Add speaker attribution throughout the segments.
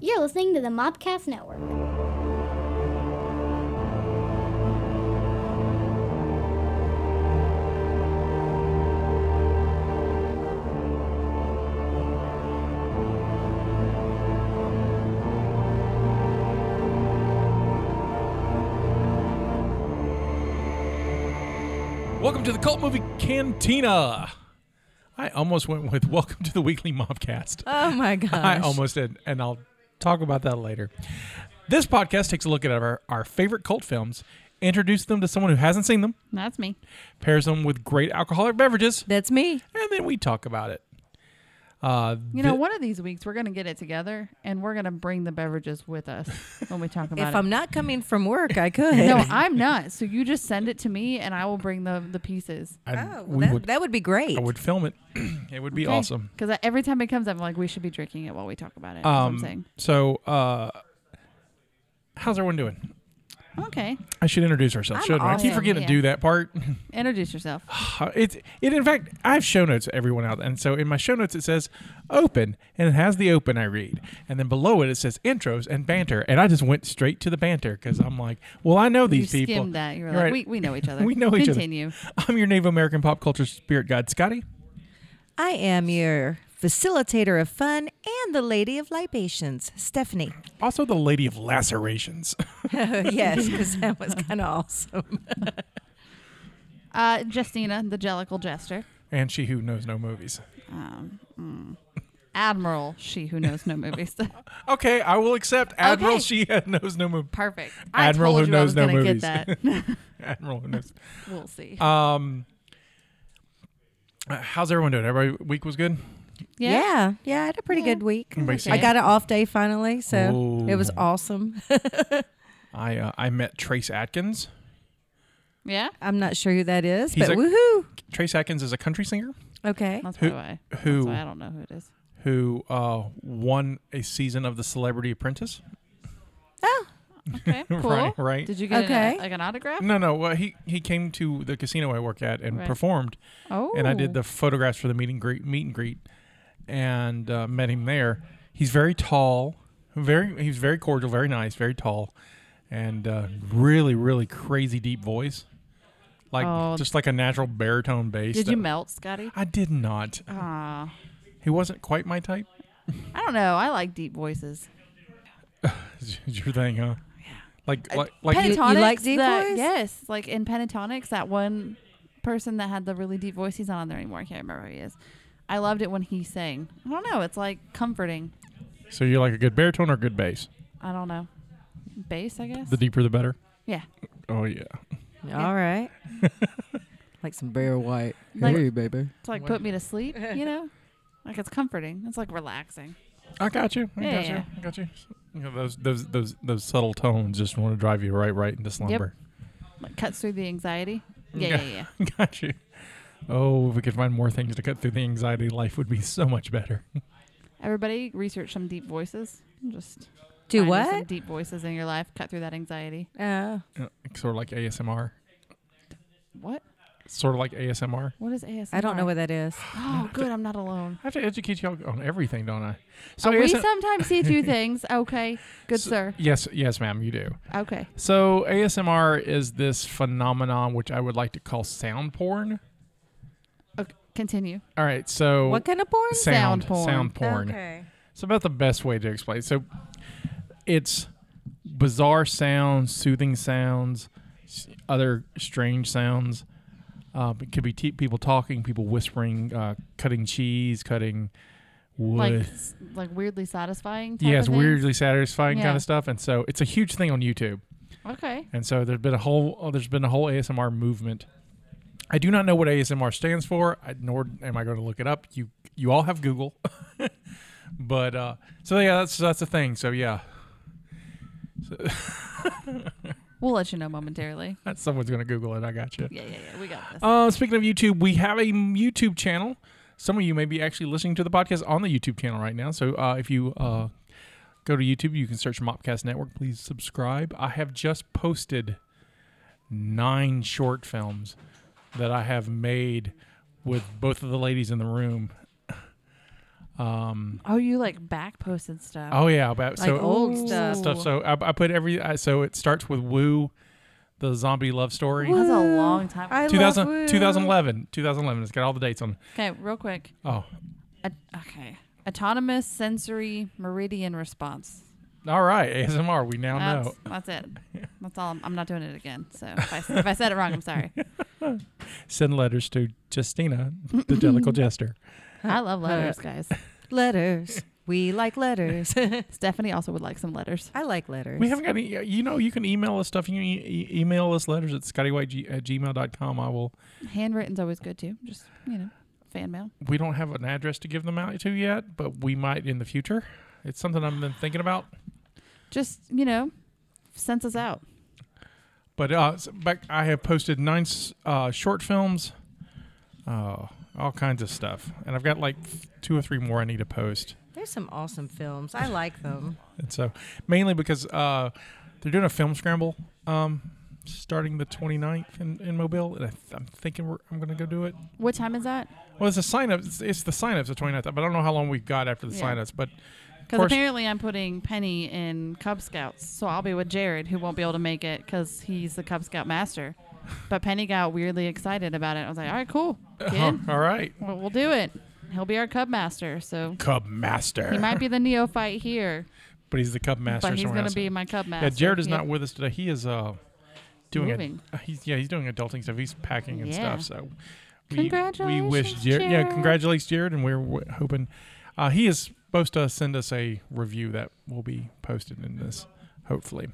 Speaker 1: You're listening to the Mobcast Network.
Speaker 2: Welcome to the Cult Movie Cantina. I almost went with Welcome to the Weekly Mobcast.
Speaker 3: Oh my gosh.
Speaker 2: I almost did, and I'll talk about that later. This podcast takes a look at our, our favorite cult films, introduces them to someone who hasn't seen them,
Speaker 3: That's me.
Speaker 2: pairs them with great alcoholic beverages,
Speaker 3: That's me.
Speaker 2: and then we talk about it. Uh,
Speaker 4: You know,
Speaker 2: thi-
Speaker 4: one of these weeks we're going to get it together and we're going to bring the beverages with us when we talk about
Speaker 3: If
Speaker 4: it.
Speaker 3: I'm not coming from work, I could.
Speaker 4: no, I'm not. So you just send it to me and I will bring the, the pieces.
Speaker 2: I,
Speaker 3: oh,
Speaker 2: we
Speaker 3: that,
Speaker 2: would,
Speaker 3: that would be great.
Speaker 2: I would film it. it would be awesome.
Speaker 4: Because every time it comes, I'm like, we should be drinking it while we talk about it. is what I'm
Speaker 2: Um,
Speaker 4: saying.
Speaker 2: so, uh, how's everyone doing?
Speaker 4: Okay.
Speaker 2: I should introduce ourselves,
Speaker 3: I'm
Speaker 2: shouldn't I? I keep
Speaker 4: awesome,
Speaker 2: forgetting
Speaker 4: yeah.
Speaker 2: to do that part.
Speaker 4: Introduce yourself.
Speaker 2: Uh, It's it. In fact, I have show notes. Everyone out, and so in my show notes it says "open" and it has the open I read, and then below it it says intros and banter, and I just went straight to the banter because I'm like, well, I know these
Speaker 4: you
Speaker 2: people.
Speaker 4: skimmed that. You were
Speaker 2: You're
Speaker 4: like,
Speaker 2: right.
Speaker 4: we, we know each other.
Speaker 2: We know each other.
Speaker 4: Continue.
Speaker 2: I'm your Native American pop culture spirit guide, Scotty.
Speaker 3: I am your facilitator of fun and the lady of libations, Stephanie.
Speaker 2: Also, the Lady of Lacerations. Oh,
Speaker 3: yes, because that was kind of awesome.
Speaker 4: Uh, Justina, the Jellicle Jester.
Speaker 2: And she who knows no movies.
Speaker 4: Um, mm. Admiral, she who knows no movies.
Speaker 2: Okay, I will accept Admiral.
Speaker 4: Okay.
Speaker 2: She uh, knows no movies.
Speaker 4: Perfect. I
Speaker 2: Admiral
Speaker 4: told
Speaker 2: who
Speaker 4: you I
Speaker 2: knows
Speaker 4: was
Speaker 2: no
Speaker 4: gonna
Speaker 2: movies.
Speaker 4: Get that.
Speaker 2: Admiral who knows.
Speaker 4: we'll see.
Speaker 2: Um, uh, how's everyone doing? Everybody week was good.
Speaker 3: Yeah, yeah, I had a pretty good week.
Speaker 2: Everybody see
Speaker 3: I got an off day finally, so it was
Speaker 2: Ooh.
Speaker 3: awesome.
Speaker 2: I uh, I met Trace Atkins.
Speaker 4: Yeah.
Speaker 3: I'm not sure who that is,
Speaker 2: He's
Speaker 3: but
Speaker 2: a-
Speaker 3: woohoo.
Speaker 2: Trace Atkins is a country singer
Speaker 3: Okay.
Speaker 4: That's
Speaker 2: Who-
Speaker 4: why.
Speaker 2: who
Speaker 4: I don't know who it is.
Speaker 2: who uh, won a season of The Celebrity Apprentice.
Speaker 3: Oh,
Speaker 4: Okay, cool.
Speaker 2: right, right.
Speaker 4: Did you get
Speaker 3: Okay.
Speaker 4: an, like an autograph?
Speaker 2: no, no. Well, he he came to the casino I work at and
Speaker 4: Right.
Speaker 2: performed,
Speaker 4: Oh,
Speaker 2: Mm-hmm. and I did the photographs for the meet and greet, meet and greet, and uh, met him there. He's very tall, very he's very cordial, very nice, very tall, and uh, really really crazy deep voice, like
Speaker 4: Oh.
Speaker 2: just like a natural baritone bass.
Speaker 4: Did
Speaker 2: that-
Speaker 4: you melt, Scotty?
Speaker 2: I did not.
Speaker 4: Ah,
Speaker 2: He wasn't quite my type.
Speaker 4: I don't know. I like deep voices.
Speaker 2: It's your thing, huh? Like like like
Speaker 3: you- you
Speaker 4: Pentatonics.
Speaker 3: like deep
Speaker 4: that-
Speaker 3: voice?
Speaker 4: Yes, like in Pentatonics, that one person that had the really deep voice. He's not on there anymore. I can't remember who he is. I loved it when he sang. I don't know. It's like comforting.
Speaker 2: So you like a good baritone or good bass?
Speaker 4: I don't know. Bass, I guess.
Speaker 2: The deeper, the better.
Speaker 4: yeah.
Speaker 2: Oh yeah.
Speaker 3: all right. like some bear white.
Speaker 4: Like- Hey,
Speaker 3: baby.
Speaker 4: It's like put me to sleep. You know, like it's comforting. It's like relaxing.
Speaker 2: I got you. I
Speaker 4: Yeah,
Speaker 2: got you.
Speaker 4: yeah.
Speaker 2: I got you. You know, those those those those subtle tones just want to drive you right right into slumber.
Speaker 4: Like cuts through the anxiety.
Speaker 2: Mm, Yeah.
Speaker 4: Yeah, yeah, yeah.
Speaker 2: got you. Oh, if we could find more things to cut through the anxiety, life would be so much better.
Speaker 4: Everybody research some deep voices. Just
Speaker 3: Do
Speaker 4: find you Some
Speaker 3: what?
Speaker 4: deep voices in your life. Cut through that anxiety.
Speaker 3: Oh.
Speaker 2: Uh, sort of like ASMR.
Speaker 4: What?
Speaker 2: Sort of like ASMR.
Speaker 4: What is ASMR?
Speaker 3: I don't know what that is.
Speaker 4: Oh, good. I'm not alone.
Speaker 2: I have to educate y'all on everything, don't I? So
Speaker 4: we
Speaker 2: ASM
Speaker 4: sometimes see through things. Okay. Good,
Speaker 2: So-
Speaker 4: sir.
Speaker 2: yes, yes, ma'am, you do.
Speaker 4: Okay.
Speaker 2: So ASMR is this phenomenon which I would like to call sound porn.
Speaker 4: okay. Continue.
Speaker 2: All right, so
Speaker 3: What kind of porn?
Speaker 2: sound
Speaker 4: Sound porn.
Speaker 2: Sound Oh, porn.
Speaker 3: Okay.
Speaker 2: It's about the best way to explain. it. So it's bizarre sounds, soothing sounds, s- other strange sounds. Uh, it could be t- people talking, people whispering, uh, cutting cheese, cutting wood.
Speaker 4: Like, s- like weirdly satisfying. Type
Speaker 2: yeah,
Speaker 4: of
Speaker 2: it's
Speaker 4: things?
Speaker 2: weirdly satisfying kind
Speaker 4: Yeah.
Speaker 2: of stuff, and so it's a huge thing on YouTube.
Speaker 4: Okay.
Speaker 2: And so there's been a whole oh, there's been a whole ASMR movement. I do not know what ASMR stands for, I, nor am I going to look it up. You you all have Google, but uh, so yeah, that's that's the thing. So yeah,
Speaker 4: We'll let you know momentarily.
Speaker 2: someone's going to Google it. I got you.
Speaker 4: Yeah, yeah, yeah. We got this.
Speaker 2: Uh, speaking of YouTube, we have a YouTube channel. Some of you may be actually listening to the podcast on the YouTube channel right now. So uh, if you uh, go to YouTube, you can search Mopcast Network. Please subscribe. I have just posted nine short films that I have made with both of the ladies in the room. Um,
Speaker 4: Oh, you like back posted stuff.
Speaker 2: oh yeah, about
Speaker 3: Like
Speaker 2: so
Speaker 3: old
Speaker 4: Ooh.
Speaker 3: stuff.
Speaker 2: stuff. So I, I put every I, so it starts with Woo, the zombie love story.
Speaker 4: That's a
Speaker 3: Woo.
Speaker 4: long time.
Speaker 3: I love
Speaker 2: 2000,
Speaker 3: Woo.
Speaker 2: 2011 2011 it's got all the dates on
Speaker 4: okay, real quick.
Speaker 2: oh
Speaker 4: A- okay. Autonomous sensory meridian response.
Speaker 2: all right asmr we now
Speaker 4: That's,
Speaker 2: know
Speaker 4: that's it. That's all. I'm, I'm not doing it again. So if I, s- if I said it wrong, I'm sorry.
Speaker 2: send letters to justina the delicate jester
Speaker 4: I love letters, guys.
Speaker 3: Letters. We like letters.
Speaker 4: Stephanie also would like some letters.
Speaker 3: I like letters.
Speaker 2: we haven't got any uh, you know you can email us stuff you can e- e- email us letters at scottywhite g- uh, at gmail.com i will
Speaker 4: Handwritten's always good too. Just you know, fan mail.
Speaker 2: we don't have an address to give them out to yet but we might in the future it's something i've been thinking about
Speaker 4: Just you know, sense us out.
Speaker 2: But uh, s- back, I have posted nine s- uh, short films, uh, all kinds of stuff, and I've got like f- two or three more I need to post.
Speaker 3: There's some awesome films. I like them.
Speaker 2: And so, mainly because uh, they're doing a film scramble um, starting the 29th in, in Mobile, and I th- I'm thinking we're, I'm going to go do it.
Speaker 4: What time is that?
Speaker 2: Well, it's a sign up. It's, it's the sign ups the 29th, but I don't know how long we've got after the
Speaker 4: Yeah.
Speaker 2: sign ups. But
Speaker 4: Because
Speaker 2: course-
Speaker 4: apparently I'm putting Penny in Cub Scouts, so I'll be with Jared, who won't be able to make it because he's the Cub Scout master. But Penny got weirdly excited about it. I was like, all right, cool, kid,
Speaker 2: uh, all right,
Speaker 4: we'll, we'll do it. He'll be our Cub master, so
Speaker 2: Cub Master.
Speaker 4: he might be the neophyte here,
Speaker 2: but he's the Cub Master.
Speaker 4: but he's
Speaker 2: somewhere
Speaker 4: gonna
Speaker 2: else.
Speaker 4: be my Cub master.
Speaker 2: Yeah, Jared is
Speaker 4: Yeah.
Speaker 2: not with us today. He is uh, doing
Speaker 4: Moving.
Speaker 2: a, he's yeah he's doing adulting stuff. He's packing and
Speaker 4: Yeah.
Speaker 2: stuff. So We wish
Speaker 4: Congratulations,
Speaker 2: Jared. Yeah,
Speaker 4: Jared.
Speaker 2: congratulations, Jared. And we're, w hoping uh, he is supposed to send us a review that will be posted in this. Hopefully.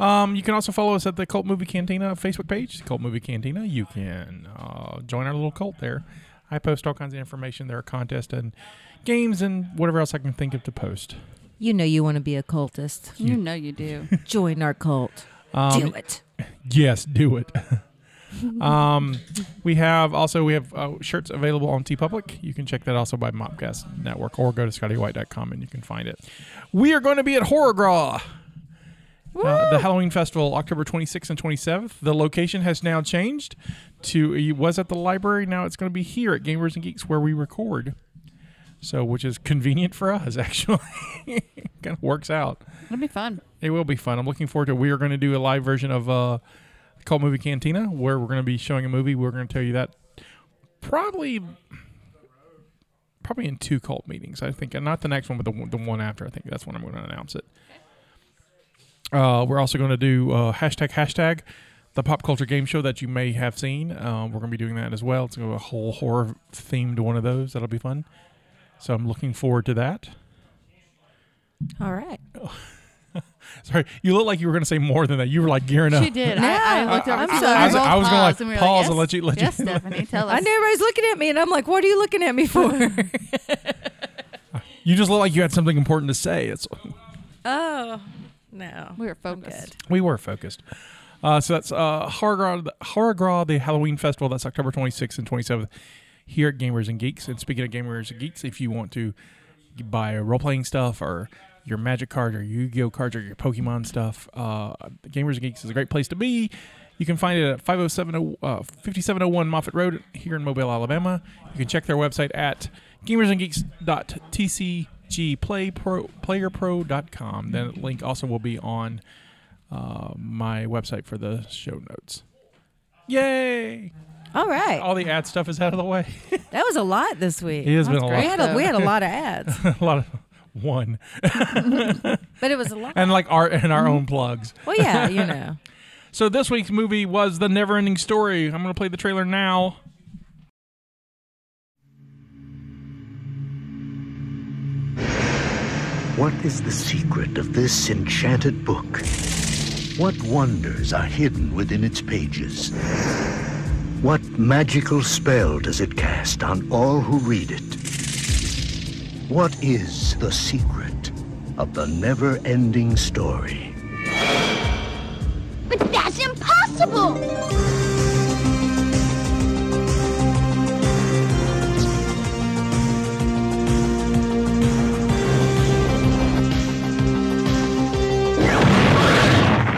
Speaker 2: Um, you can also follow us at the Cult Movie Cantina Facebook page, Cult Movie Cantina. You can uh, join our little cult there. I post all kinds of information. There are contests and games and whatever else I can think of to post.
Speaker 3: You know you want to be a cultist.
Speaker 4: You know you do.
Speaker 3: Join our cult.
Speaker 2: Um,
Speaker 3: Do it.
Speaker 2: Yes, do it. um, we have also we have uh, shirts available on T Public. You can check that also by Mopcast Network or go to scottywhite.com and you can find it. We are going to be at Horror Graw. Uh, the Halloween Festival, October 26th and 27th. The location has now changed to it was at the library. Now it's going to be here at Gamers and Geeks where we record. So, which is convenient for us actually. kind of works out.
Speaker 4: It'll be fun.
Speaker 2: It will be fun. I'm looking forward to. it. We are going to do a live version of uh, Cult Movie Cantina where we're going to be showing a movie. We're going to tell you that probably, probably in two cult meetings. I think, and not the next one, but the one, the one after. I think that's when I'm going to announce it. Uh, we're also going to do uh, hashtag hashtag the pop culture game show that you may have seen. Uh, we're going to be doing that as well. It's going to be a whole horror themed one of those. That'll be fun. So I'm looking forward to that.
Speaker 3: All right.
Speaker 2: Sorry, you look like you were going to say more than that. You were like gearing up.
Speaker 4: She did.
Speaker 3: No,
Speaker 4: I, I looked
Speaker 3: I-
Speaker 4: up.
Speaker 3: I'm
Speaker 4: we
Speaker 3: sorry. I was-
Speaker 4: both
Speaker 2: I was gonna, like,
Speaker 4: paused and we were
Speaker 2: pause
Speaker 4: yes,
Speaker 2: and let you- let you-
Speaker 4: Yes, Stephanie, tell
Speaker 3: I
Speaker 4: us.
Speaker 3: know everybody's looking at me, and I'm like, "What are you looking at me for?"
Speaker 2: You just look like you had something important to say. It's,
Speaker 3: oh, no.
Speaker 4: We were
Speaker 3: I'm
Speaker 4: focused.
Speaker 2: we were focused. Uh, so that's uh, Horrorgraw, Horrorgraw, the Halloween Festival. That's October 26th and 27th here at Gamers and Geeks. And speaking of Gamers and Geeks, if you want to buy role playing stuff or your Magic card or Yu Gi Oh cards or your Pokemon stuff, uh, Gamers and Geeks is a great place to be. You can find it at 507, uh, 5701 Moffat Road here in Mobile, Alabama. You can check their website at gamersandgeeks.tcgplayerpro.com. That link also will be on uh, my website for the show notes. Yay!
Speaker 3: good. All right.
Speaker 2: All the ad stuff is out of the way.
Speaker 3: That was a lot this week.
Speaker 2: It has been a
Speaker 4: That's
Speaker 3: We
Speaker 4: great.
Speaker 2: lot,
Speaker 3: had a, we had a lot of ads,
Speaker 2: a lot of one,
Speaker 3: but it was a lot.
Speaker 2: and like our and our
Speaker 4: Mm-hmm.
Speaker 2: own plugs.
Speaker 3: Well, yeah, you know.
Speaker 2: So this week's movie was The Neverending Story. I'm gonna play the trailer now.
Speaker 5: What is the secret of this enchanted book? What wonders are hidden within its pages? What magical spell does it cast on all who read it? What is the secret of the never-ending story?
Speaker 1: But that's impossible!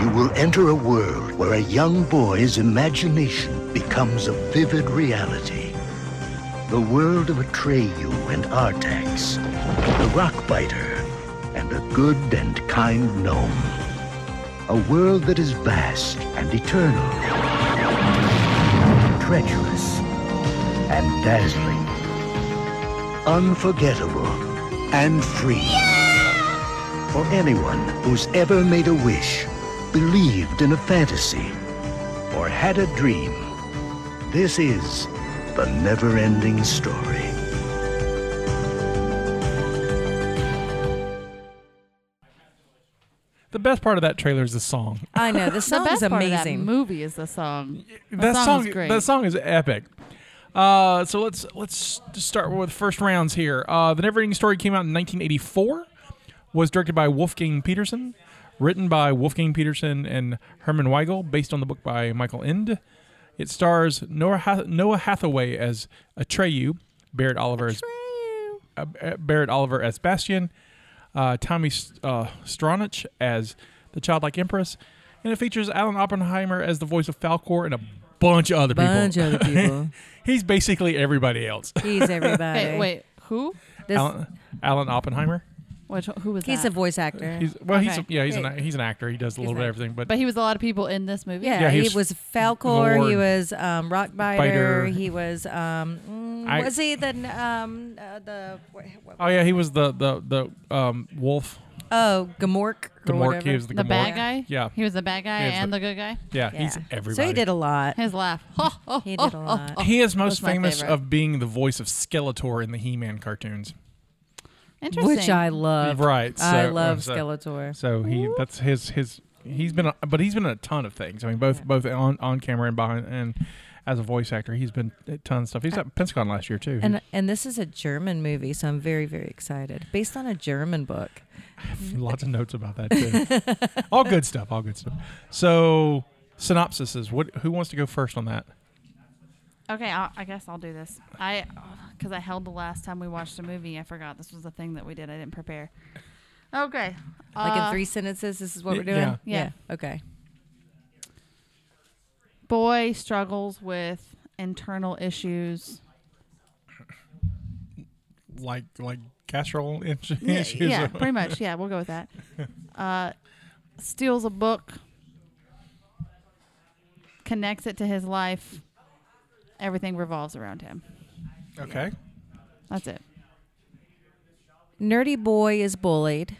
Speaker 5: You will enter a world where a young boy's imagination becomes a vivid reality. the world of Atreyu and Artax, the Rockbiter, and a good and kind gnome. A world that is vast and eternal, treacherous and dazzling, unforgettable and free. For anyone who's ever made a wish, believed in a fantasy, or had a dream, this is the never-ending story.
Speaker 2: The best part of that trailer is the song.
Speaker 3: I know the
Speaker 4: The
Speaker 3: song
Speaker 4: best
Speaker 3: is
Speaker 4: part of that
Speaker 3: amazing.
Speaker 4: movie is the song. The
Speaker 2: that song,
Speaker 4: is great.
Speaker 2: that song is epic. Uh, so let's let's just start with first rounds here. Uh, the Neverending Story came out in 1984. Was directed by Wolfgang Peterson, written by Wolfgang Peterson and Herman Weigel, based on the book by Michael Ende. It stars Noah, Hath- Noah Hathaway as Atreyu, Barrett Oliver as uh, Barrett Oliver as Bastion, uh, Tommy uh, Stronach as the childlike empress, and it features Alan Oppenheimer as the voice of Falcor and a bunch of other
Speaker 3: Bunch
Speaker 2: people.
Speaker 3: of other people.
Speaker 2: He's basically everybody else.
Speaker 3: He's everybody.
Speaker 4: Wait, wait, who?
Speaker 3: This-
Speaker 2: Alan, Alan Oppenheimer.
Speaker 4: Which who was
Speaker 3: he's a
Speaker 4: that?
Speaker 3: voice actor.
Speaker 2: He's well, he's a,
Speaker 4: Okay.
Speaker 2: yeah, he's an he's an actor. He does a little bit of everything, but,
Speaker 4: but he was a lot of people in this movie.
Speaker 3: yeah,
Speaker 2: yeah,
Speaker 3: he,
Speaker 2: he
Speaker 3: was
Speaker 2: was
Speaker 3: Falcor. He
Speaker 2: Lord.
Speaker 3: was um, Rockbiter.
Speaker 2: Biter.
Speaker 3: He was. Um, mm,
Speaker 2: I-
Speaker 3: was he the n- um, uh, the what, what-
Speaker 2: oh yeah, he was the the the um, wolf.
Speaker 3: oh Gamork? or
Speaker 2: Gamork.
Speaker 3: whatever.
Speaker 2: He was the,
Speaker 4: The
Speaker 2: Gamork.
Speaker 4: bad guy.
Speaker 2: Yeah,
Speaker 4: He was the bad guy
Speaker 2: He was
Speaker 4: and
Speaker 2: the-
Speaker 4: the, good guy.
Speaker 2: yeah, he's
Speaker 3: Yeah.
Speaker 2: everybody.
Speaker 3: So he did a lot.
Speaker 4: His laugh.
Speaker 3: He did a lot.
Speaker 2: He is most
Speaker 4: That's my
Speaker 2: famous
Speaker 4: favorite.
Speaker 2: of being the voice of Skeletor in the He-Man cartoons.
Speaker 4: Interesting.
Speaker 3: Which I love.
Speaker 2: Right,
Speaker 3: I
Speaker 2: so- uh,
Speaker 3: love
Speaker 2: so-
Speaker 3: Skeletor.
Speaker 2: So he that's his his he's been a, but he's been in a ton of things. I mean both both on on camera and behind and as a voice actor, he's been a ton of stuff.
Speaker 4: Uh,
Speaker 2: He's at Pensacon last year too.
Speaker 3: And and this is a German movie, so I'm very very excited. Based on a German book.
Speaker 2: Lots of notes about that too. all good stuff, all good stuff. So synopsis is what who wants to go first on that?
Speaker 4: Okay, i I guess I'll do this. I, because I held the last time we watched a movie, I forgot this was a thing that we did. I didn't prepare. Okay.
Speaker 3: Like in
Speaker 4: Uh,
Speaker 3: three sentences, this is what
Speaker 2: y-
Speaker 3: we're doing.
Speaker 2: yeah.
Speaker 4: Yeah.
Speaker 3: Okay.
Speaker 4: Boy struggles with internal issues.
Speaker 2: Like like casserole issues.
Speaker 4: Yeah, yeah, pretty much. Yeah, we'll go with that. Uh, steals a book, connects it to his life. Everything revolves around him.
Speaker 2: Okay.
Speaker 4: That's it.
Speaker 3: Nerdy boy is bullied,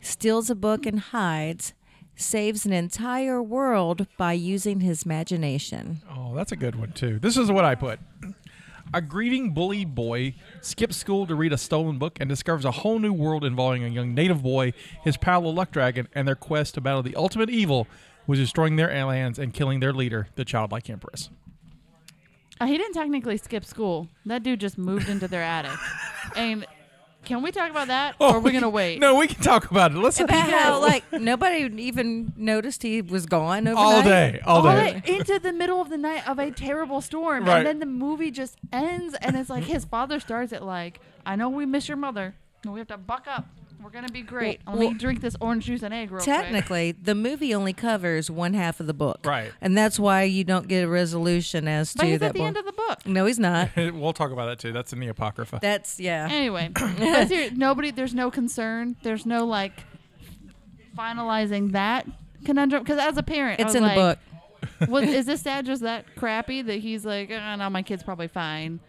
Speaker 3: steals a book and hides, saves an entire world by using his imagination.
Speaker 2: Oh, that's a good one too. This is what I put. A grieving bully boy skips school to read a stolen book and discovers a whole new world involving a young native boy, his pal the Luck Dragon, and their quest to battle the ultimate evil, which is destroying their lands and killing their leader, the childlike empress.
Speaker 4: Uh, he didn't technically skip school. That dude just moved into their attic. And can we talk about that, or are we gonna wait?
Speaker 2: Oh, No, we can talk about it. Let's
Speaker 3: About how like nobody even noticed he was gone overnight.
Speaker 2: all day, all
Speaker 4: All
Speaker 2: day.
Speaker 4: it- into the middle of the night of a terrible storm,
Speaker 2: Right.
Speaker 4: and then the movie just ends, and it's like his father starts it like, "I know we miss your mother, and we have to buck up. We're gonna be great.
Speaker 3: Well-
Speaker 4: Let
Speaker 3: well-
Speaker 4: me drink this orange juice and egg real quick."
Speaker 3: Technically, the movie only covers one half of the book,
Speaker 2: Right.
Speaker 3: And that's why you don't get a resolution as
Speaker 4: But
Speaker 3: to
Speaker 4: he's
Speaker 3: that
Speaker 4: at the
Speaker 3: one.
Speaker 4: end of the book.
Speaker 3: no, he's not.
Speaker 2: We'll talk about that too. That's in the apocrypha.
Speaker 3: That's yeah.
Speaker 4: Anyway, but ser- nobody. There's no concern. There's no like finalizing that conundrum. Because as a parent, I
Speaker 3: It's
Speaker 4: was
Speaker 3: in the
Speaker 4: like,
Speaker 3: book.
Speaker 4: was, is this dad just that crappy that he's like, oh, no, my kid's probably fine?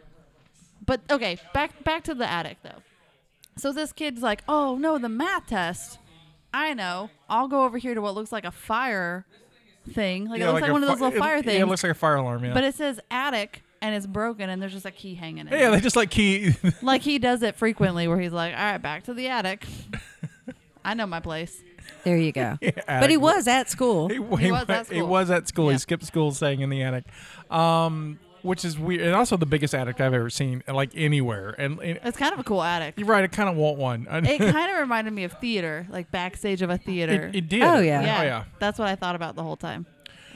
Speaker 4: But okay, back back to the attic though. So this kid's like, oh no, the math test. I know. I'll go over here to what looks like a fire thing. Like it looks like, one of those little fire things.
Speaker 2: Yeah, it looks like a fire alarm. Yeah,
Speaker 4: but it says attic and it's broken and there's just a key hanging. in
Speaker 2: yeah,
Speaker 4: it.
Speaker 2: they just like key.
Speaker 4: like he does it frequently where he's like, all right, back to the attic. I know my place.
Speaker 3: There you go. but he was at school.
Speaker 2: It,
Speaker 4: was at
Speaker 2: It
Speaker 4: school.
Speaker 2: was at school. He
Speaker 4: Yeah.
Speaker 2: skipped school, saying in the attic, um, which is weird, and also the biggest attic I've ever seen, like anywhere. And, and
Speaker 4: It's kind of a cool attic.
Speaker 2: you're right, I kind of want one. I-
Speaker 4: It kind of reminded me of theater, like backstage of a theater.
Speaker 2: it, it did.
Speaker 3: Oh, yeah.
Speaker 4: Yeah,
Speaker 2: Oh yeah.
Speaker 4: That's what I thought about the whole time.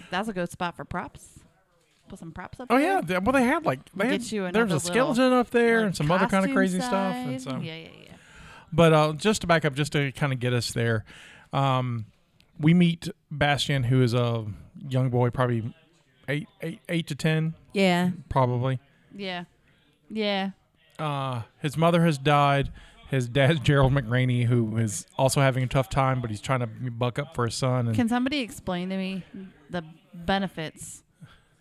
Speaker 4: That's a good spot for props. Put some props up.
Speaker 2: Oh
Speaker 4: there.
Speaker 2: yeah. They- Well, they had like they had,
Speaker 4: Get you
Speaker 2: there was a
Speaker 4: another little,
Speaker 2: skeleton up there
Speaker 4: Like
Speaker 2: and some other kind of
Speaker 4: costume
Speaker 2: crazy stuff.
Speaker 4: side.
Speaker 2: And so,
Speaker 4: Yeah, yeah, yeah.
Speaker 2: but uh, just to back up, just to kind of get us there, um, we meet Bastion, who is a young boy, probably eight, eight, eight to ten,
Speaker 3: Yeah.
Speaker 2: probably.
Speaker 4: Yeah. Yeah.
Speaker 2: Uh, his mother has died. His dad's Gerald McRaney, who is also having a tough time, but he's trying to buck up for his son. And
Speaker 4: Can somebody explain to me the benefits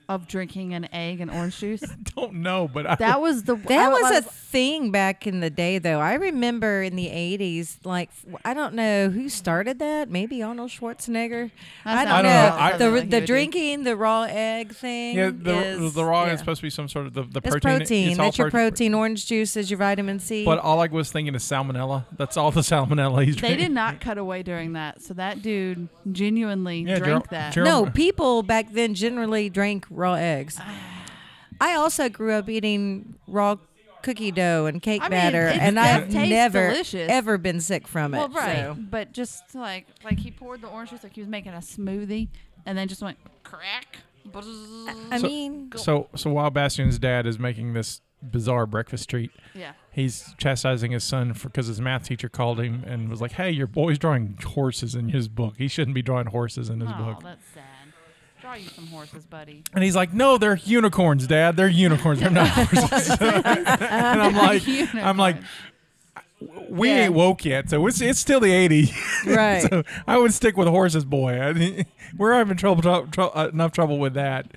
Speaker 4: of drinking an egg and orange juice?
Speaker 2: don't know, but I,
Speaker 4: That was the
Speaker 3: That
Speaker 4: I
Speaker 3: was a thing back in the day, though. I remember in the 80s, like, f- I don't know who started that. Maybe Arnold Schwarzenegger. I
Speaker 4: sounds
Speaker 3: don't, know.
Speaker 2: about right. I don't
Speaker 3: The,
Speaker 4: know. I-
Speaker 3: the
Speaker 4: He would do.
Speaker 3: drinking, the raw egg thing.
Speaker 2: yeah, the,
Speaker 3: is,
Speaker 2: the raw
Speaker 3: yeah.
Speaker 2: is supposed to be some sort of the, the
Speaker 3: It's
Speaker 2: protein.
Speaker 3: protein.
Speaker 2: It's all
Speaker 3: That's your protein. Orange juice is your vitamin C.
Speaker 2: But all I was thinking is salmonella. That's all the salmonella he's
Speaker 4: They
Speaker 2: drinking.
Speaker 4: did not cut away during that, so that dude genuinely
Speaker 2: Yeah,
Speaker 4: drank
Speaker 2: Gerald-
Speaker 4: that.
Speaker 2: Gerald-
Speaker 3: no, people back then generally drank raw eggs. I also grew up eating raw cookie dough and cake
Speaker 4: I mean,
Speaker 3: batter,
Speaker 4: it's-
Speaker 3: and
Speaker 4: that
Speaker 3: I've
Speaker 4: tastes
Speaker 3: never
Speaker 4: delicious.
Speaker 3: ever been sick from it.
Speaker 4: well, right,
Speaker 3: so.
Speaker 4: but just like like he poured the orange juice like he was making a smoothie, and then just went crack. buzz.
Speaker 3: I
Speaker 2: So-
Speaker 3: mean,
Speaker 2: So, so while Bastion's dad is making this bizarre breakfast treat,
Speaker 4: Yeah,
Speaker 2: he's chastising his son because his math teacher called him and was like, "Hey, your boy's drawing horses in his book. He shouldn't be drawing horses in his
Speaker 4: oh,
Speaker 2: book."
Speaker 4: that's sad. Draw you some horses, buddy.
Speaker 2: And he's like, "No, they're unicorns, Dad. They're unicorns. They're not horses." and I'm like, "I'm like, we
Speaker 4: Yeah.
Speaker 2: ain't woke yet, so it's it's still the '80s.
Speaker 3: right.
Speaker 2: so I would stick with horses, boy. I, we're having trouble trou- trou- uh, enough trouble with that.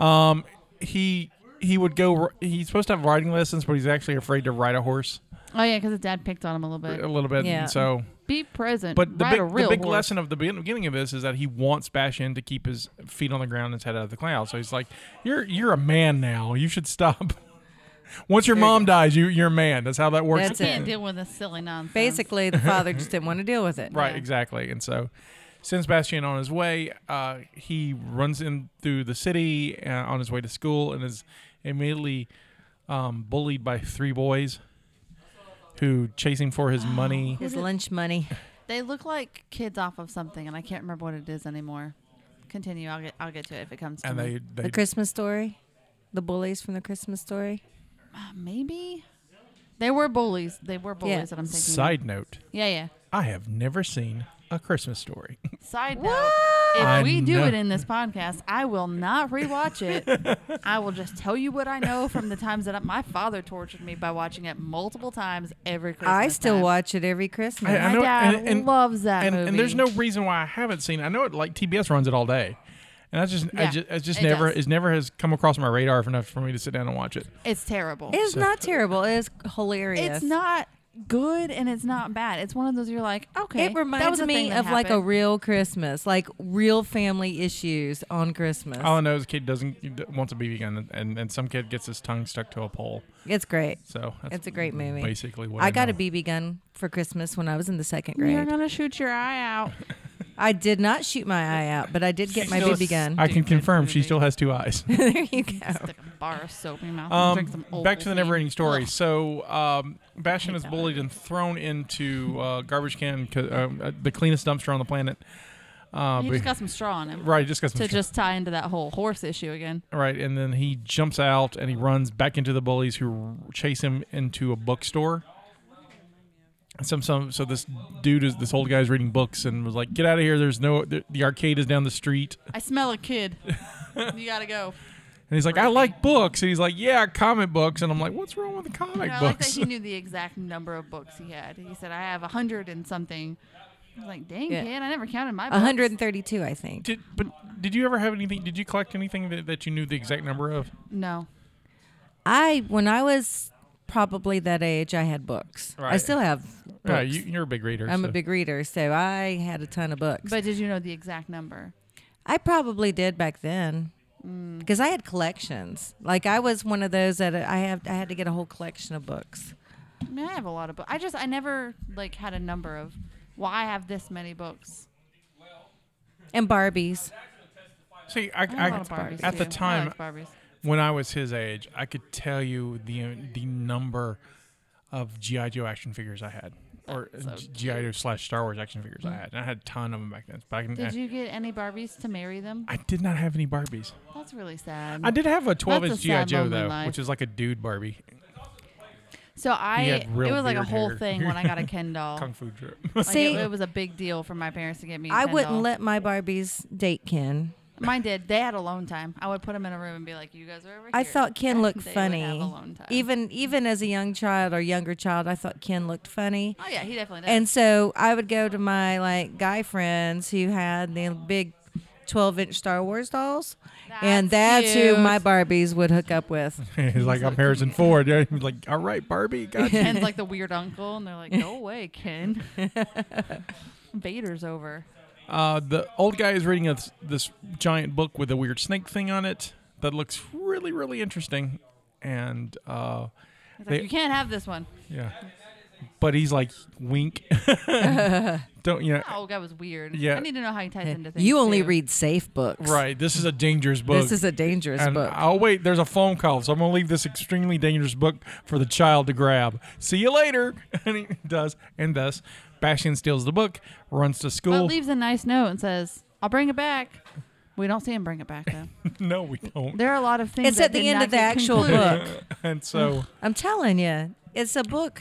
Speaker 2: Um, he he would go. r- He's supposed to have riding lessons, but he's actually afraid to ride a horse
Speaker 4: Oh yeah, because his dad picked on him a little
Speaker 2: a
Speaker 4: bit.
Speaker 2: little bit.
Speaker 3: Yeah.
Speaker 2: And so,
Speaker 4: Be present,
Speaker 2: but the
Speaker 4: ride
Speaker 2: big
Speaker 4: a real
Speaker 2: the big
Speaker 4: horse.
Speaker 2: lesson of the begin- beginning of this is that he wants Bastion to keep his feet on the ground and his head out of the clouds. So he's like, "You're you're a man now. You should stop." Once your mom dies, you you're a man. That's how that works.
Speaker 3: That's
Speaker 4: I can't
Speaker 3: it.
Speaker 4: deal with this silly nonsense.
Speaker 3: Basically, the father just didn't want to deal with it.
Speaker 2: Right, exactly. And so sends Bastian on his way. Uh, he runs in through the city uh, on his way to school and is immediately um, bullied by three boys who chase him for his money.
Speaker 3: His lunch money.
Speaker 4: They look like kids off of something, and I can't remember what it is anymore. Continue. I'll get. I'll get to it if it comes to
Speaker 2: And
Speaker 4: me.
Speaker 2: they,
Speaker 3: The
Speaker 2: they
Speaker 3: Christmas story. The bullies from the Christmas story.
Speaker 4: Uh, maybe they were bullies. They were bullies
Speaker 3: Yeah.
Speaker 4: that I'm thinking. of.
Speaker 2: side note,
Speaker 4: Yeah, yeah.
Speaker 2: I have never seen a Christmas story.
Speaker 4: Side note. If
Speaker 2: I
Speaker 4: we do
Speaker 2: know.
Speaker 4: it in this podcast, I will not rewatch it. I will just tell you what I know from the times that my father tortured me by watching it multiple times every Christmas.
Speaker 3: I still
Speaker 4: time.
Speaker 3: watch it every Christmas.
Speaker 2: I- I
Speaker 4: My
Speaker 2: know-
Speaker 4: dad
Speaker 2: and- and-
Speaker 4: loves that
Speaker 2: and,
Speaker 4: movie.
Speaker 2: and there's no reason why I haven't seen. it. I know it like TBS runs it all day. And I just, I
Speaker 4: Yeah,
Speaker 2: just, I just
Speaker 4: it
Speaker 2: never,
Speaker 4: does.
Speaker 2: it's never has come across my radar enough for me to sit down and watch it.
Speaker 4: It's terrible.
Speaker 3: it's not terrible. It's hilarious.
Speaker 4: It's not good and it's not bad. It's one of those you're like, okay.
Speaker 3: It reminds me of like a real Christmas, like real family issues on Christmas.
Speaker 2: All I know is a kid doesn't wants a BB gun, and, and, and some kid gets his tongue stuck to a pole.
Speaker 3: It's great.
Speaker 2: So that's
Speaker 3: It's a great movie.
Speaker 2: Basically, what I,
Speaker 3: I got a
Speaker 2: know.
Speaker 3: BB gun for Christmas when I was in the second
Speaker 4: You're
Speaker 3: grade.
Speaker 4: gonna shoot your eye out.
Speaker 3: I did not shoot my eye out, but I did get my
Speaker 2: Still-
Speaker 3: BB gun.
Speaker 2: I can
Speaker 4: Stupid
Speaker 2: confirm she
Speaker 4: movie.
Speaker 2: still has two eyes.
Speaker 3: there you go.
Speaker 4: Stick a bar of soap in your mouth. and
Speaker 2: Um,
Speaker 4: drink some old
Speaker 2: back to the never-ending story.
Speaker 4: Ugh.
Speaker 2: So um, Bastion is
Speaker 4: that
Speaker 2: bullied and thrown into uh, garbage can, ca- um, uh, the cleanest dumpster on the planet. Uh,
Speaker 4: He
Speaker 2: but-
Speaker 4: just got some straw on him
Speaker 2: right, just got some.
Speaker 4: to
Speaker 2: str-
Speaker 4: just tie into that whole horse issue again.
Speaker 2: right, and then he jumps out and he runs back into the bullies who r- chase him into a bookstore. some some so this dude is this old guy's reading books and was like get out of here there's no the, the arcade is down the street
Speaker 4: I smell a kid. you gotta go.
Speaker 2: and he's like i like books and he's like yeah comic books and i'm like what's wrong with the comic
Speaker 4: And I like that
Speaker 2: books
Speaker 4: he knew the exact number of books he had. He said, "I have a hundred and something." I was like, "Dang
Speaker 3: Yeah.
Speaker 4: kid, I never counted my." books."
Speaker 3: 132, I think.
Speaker 2: did, but did you ever have anything did you collect anything that, that you knew the exact number of
Speaker 4: No,
Speaker 3: I when I was probably that age, I had books. I
Speaker 2: Right.
Speaker 3: still have books.
Speaker 2: yeah you, you're a big reader
Speaker 3: I'm a
Speaker 2: so-
Speaker 3: big reader, so I had a ton of books.
Speaker 4: but did you know the exact number?
Speaker 3: I probably did back then
Speaker 4: Mm.
Speaker 3: because I had collections. Like I was one of those that I have. I had to get a whole collection of books.
Speaker 4: I mean, I have a lot of books. I just I never like had a number of. Well, I have this many books.
Speaker 3: And Barbies.
Speaker 2: see i,
Speaker 4: I have a
Speaker 2: I,
Speaker 4: lot of Barbies
Speaker 2: at the
Speaker 4: too.
Speaker 2: time uh,
Speaker 4: I like Barbies.
Speaker 2: when i was his age i could tell you the the number of gi joe action figures i had or
Speaker 4: That's so Mm.
Speaker 2: gi joe slash star wars action figures i had and i had a ton of them back then back in,
Speaker 4: Did you get any Barbies to marry them?
Speaker 2: I did not have any Barbies.
Speaker 4: That's really sad.
Speaker 2: I did have a 12
Speaker 4: That's
Speaker 2: inch
Speaker 4: a
Speaker 2: GI
Speaker 4: sad
Speaker 2: Joe
Speaker 4: moment in
Speaker 2: though,
Speaker 4: life.
Speaker 2: which is like a dude Barbie
Speaker 4: So I
Speaker 2: had
Speaker 4: it
Speaker 2: real
Speaker 4: was like a
Speaker 2: beard
Speaker 4: whole
Speaker 2: hair.
Speaker 4: thing when I got a Ken doll.
Speaker 2: kung fu trip.
Speaker 4: Like, it-
Speaker 3: See,
Speaker 4: it, was a big deal for my parents to get me. I
Speaker 3: I wouldn't let my Barbies date Ken.
Speaker 4: Mine did. They had alone time. I would put them in a room and be like, "You guys are over here."
Speaker 3: I thought Ken
Speaker 4: And
Speaker 3: looked
Speaker 4: they would
Speaker 3: funny.
Speaker 4: have alone time.
Speaker 3: Even even as a young child or younger child, I thought Ken looked funny.
Speaker 4: Oh yeah, he definitely did.
Speaker 3: And so I would go to my like guy friends who had the big 12 inch Star Wars dolls. and that's
Speaker 4: That's
Speaker 3: who my
Speaker 4: cute.
Speaker 3: Barbies would hook up with.
Speaker 2: He's like, I'm Harrison Ford. Yeah, he's like, all right, Barbie, got you.
Speaker 4: and like the weird uncle, and they're like, "No way, Ken." Vader's over.
Speaker 2: Uh, the old guy is reading us this giant book with a weird snake thing on it that looks really, really interesting. And uh,
Speaker 4: He's
Speaker 2: They-
Speaker 4: like, you can't have this one.
Speaker 2: yeah, but he's like, wink. Don't you know?
Speaker 4: Oh, That old guy was weird.
Speaker 2: Yeah.
Speaker 4: I need to know how he ties into things.
Speaker 3: Eh, You only
Speaker 4: too.
Speaker 3: read safe books.
Speaker 2: Right. This is a dangerous book.
Speaker 3: This is a dangerous
Speaker 2: and
Speaker 3: book.
Speaker 2: oh wait, there's a phone call, so I'm gonna leave this extremely dangerous book for the child to grab. See you later. And he does, and thus, Bastion steals the book, runs to
Speaker 4: But
Speaker 2: school.
Speaker 4: leaves a nice note and says, "I'll bring it back." We don't see him bring it back though.
Speaker 2: no, we don't.
Speaker 4: There are a lot of things.
Speaker 3: It's
Speaker 4: that
Speaker 3: at the
Speaker 4: did
Speaker 3: end
Speaker 4: not
Speaker 3: of the
Speaker 4: get
Speaker 3: actual
Speaker 4: concluded.
Speaker 3: book.
Speaker 2: And so,
Speaker 3: I'm telling you, it's a book.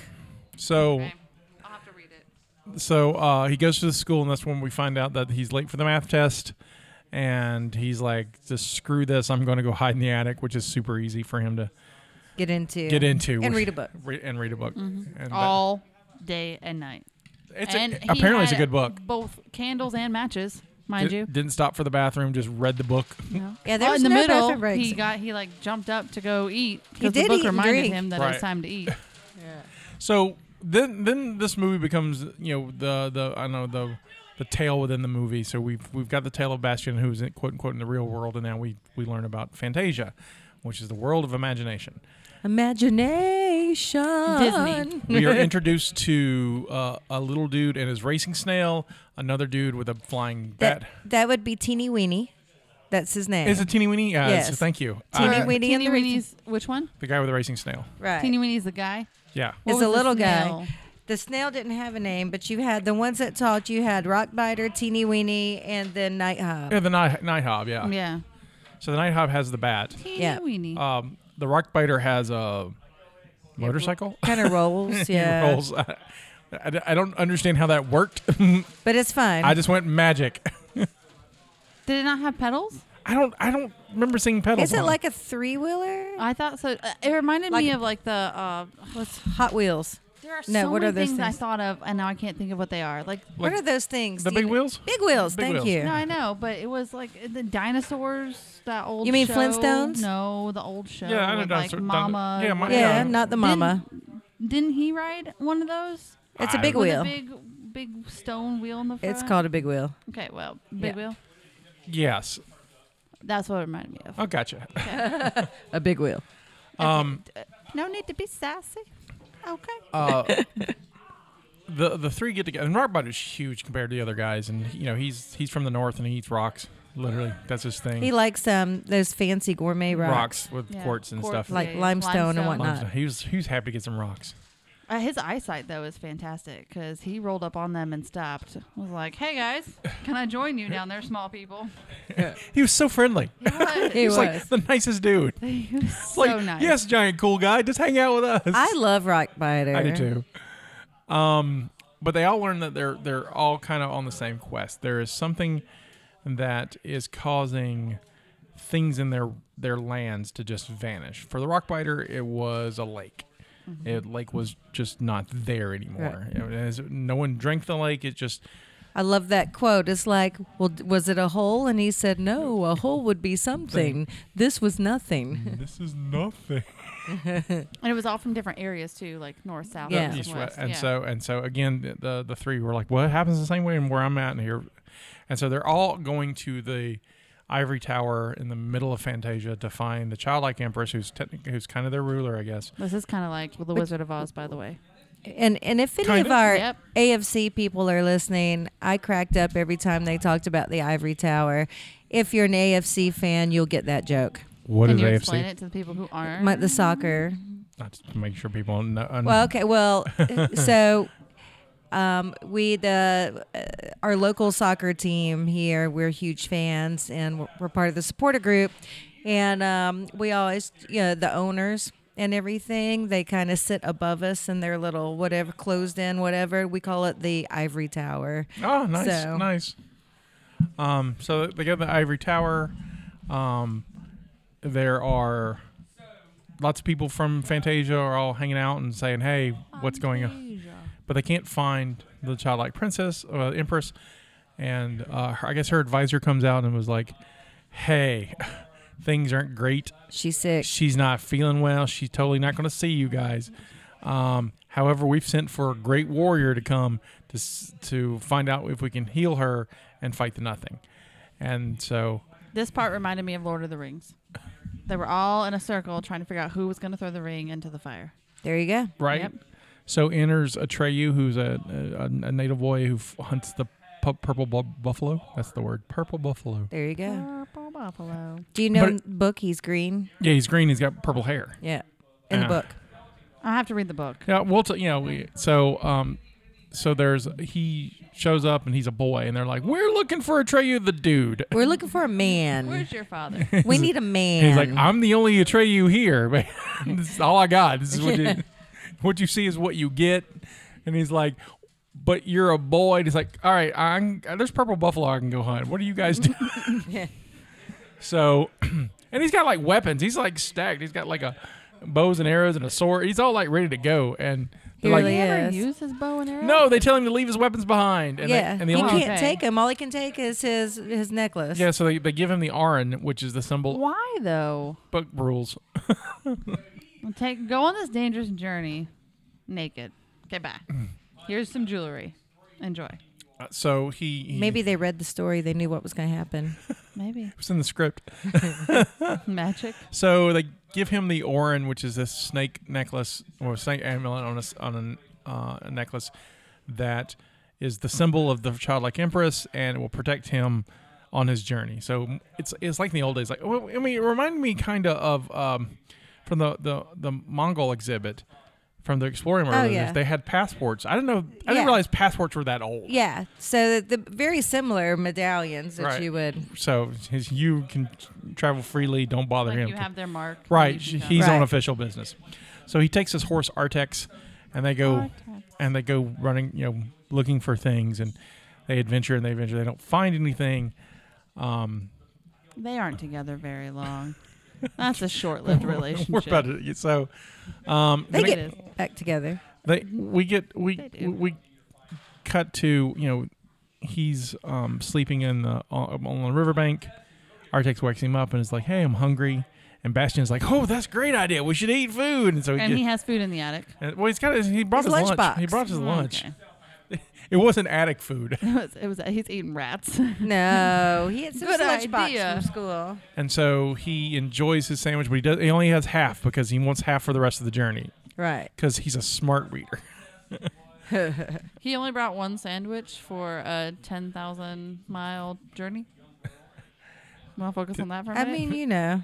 Speaker 2: so.
Speaker 4: Okay. I'll have to read it.
Speaker 2: so uh, he goes to the school, and that's when we find out that he's late for the math test. And he's like, just screw this. I'm going to go hide in the attic, which is super easy for him to
Speaker 3: Get into
Speaker 2: get into.
Speaker 3: and
Speaker 2: which-
Speaker 3: read a book. Mm-hmm.
Speaker 2: Re- and read a book. And that-
Speaker 4: all day and night.
Speaker 2: it's a-
Speaker 4: and he
Speaker 2: apparently, it's a
Speaker 4: had
Speaker 2: good book.
Speaker 4: Both candles and matches, mind you.
Speaker 2: Did, didn't stop for the bathroom, just read the book.
Speaker 3: Yeah,
Speaker 4: Well,
Speaker 3: there's
Speaker 4: in the
Speaker 3: no
Speaker 4: middle,
Speaker 3: bathroom breaks.
Speaker 4: he got he like jumped up to go eat because the
Speaker 3: did
Speaker 4: book
Speaker 3: eat and
Speaker 4: reminded
Speaker 3: drink.
Speaker 4: him that it
Speaker 2: Right.
Speaker 4: was time to eat.
Speaker 2: So then, then this movie becomes, you know, the the I don't know the the tale within the movie. So we've we've got the tale of Bastion, who's in, quote unquote in the real world, and now we we learn about Fantasia, which is the world of imagination.
Speaker 3: Imagination.
Speaker 4: Disney.
Speaker 2: we are introduced to uh, a little dude and his racing snail, another dude with a flying bat.
Speaker 3: That, that would be Teeny Weenie. That's his name.
Speaker 2: Is it Teeny Weeny? Uh,
Speaker 3: Yes.
Speaker 2: so thank you.
Speaker 3: Teeny
Speaker 2: Uh,
Speaker 3: Weeny and
Speaker 4: Teeny
Speaker 3: the Racing-
Speaker 4: Weenie's which one?
Speaker 2: The guy with the racing snail.
Speaker 3: right.
Speaker 4: Teeny Weenie's the guy.
Speaker 2: Yeah.
Speaker 3: It's a
Speaker 4: What was the
Speaker 3: little guy.
Speaker 4: snail?
Speaker 3: The snail didn't have a name, but you had the ones that talked. You had Rockbiter, Teeny Weeny, and then Night Hub.
Speaker 2: Yeah, the night, night hob. Yeah.
Speaker 4: Yeah.
Speaker 2: So the night hob has the bat.
Speaker 4: Teeny
Speaker 3: Yeah.
Speaker 4: Weenie.
Speaker 2: Um, the rock biter has a motorcycle.
Speaker 3: Kind of rolls,
Speaker 2: He
Speaker 3: yeah.
Speaker 2: rolls. I, I- I don't understand how that worked.
Speaker 3: But it's fine.
Speaker 2: I just went magic.
Speaker 4: Did it not have pedals?
Speaker 2: I don't. I don't remember seeing pedals.
Speaker 3: Is it
Speaker 2: on
Speaker 3: like a three wheeler?
Speaker 4: I thought so. Uh, it reminded
Speaker 3: Like-
Speaker 4: me of like the. Uh, what's,
Speaker 3: Hot Wheels.
Speaker 4: there are
Speaker 3: No,
Speaker 4: so
Speaker 3: what
Speaker 4: many
Speaker 3: are those
Speaker 4: things, I
Speaker 3: things?
Speaker 4: thought of, and now I can't think of what they are. Like
Speaker 3: what are those things?
Speaker 2: the
Speaker 3: Do you
Speaker 2: big
Speaker 3: kn-
Speaker 2: wheels?
Speaker 3: Big wheels.
Speaker 2: Big
Speaker 3: thank
Speaker 2: wheels.
Speaker 3: you.
Speaker 4: No, I know, but it was like the dinosaurs. That old.
Speaker 3: You mean
Speaker 4: show.
Speaker 3: Flintstones?
Speaker 4: No, the old show.
Speaker 2: Yeah, I know
Speaker 4: with, like
Speaker 2: dinosaur-
Speaker 4: Mama.
Speaker 2: dino- yeah, my-
Speaker 3: yeah,
Speaker 2: Yeah.
Speaker 3: not the mama.
Speaker 4: Didn't he ride one of those?
Speaker 3: It's a
Speaker 2: I-
Speaker 3: big
Speaker 4: With
Speaker 3: wheel.
Speaker 4: a big, big stone wheel in the front.
Speaker 3: it's called a big wheel.
Speaker 4: Okay, well, big
Speaker 3: Yeah.
Speaker 4: wheel.
Speaker 2: Yes.
Speaker 4: That's what it reminded me of.
Speaker 2: Oh, gotcha.
Speaker 3: A big wheel.
Speaker 2: Um,
Speaker 4: No need to be sassy. Okay.
Speaker 2: uh, the the three get together, and Rockbot is huge compared to the other guys, and you know he's he's from the north and he eats rocks. Literally, that's his thing.
Speaker 3: He likes um those fancy gourmet rocks.
Speaker 2: rocks with
Speaker 4: Yeah.
Speaker 2: quartz and
Speaker 4: Quartz,
Speaker 2: stuff.
Speaker 3: Like
Speaker 4: Yeah, yeah.
Speaker 3: limestone, and
Speaker 4: Limestone.
Speaker 3: whatnot.
Speaker 2: He was he was happy to get some rocks.
Speaker 4: Uh, his eyesight though is fantastic because he rolled up on them and stopped. Was like, "Hey guys, can I join you down there, small people?"
Speaker 2: He was so friendly.
Speaker 4: He was,
Speaker 3: He
Speaker 2: He was like
Speaker 3: was.
Speaker 2: the nicest dude.
Speaker 4: he was so
Speaker 2: like,
Speaker 4: nice.
Speaker 2: Yes, giant cool guy. Just hang out with us.
Speaker 3: I love Rockbiter.
Speaker 2: I do too. Um, but they all learn that they're they're all kind of on the same quest. There is something that is causing things in their their lands to just vanish. For the rock biter, it was a lake. It lake was just not there anymore. It was- no one drank the lake. It just
Speaker 3: I love that quote. It's like, well, d- was it a hole? And he said, no, a hole would be something. This was nothing.
Speaker 2: this is nothing.
Speaker 4: and it was all from different areas too, like north, south,
Speaker 3: Yeah.
Speaker 4: east,
Speaker 2: East,
Speaker 4: west.
Speaker 2: west. And
Speaker 4: yeah.
Speaker 2: so and so again, the, the the three were like, "What happens the same way and where I'm at in here?" And so they're all going to the ivory tower in the middle of Fantasia to find the childlike empress, who's technically who's kind of their ruler, I guess.
Speaker 4: this is kind of like the Wizard of Oz, by the way.
Speaker 3: And and if any
Speaker 2: Kind
Speaker 3: of
Speaker 2: of.
Speaker 3: our
Speaker 4: Yep.
Speaker 3: AFC people are listening, I cracked up every time they talked about the Ivory Tower. If you're an AFC fan, you'll get that joke.
Speaker 2: What
Speaker 4: can
Speaker 2: is
Speaker 4: you explain it to the people who aren't?
Speaker 3: My, the soccer.
Speaker 2: Not to make sure people know.
Speaker 3: Well, okay. Well, so um, we the uh, our local soccer team here. We're huge fans, and we're, we're part of the supporter group. And um, we always, you know, the owners and everything, they kind of sit above us in their little whatever closed in whatever. We call it the ivory tower.
Speaker 2: oh, nice,
Speaker 3: so-
Speaker 2: nice. Um, so they go to the ivory tower. Um, there are lots of people from Fantasia are all hanging out and saying, "Hey,
Speaker 4: Um,
Speaker 2: what's going on?" But they can't find the childlike princess, uh, empress, and uh, her, I guess her advisor comes out and was like, "Hey, things aren't great.
Speaker 3: She's sick.
Speaker 2: She's not feeling well. She's totally not going to see you guys." Um, however, we've sent for a great warrior to come to s- to find out if we can heal her and fight the nothing. And so,
Speaker 4: This part reminded me of Lord of the Rings. They were all in a circle trying to figure out who was going to throw the ring into the fire.
Speaker 3: There you go.
Speaker 2: right?
Speaker 4: Yep.
Speaker 2: So enters Atreyu, who's a, a, a native boy who f- hunts the pu- purple bu- buffalo. That's the word, purple buffalo.
Speaker 3: There you go.
Speaker 4: Purple buffalo.
Speaker 3: Do you know
Speaker 2: But-
Speaker 3: in the book he's green?
Speaker 2: Yeah, he's green. He's got purple hair.
Speaker 3: Yeah. In
Speaker 2: Yeah.
Speaker 3: the book.
Speaker 4: I have to read the book.
Speaker 2: Yeah, we'll t- you know, we, so um, so there's he shows up and he's a boy, and they're like, we're looking for Atreyu, the dude.
Speaker 3: We're looking for a man.
Speaker 4: Where's your father?
Speaker 3: we need a man.
Speaker 2: And he's like, I'm the only Atreyu here, but this is all I got. This is what you what you see is what you get. And he's like, but you're a boy. And he's like, all right, I'm, there's purple buffalo I can go hunt. What do you guys do? so, and he's got like weapons. He's like stacked. He's got like a bows and arrows and a sword. He's all like ready to go. And
Speaker 3: He
Speaker 2: they're like,
Speaker 3: really
Speaker 4: Ever
Speaker 3: Yes.
Speaker 4: use his bow and arrow?
Speaker 2: no, they tell him to leave his weapons behind. And they-
Speaker 3: yeah.
Speaker 2: and the
Speaker 3: he
Speaker 2: only,
Speaker 4: only-
Speaker 3: can't
Speaker 4: Okay.
Speaker 3: take him. All he can take is his his necklace.
Speaker 2: yeah, so they, they give him the Aran, which is the symbol
Speaker 4: Why though?
Speaker 2: book rules.
Speaker 4: Take go on this dangerous journey naked. Okay, bye. Here's some jewelry. Enjoy.
Speaker 2: Uh, So he, he
Speaker 3: Maybe they read the story. They knew what was going to happen.
Speaker 4: Maybe
Speaker 2: it's in the script.
Speaker 4: magic.
Speaker 2: So they give him the Orin, which is this snake necklace or snake amulet on a s- on an, uh, a necklace that is the symbol of the childlike empress, and it will protect him on his journey. So it's it's like in the old days. Like well, I mean, it reminded me kind of of um, from the, the the Mongol exhibit from the
Speaker 4: Oh,
Speaker 2: exploring Marauders.
Speaker 3: yeah.
Speaker 2: They had passports. I didn't know. I
Speaker 3: Yeah.
Speaker 2: didn't realize passports were that old.
Speaker 3: Yeah. So the, the very similar medallions that
Speaker 2: Right.
Speaker 3: you would.
Speaker 2: So his, you can travel freely. Don't bother
Speaker 4: Like
Speaker 2: him.
Speaker 4: you have their mark. and
Speaker 2: Right.
Speaker 4: you
Speaker 2: sh-
Speaker 4: can
Speaker 2: He's
Speaker 3: Right.
Speaker 2: on official business. So he takes his horse Artex and they go
Speaker 4: Artex.
Speaker 2: and they go running, you know, looking for things and they adventure and they adventure. They don't find anything. Um,
Speaker 4: go. They aren't together very long. That's a short-lived
Speaker 2: We're
Speaker 4: relationship.
Speaker 2: about to so um
Speaker 3: They
Speaker 4: Make
Speaker 3: get
Speaker 4: it.
Speaker 3: back together.
Speaker 2: they we get we
Speaker 4: They do.
Speaker 2: we cut to, you know, he's um sleeping in the on, on the riverbank. Artex wakes him up and is like, "Hey, I'm hungry." And Bastion's like, "Oh, that's a great idea. We should eat food." And so he,
Speaker 4: and
Speaker 2: gets,
Speaker 4: he has food in the attic. Oh,
Speaker 2: and- well, he's got his, he brought his,
Speaker 3: His
Speaker 2: lunch.
Speaker 3: lunchbox.
Speaker 2: He brought his lunch.
Speaker 4: Mm-hmm. Okay.
Speaker 2: It wasn't attic food.
Speaker 3: Mm-hmm.
Speaker 4: It was, it was. He's eating rats.
Speaker 3: No, he had some
Speaker 4: Good
Speaker 3: lunchbox
Speaker 4: idea.
Speaker 3: from school.
Speaker 2: And so he enjoys his sandwich, but he does. He only has half because he wants half for the rest of the journey
Speaker 3: Right.
Speaker 2: because he's a smart reader.
Speaker 4: he only brought one sandwich for a ten thousand mile journey. Want to focus on that for a
Speaker 3: I
Speaker 4: minute?
Speaker 3: mean, you know.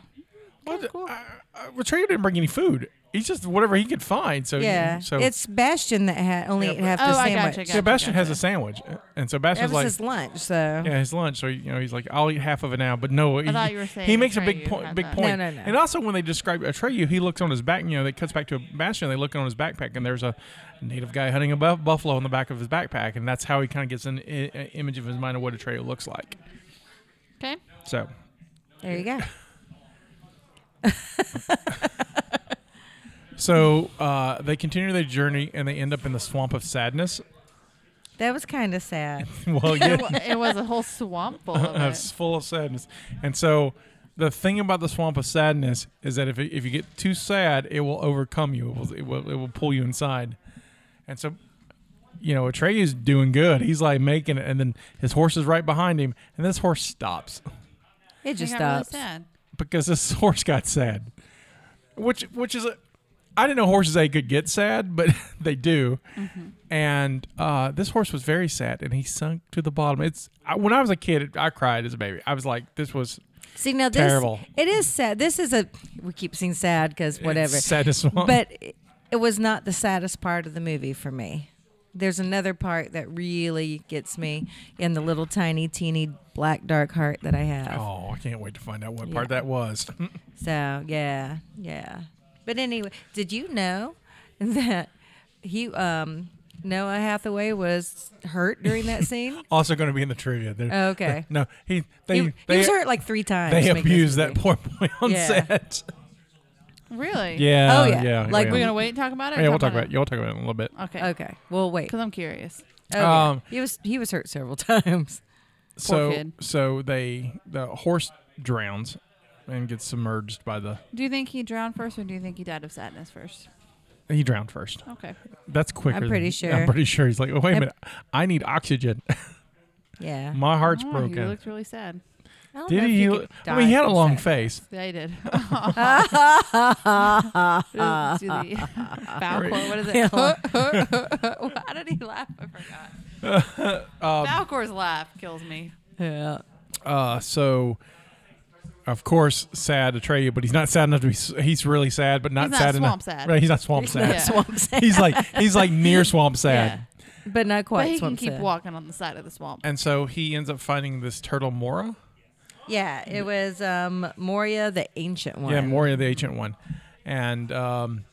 Speaker 3: Oh,
Speaker 2: What? Uh, uh, Retriever didn't bring any food. He's just whatever he could find. So
Speaker 3: Yeah.
Speaker 2: so
Speaker 3: it's Bastion that had only
Speaker 2: Yeah,
Speaker 3: ate
Speaker 2: but-
Speaker 3: half
Speaker 4: Oh,
Speaker 3: the
Speaker 4: I
Speaker 3: sandwich.
Speaker 4: gotcha, gotcha.
Speaker 2: yeah, Bastion has a sandwich, and so
Speaker 3: That
Speaker 2: Bastion's
Speaker 3: was
Speaker 2: like,
Speaker 3: his lunch, so.
Speaker 2: yeah, his lunch. So you know, he's like, I'll eat half of it now. But no, he,
Speaker 4: thought you were saying
Speaker 2: he makes a big
Speaker 4: Atreyu
Speaker 2: point.
Speaker 4: had
Speaker 2: Big
Speaker 4: that.
Speaker 2: point.
Speaker 3: No, no, no.
Speaker 2: And also, when they describe Atreyu, he looks on his back. You know, they cuts back to Bastion. They look on his backpack, and there's a native guy hunting a buff- buffalo on the back of his backpack, and that's how he kind of gets an I- a image of his mind of what Atreyu looks like.
Speaker 4: okay.
Speaker 2: So
Speaker 3: There you go.
Speaker 2: So uh, they continue their journey and they end up in the swamp of sadness.
Speaker 3: That was kind of sad.
Speaker 2: well,
Speaker 4: It,
Speaker 2: yeah,
Speaker 4: wa- it was a whole swamp full of
Speaker 2: it's
Speaker 4: it.
Speaker 2: full of sadness. And so the thing about the swamp of sadness is that if, it, if you get too sad, it will overcome you. It will, it will it will pull you inside. And so, you know, Atreyu's doing good. He's like making it, and then his horse is right behind him, and this horse stops
Speaker 3: It
Speaker 4: He
Speaker 3: just
Speaker 4: got really
Speaker 3: stops.
Speaker 4: sad.
Speaker 2: because this horse got sad, which which is a, I didn't know horses they could get sad, but they do. And uh, this horse was very sad, and he sunk to the bottom. It's I, when I was a kid, it, I cried as a baby. I was like, this was
Speaker 3: See, now this.
Speaker 2: Terrible.
Speaker 3: It is sad. This is a. We keep saying sad because whatever.
Speaker 2: saddest one.
Speaker 3: But it- it was not the saddest part of the movie for me. There's another part that really gets me in the little tiny, teeny black, dark heart that I have.
Speaker 2: oh, I can't wait to find out what
Speaker 3: Yeah.
Speaker 2: part that was.
Speaker 3: So yeah, yeah. But anyway, did you know that he um Noah Hathaway was hurt during that scene.
Speaker 2: Also going to be in the trivia. They're-
Speaker 3: Oh, okay.
Speaker 2: No, he
Speaker 3: he,
Speaker 2: they
Speaker 3: he
Speaker 2: they,
Speaker 3: was hurt like three times.
Speaker 2: they
Speaker 3: to make this
Speaker 2: abused that
Speaker 3: movie.
Speaker 2: poor boy on
Speaker 3: Yeah.
Speaker 2: set.
Speaker 4: Really?
Speaker 2: Yeah.
Speaker 3: Oh, yeah.
Speaker 2: yeah
Speaker 3: Like,
Speaker 2: yeah.
Speaker 4: We're gonna wait and talk about it. or
Speaker 2: Yeah, we'll talk
Speaker 4: on
Speaker 2: about.
Speaker 4: it?
Speaker 2: Yeah, we'll talk about it in a little bit.
Speaker 4: Okay.
Speaker 3: Okay, well wait.
Speaker 4: Because I'm curious.
Speaker 3: Oh, yeah.
Speaker 2: Um,
Speaker 3: he was he was hurt several times.
Speaker 2: so
Speaker 4: kid.
Speaker 2: so they the horse drowns and gets submerged by the.
Speaker 4: Do you think he drowned first, or do you think he died of sadness first? Mm,
Speaker 2: He drowned first.
Speaker 4: Okay.
Speaker 2: That's quicker.
Speaker 3: I'm pretty
Speaker 2: than-
Speaker 3: sure.
Speaker 2: I'm pretty sure he's like, oh wait a
Speaker 3: I'm-
Speaker 2: minute, I need oxygen.
Speaker 3: Yeah.
Speaker 2: My heart's
Speaker 4: Oh, He
Speaker 2: broken.
Speaker 4: looked really sad.
Speaker 3: I don't
Speaker 2: Did
Speaker 3: know if
Speaker 2: he? he
Speaker 3: could
Speaker 2: look- I mean, he
Speaker 3: die
Speaker 2: had a
Speaker 3: from
Speaker 2: long
Speaker 3: sex.
Speaker 2: face.
Speaker 4: Yeah, he did. Let's do the bow chord. What is it? Why did he laugh? I forgot.
Speaker 2: Um,
Speaker 4: Falcor's laugh kills me.
Speaker 3: Yeah.
Speaker 2: Uh, so, of course, sad Atreyu, but he's not sad enough to be. s- He's really sad, but not,
Speaker 4: He's not
Speaker 2: sad
Speaker 4: swamp
Speaker 2: enough.
Speaker 4: sad.
Speaker 2: Right, he's not swamp sad.
Speaker 4: Yeah.
Speaker 3: That's what I'm saying.
Speaker 2: He's like he's like near swamp sad.
Speaker 4: Yeah.
Speaker 3: but not quite.
Speaker 4: But he
Speaker 3: is what
Speaker 4: can
Speaker 3: I'm
Speaker 4: keep
Speaker 3: saying.
Speaker 4: walking on the side of the swamp.
Speaker 2: And so he ends up finding this turtle Mora.
Speaker 3: Yeah, it was um, Moria, the ancient one.
Speaker 2: Yeah, Moria, the ancient one, and um,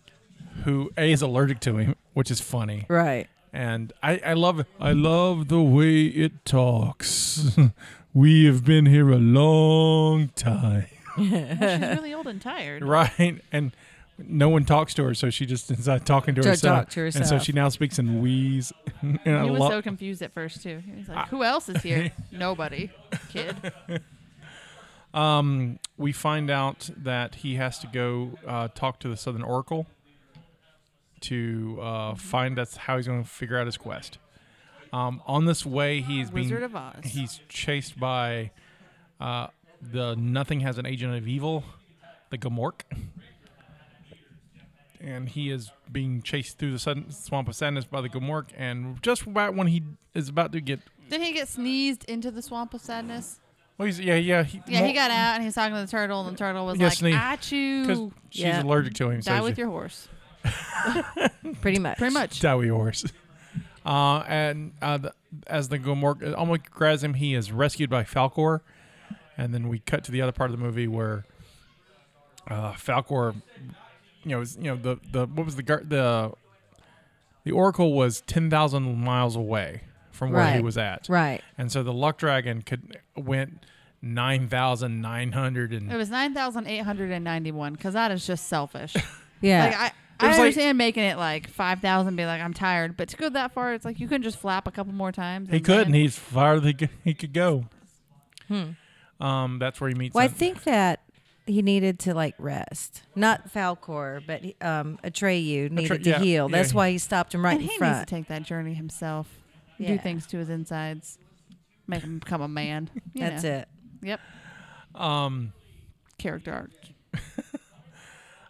Speaker 2: who a is allergic to him, which is funny.
Speaker 3: Right.
Speaker 2: And I, I love I love the way it talks. we have been here a long time.
Speaker 4: Well, she's really old and tired.
Speaker 2: Right. And no one talks to her, so she just is talking to
Speaker 3: To
Speaker 2: herself.
Speaker 3: talk to
Speaker 2: And so
Speaker 3: herself.
Speaker 2: she now speaks in wheeze. and I
Speaker 4: He was
Speaker 2: love
Speaker 4: so confused at first too. He was like, "Who else is here? Nobody, kid."
Speaker 2: um, we find out that he has to go uh, talk to the Southern Oracle to uh, find that's how he's going to figure out his quest. Um, on this way, he's being
Speaker 4: Wizard of Oz.
Speaker 2: he's chased by uh, the Nothing Has an Agent of Evil, the Gamork, and he is being chased through the sudden swamp of sadness by the Gamork. And just about when he is about to get,
Speaker 4: Didn't he get sneezed into the swamp of sadness?
Speaker 2: well, he's, yeah, yeah, he,
Speaker 4: Yeah, he got out and he was talking to the turtle, and the turtle was
Speaker 2: Yeah,
Speaker 4: like,
Speaker 2: sneeze.
Speaker 4: "At
Speaker 2: because
Speaker 4: you,
Speaker 2: she's
Speaker 3: Yeah.
Speaker 2: allergic to him. so
Speaker 4: die
Speaker 2: she-
Speaker 4: with your horse."
Speaker 3: Pretty much.
Speaker 4: Pretty much.
Speaker 2: Dowie horse. Uh, and uh, the, as the Gomorg almost grabs him, he is rescued by Falcor. And then we cut to the other part of the movie where uh, Falcor, you know, is- you know the, the what was the gar- the the Oracle was ten thousand miles away from where he
Speaker 3: Right.
Speaker 2: was at,
Speaker 3: Right.
Speaker 2: and so the Luck Dragon could went nine thousand nine hundred and
Speaker 4: It was nine thousand eight hundred and ninety-one. Because that is just selfish.
Speaker 3: Yeah.
Speaker 4: Like I,
Speaker 2: It
Speaker 4: I
Speaker 2: was like-
Speaker 4: understand making it like five thousand, be like, "I'm tired," but to go that far, it's like you couldn't just flap a couple more times.
Speaker 2: he
Speaker 4: and
Speaker 2: could, and
Speaker 4: then-
Speaker 2: he's farther he could- he could go. Um, that's where he meets.
Speaker 3: Hmm. well, I
Speaker 2: him.
Speaker 3: think that he needed to like rest. Not Falcor, but um, Atreyu needed to
Speaker 2: yeah,
Speaker 3: heal.
Speaker 2: yeah,
Speaker 3: That's
Speaker 2: he-
Speaker 3: why he stopped him right
Speaker 4: and
Speaker 3: in
Speaker 4: he
Speaker 3: front.
Speaker 4: needs to take that journey himself.
Speaker 3: Yeah.
Speaker 4: Do things to his insides, make him become a man. you
Speaker 3: That's
Speaker 4: know.
Speaker 3: it.
Speaker 4: Yep.
Speaker 2: Um,
Speaker 4: Character arc.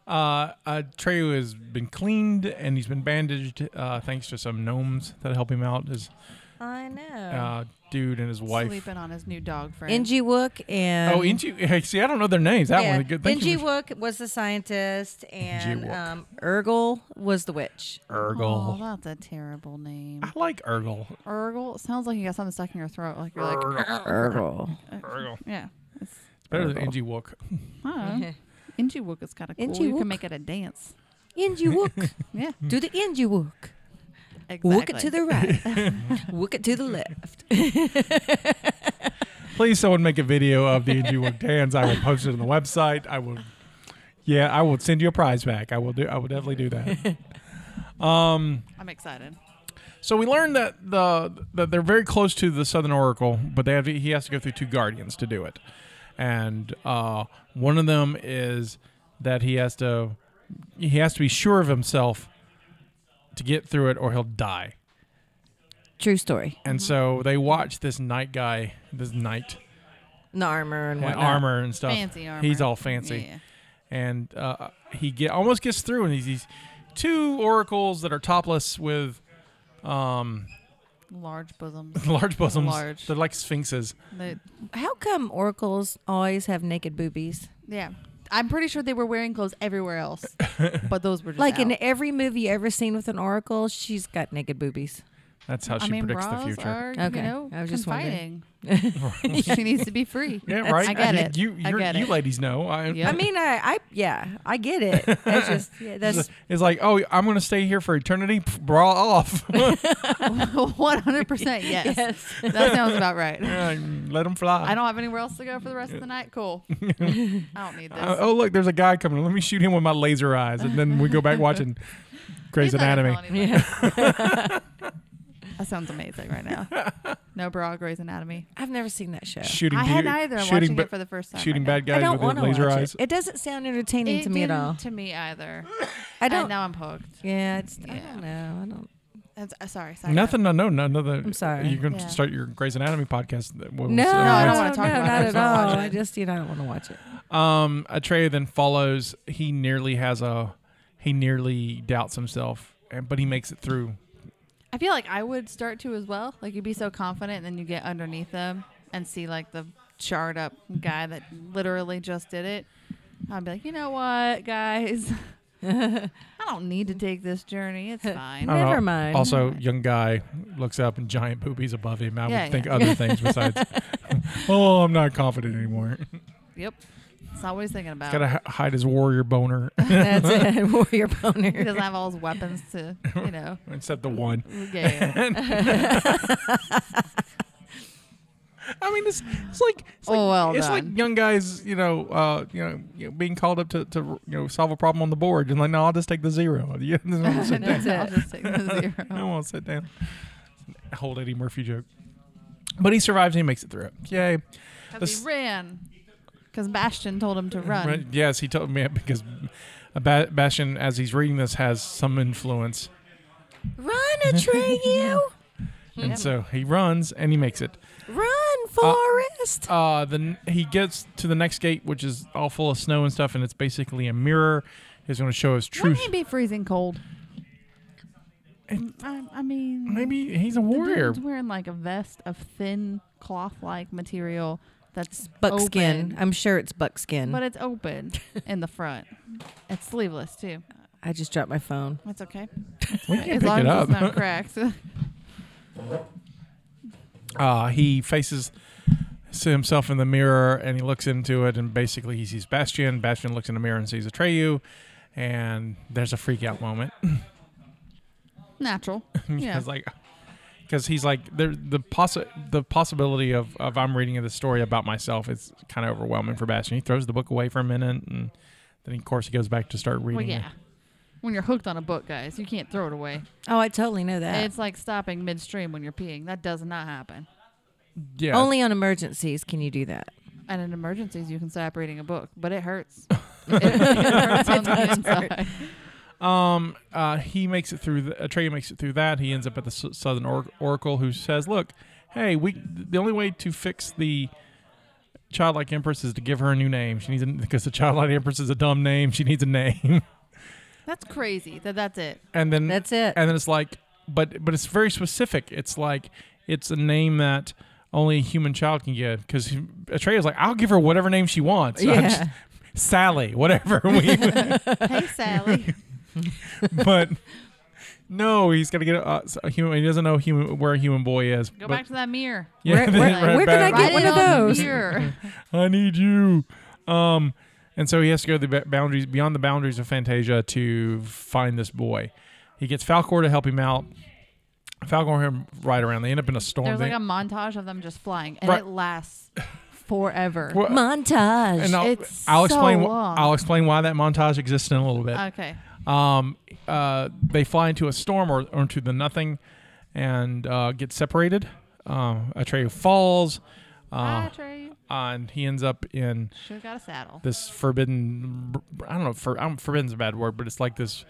Speaker 2: Uh, uh, Treyu has been cleaned and he's been bandaged uh, thanks to some gnomes that help him out. His
Speaker 3: I know.
Speaker 2: uh, dude and his wife.
Speaker 4: Sleeping on his new dog friend.
Speaker 3: Ng Wook and
Speaker 2: Oh, Inji. Hey, see, I don't know their names. That
Speaker 3: yeah,
Speaker 2: one. Good. Thank
Speaker 3: Ng
Speaker 2: you.
Speaker 3: Wook was the scientist, and
Speaker 2: Wook.
Speaker 3: um, Urgle was the witch.
Speaker 4: Oh,
Speaker 2: Urgle.
Speaker 4: that's a terrible name.
Speaker 2: I like Urgle.
Speaker 4: Urgle it sounds like you got something stuck in your throat. Like you're like,
Speaker 3: Urgle.
Speaker 2: Urgle.
Speaker 4: yeah. It's,
Speaker 2: It's better than Inji Wook.
Speaker 4: I don't know. Injiwook is kind of cool. You
Speaker 3: Injiwook.
Speaker 4: can make it a dance.
Speaker 3: Ng Wook.
Speaker 4: Yeah.
Speaker 3: Do the Ng Wook.
Speaker 4: Exactly.
Speaker 3: Wook it to the right. Wook it to the left.
Speaker 2: Please, someone make a video of the Inji Wook dance. I will post it on the website. I will. Yeah, I will send you a prize back. I will do. I will definitely do that.
Speaker 4: I'm excited.
Speaker 2: So we learned that the that they're very close to the Southern Oracle, but they have he has to go through two guardians to do it, and uh, one of them is that he has to he has to be sure of himself to get through it, or he'll die.
Speaker 3: True story.
Speaker 4: Mm-hmm.
Speaker 2: And so they watch this night guy, this knight
Speaker 3: The armor and
Speaker 2: in
Speaker 3: whatnot.
Speaker 2: armor and stuff.
Speaker 4: Fancy armor.
Speaker 2: He's all fancy
Speaker 4: Yeah.
Speaker 2: and uh, he get almost gets through, and he's these two oracles that are topless with
Speaker 4: Large bosoms.
Speaker 2: large bosoms.
Speaker 4: Large.
Speaker 2: They're like sphinxes.
Speaker 4: They-
Speaker 3: How come oracles always have naked boobies?
Speaker 4: yeah. I'm pretty sure they were wearing clothes everywhere else, but those were just
Speaker 3: Like in
Speaker 4: out.
Speaker 3: every movie you ever seen with an oracle, she's got naked boobies.
Speaker 2: That's how
Speaker 4: I
Speaker 2: she
Speaker 4: mean,
Speaker 2: predicts the
Speaker 4: bras
Speaker 2: future.
Speaker 4: are,
Speaker 3: Okay,
Speaker 4: you know,
Speaker 3: I was just wondering.
Speaker 4: confiding. she needs to be free.
Speaker 2: yeah, right.
Speaker 4: I get
Speaker 2: You-
Speaker 4: it.
Speaker 2: You,
Speaker 4: I
Speaker 2: you're-
Speaker 4: get
Speaker 2: you
Speaker 4: it.
Speaker 2: ladies know. I,
Speaker 4: Yep.
Speaker 3: I mean, I, I yeah, I get it. It's just yeah, that's
Speaker 2: It's like, oh, I'm going to stay here for eternity. Pff, Bra off.
Speaker 4: One hundred percent. Yes, that sounds about right.
Speaker 2: Let them fly.
Speaker 4: I don't have anywhere else to go for the rest of the night. Cool. I don't need this.
Speaker 2: Uh, oh, look, there's a guy coming. Let me shoot him with my laser eyes, and then we go back watching Grey's
Speaker 4: He's not gonna
Speaker 2: Anatomy.
Speaker 4: kill anybody. that sounds amazing right now. No bra, Grey's Anatomy.
Speaker 3: I've never seen that show.
Speaker 2: Shooting
Speaker 4: I had
Speaker 2: beauty-
Speaker 4: neither. I'm
Speaker 2: shooting
Speaker 4: watching
Speaker 2: ba-
Speaker 4: it for the first time.
Speaker 2: shooting
Speaker 4: right
Speaker 2: bad
Speaker 4: now.
Speaker 2: guys
Speaker 3: I don't
Speaker 2: with
Speaker 3: want
Speaker 2: the
Speaker 3: to watch
Speaker 2: laser
Speaker 3: it.
Speaker 2: eyes.
Speaker 3: It doesn't sound entertaining
Speaker 4: It
Speaker 3: to me at
Speaker 4: didn't
Speaker 3: all.
Speaker 4: To me either.
Speaker 3: I
Speaker 4: And
Speaker 3: don't.
Speaker 4: now I'm hooked.
Speaker 3: Yeah, it's, I
Speaker 4: Yeah.
Speaker 3: don't know. I don't.
Speaker 4: That's, uh, sorry, sorry.
Speaker 2: Nothing. No, no, no, no. the-
Speaker 3: I'm sorry.
Speaker 2: You're going to
Speaker 4: Yeah.
Speaker 2: start your Grey's Anatomy podcast. that was-
Speaker 3: No,
Speaker 4: I
Speaker 2: uh,
Speaker 4: don't wanna talk
Speaker 3: no, not
Speaker 4: about
Speaker 3: at
Speaker 4: it. I don't wanna
Speaker 3: all.
Speaker 4: watch
Speaker 3: I
Speaker 4: it.
Speaker 3: just you know I don't want to watch it.
Speaker 2: Um, Atreya then follows. He nearly has a. He nearly doubts himself, and but he makes it through.
Speaker 4: I feel like I would start to as well. Like you'd be so confident, and then you get underneath them and see like the charred up guy that literally just did it. I'd be like, you know what, guys. I don't need to take this journey. It's fine.
Speaker 2: I don't
Speaker 3: Never
Speaker 2: know.
Speaker 3: mind.
Speaker 2: Also, young guy looks up and giant poopies above him. I
Speaker 4: Yeah,
Speaker 2: would think
Speaker 4: yeah.
Speaker 2: other things besides. oh, I'm not confident anymore.
Speaker 4: Yep. It's not what he's thinking about.
Speaker 2: Gotta h- hide his warrior boner
Speaker 3: That's it. Warrior
Speaker 4: he
Speaker 3: boner.
Speaker 4: doesn't have all his weapons to, you know,
Speaker 2: except the one.
Speaker 4: game.
Speaker 2: I mean, it's it's like it's like,
Speaker 4: Oh, well
Speaker 2: it's
Speaker 4: done.
Speaker 2: like young guys, you know, uh, you know, you know, being called up to, to you know solve a problem on the board, and like, no, I'll just take the zero. Yeah, I won't sit down.
Speaker 4: That's it. I'll just take the zero.
Speaker 2: I won't sit down. Whole Eddie Murphy joke, but he survives. and He makes it through. it. Yay!
Speaker 4: Because
Speaker 2: This-
Speaker 4: he ran. Because Bastion told him to run.
Speaker 2: Right, Yes, he told me because Ba- Bastion, as he's reading this, has some influence,
Speaker 3: Run, Atreyu.
Speaker 2: and so he runs and he makes it.
Speaker 3: Run, Forest.
Speaker 2: uh then he gets to the next gate which is all full of snow and stuff and it's basically a mirror he's going to show his
Speaker 4: Wouldn't
Speaker 2: truth
Speaker 4: he be freezing cold? Mm, I, I mean,
Speaker 2: maybe he's a
Speaker 4: the
Speaker 2: warrior
Speaker 4: dude's wearing like a vest of thin cloth-like material that's
Speaker 3: buckskin.
Speaker 4: open,
Speaker 3: I'm sure it's buckskin.
Speaker 4: but it's open in the front. It's sleeveless too.
Speaker 3: I just dropped my phone.
Speaker 4: That's okay.
Speaker 2: we can't
Speaker 4: as
Speaker 2: pick
Speaker 4: long
Speaker 2: it
Speaker 4: as
Speaker 2: up
Speaker 4: it's not cracked.
Speaker 2: uh he faces himself in the mirror and he looks into it and basically he sees bastion bastion looks in the mirror and sees atreyu and there's a freak out moment
Speaker 4: Natural. Yeah.
Speaker 2: because like because he's like there the possi- the possibility of, of I'm reading this story about myself is kind of overwhelming for Bastion. He throws the book away for a minute and then of course he goes back to start reading.
Speaker 4: Well,
Speaker 2: it.
Speaker 4: yeah. When you're hooked on a book, guys, you can't throw it away.
Speaker 3: Oh, I totally know that.
Speaker 4: It's like stopping midstream when you're peeing. That does not happen.
Speaker 2: Yeah.
Speaker 3: Only on emergencies can you do that.
Speaker 4: And in emergencies, you can stop reading a book, but it hurts. it, hurts on the inside.
Speaker 2: um uh he makes it through the Atreyu makes it through that. He ends up at the S- Southern or- Oracle who says, "Look, hey, we the only way to fix the childlike empress is to give her a new name. She needs a, because the childlike empress is a dumb name. She needs a name."
Speaker 4: That's crazy that that's it.
Speaker 2: and then
Speaker 3: That's it.
Speaker 2: Mm, and then it's like but but it's very specific it's like it's a name that only a human child can get because Atreya's like I'll give her whatever name she wants I
Speaker 3: Yeah.
Speaker 2: just- Sally whatever we,
Speaker 4: Hey, Sally.
Speaker 2: but no he's gonna get a, uh, a human he doesn't know human where a human boy is
Speaker 4: Go
Speaker 2: but-
Speaker 4: back to that mirror.
Speaker 2: yeah,
Speaker 3: Where- where-
Speaker 2: right
Speaker 3: where did I
Speaker 2: back.
Speaker 3: get
Speaker 4: Write
Speaker 3: one
Speaker 4: it
Speaker 3: of
Speaker 4: on the
Speaker 3: those.
Speaker 4: mirror.
Speaker 2: I need you um and so he has to go to the ba- boundaries beyond the boundaries of Fantasia to find this boy he gets Falcor to help him out Falcor and him right around they end up in a storm
Speaker 4: There's
Speaker 2: They-
Speaker 4: like a montage of them just flying, and
Speaker 2: Right.
Speaker 4: it lasts forever.
Speaker 2: Well,
Speaker 3: Montage.
Speaker 2: and I'll,
Speaker 4: It's
Speaker 2: I'll
Speaker 4: so
Speaker 2: explain. wh-
Speaker 4: long. Uh,
Speaker 2: I'll explain why that montage exists in a little bit.
Speaker 4: Okay.
Speaker 2: Um, uh, they fly into a storm or, or into the nothing, and uh, get separated. Um, Atreyu falls, uh,
Speaker 4: Hi, Trey.
Speaker 2: and he ends up in
Speaker 4: Should have got a saddle.
Speaker 2: this forbidden. I don't know. For, I don't, forbidden's a bad word, but it's like this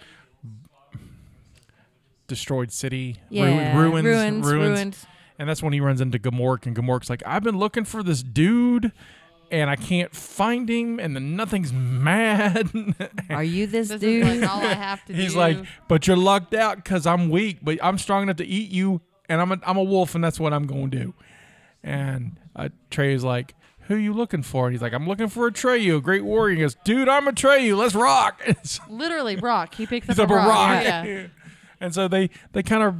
Speaker 2: destroyed city. Ru-
Speaker 3: yeah.
Speaker 2: ruins,
Speaker 3: Ruins.
Speaker 2: ruins.
Speaker 3: ruined.
Speaker 2: And that's when he runs into Gamork, and Gamork's like, I've been looking for this dude, and I can't find him, and then nothing's mad.
Speaker 3: Are you this,
Speaker 4: This
Speaker 3: dude?
Speaker 4: is like all I have to do.
Speaker 2: He's like, But you're lucked out because I'm weak, but I'm strong enough to eat you, and I'm a, I'm a wolf, and that's what I'm going to do. And uh, Trey's like, Who you looking for? And he's like, I'm looking for Atreyu, a great warrior. He goes, Dude, I'm Atreyu. Let's rock. And so-
Speaker 4: literally, rock. He picks
Speaker 2: He's
Speaker 4: up
Speaker 2: up a rock.
Speaker 4: Yeah.
Speaker 2: And so they, they kind of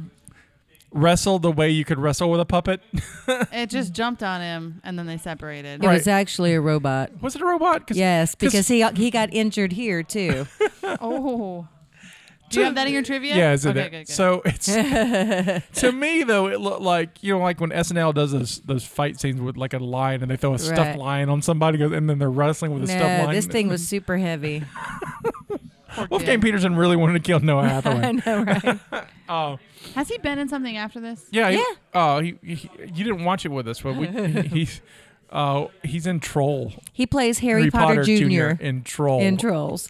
Speaker 2: wrestle the way you could wrestle with a puppet?
Speaker 4: It just jumped on him, and then they separated.
Speaker 3: It
Speaker 2: Right.
Speaker 3: was actually a robot.
Speaker 2: Was it a robot? 'Cause-
Speaker 3: Yes, because he got, he got injured here too.
Speaker 4: Oh. Do you have that in your trivia?
Speaker 2: Yeah, is it
Speaker 4: okay,
Speaker 2: that?
Speaker 4: good, good.
Speaker 2: So it's to me though it looked like you know like when SNL does those those fight scenes with like a lion and they throw a stuffed
Speaker 3: Right.
Speaker 2: lion on somebody and then they're wrestling with a stuffed
Speaker 3: no,
Speaker 2: lion.
Speaker 3: this thing was super heavy.
Speaker 4: Poor
Speaker 2: Wolfgang
Speaker 4: kid.
Speaker 2: Peterson really wanted to kill Noah
Speaker 3: I
Speaker 2: Hathaway.
Speaker 3: know, right?
Speaker 2: Oh
Speaker 4: Has he been in something after this?
Speaker 2: yeah, yeah. oh, he, he- you didn't watch it with us, but we, he, he's uh, he's in Troll.
Speaker 3: He plays Harry, Potter, Jr.
Speaker 2: in Troll.
Speaker 3: in Trolls.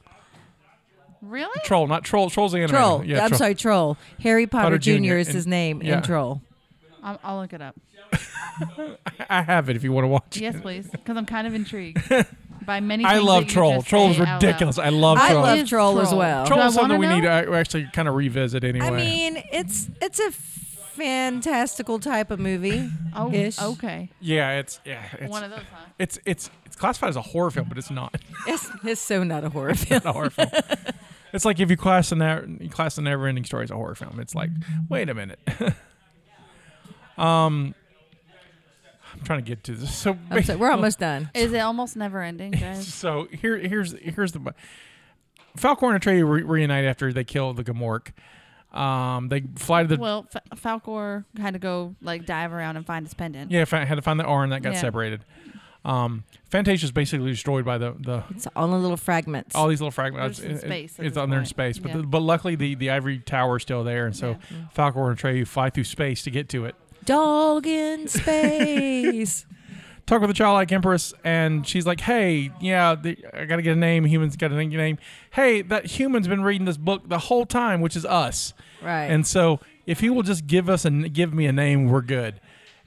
Speaker 4: Really?
Speaker 2: Troll, not Troll. Troll's the anime.
Speaker 3: Troll.
Speaker 2: Yeah,
Speaker 3: I'm
Speaker 2: Troll.
Speaker 3: sorry, Troll. Harry
Speaker 2: Potter
Speaker 3: Potter, Jr.
Speaker 2: Jr.
Speaker 3: is his
Speaker 2: in-
Speaker 3: name
Speaker 2: yeah.
Speaker 3: in Troll.
Speaker 4: I'll, I'll look it up.
Speaker 2: I have it if you want to watch. it.
Speaker 4: Yes, please, because I'm kind of intrigued by many.
Speaker 2: I
Speaker 4: things
Speaker 2: love
Speaker 4: that you
Speaker 2: Troll.
Speaker 4: just
Speaker 2: Troll's
Speaker 4: say out loud.
Speaker 2: ridiculous. I love
Speaker 3: I
Speaker 2: Troll.
Speaker 3: love
Speaker 4: Is
Speaker 3: Troll as well.
Speaker 4: Do
Speaker 2: Troll
Speaker 4: I
Speaker 2: is something we
Speaker 4: wanna
Speaker 2: need to
Speaker 4: know?
Speaker 2: ac- actually kind of revisit anyway.
Speaker 3: I mean, it's it's a fantastical type of movie.
Speaker 4: Oh,
Speaker 3: Ish.
Speaker 4: okay.
Speaker 2: yeah, it's yeah, it's
Speaker 4: One of those, huh?
Speaker 2: It's it's it's classified as a horror film, but it's not
Speaker 3: It's, it's so not a horror film.
Speaker 2: a horror film. It's like if you class the never you class the never ending story as a horror film. It's like, wait a minute. um I'm trying to get to this. So,
Speaker 3: I'm so, we're almost done.
Speaker 4: Is it almost never ending, guys?
Speaker 2: so here here's here's the bu- Falcor and Atreyu re- reunite after they kill the Gamork. Um, they fly to the
Speaker 4: well, Fa- Falcor had to go like dive around and find his pendant.
Speaker 2: yeah. fa- Had to find the Arn that got
Speaker 4: Yeah.
Speaker 2: separated. Um, Fantasia is basically destroyed by the the
Speaker 3: It's all in little fragments.
Speaker 2: all these little fragments.
Speaker 4: They're just in
Speaker 2: it- it-
Speaker 4: space at
Speaker 2: it's
Speaker 4: this
Speaker 2: on there in
Speaker 4: point.
Speaker 2: space, but
Speaker 4: Yeah.
Speaker 2: the, but luckily the, the ivory tower is still there, and so Falcor and Atreyu fly through space to get to it.
Speaker 3: Dog in space.
Speaker 2: Talk with the childlike empress, and she's like, "Hey, yeah, the, I gotta get a name. Humans got a name. Hey, that human's been reading this book the whole time, which is us.
Speaker 3: right.
Speaker 2: And so if he will just give us and give me a name, we're good."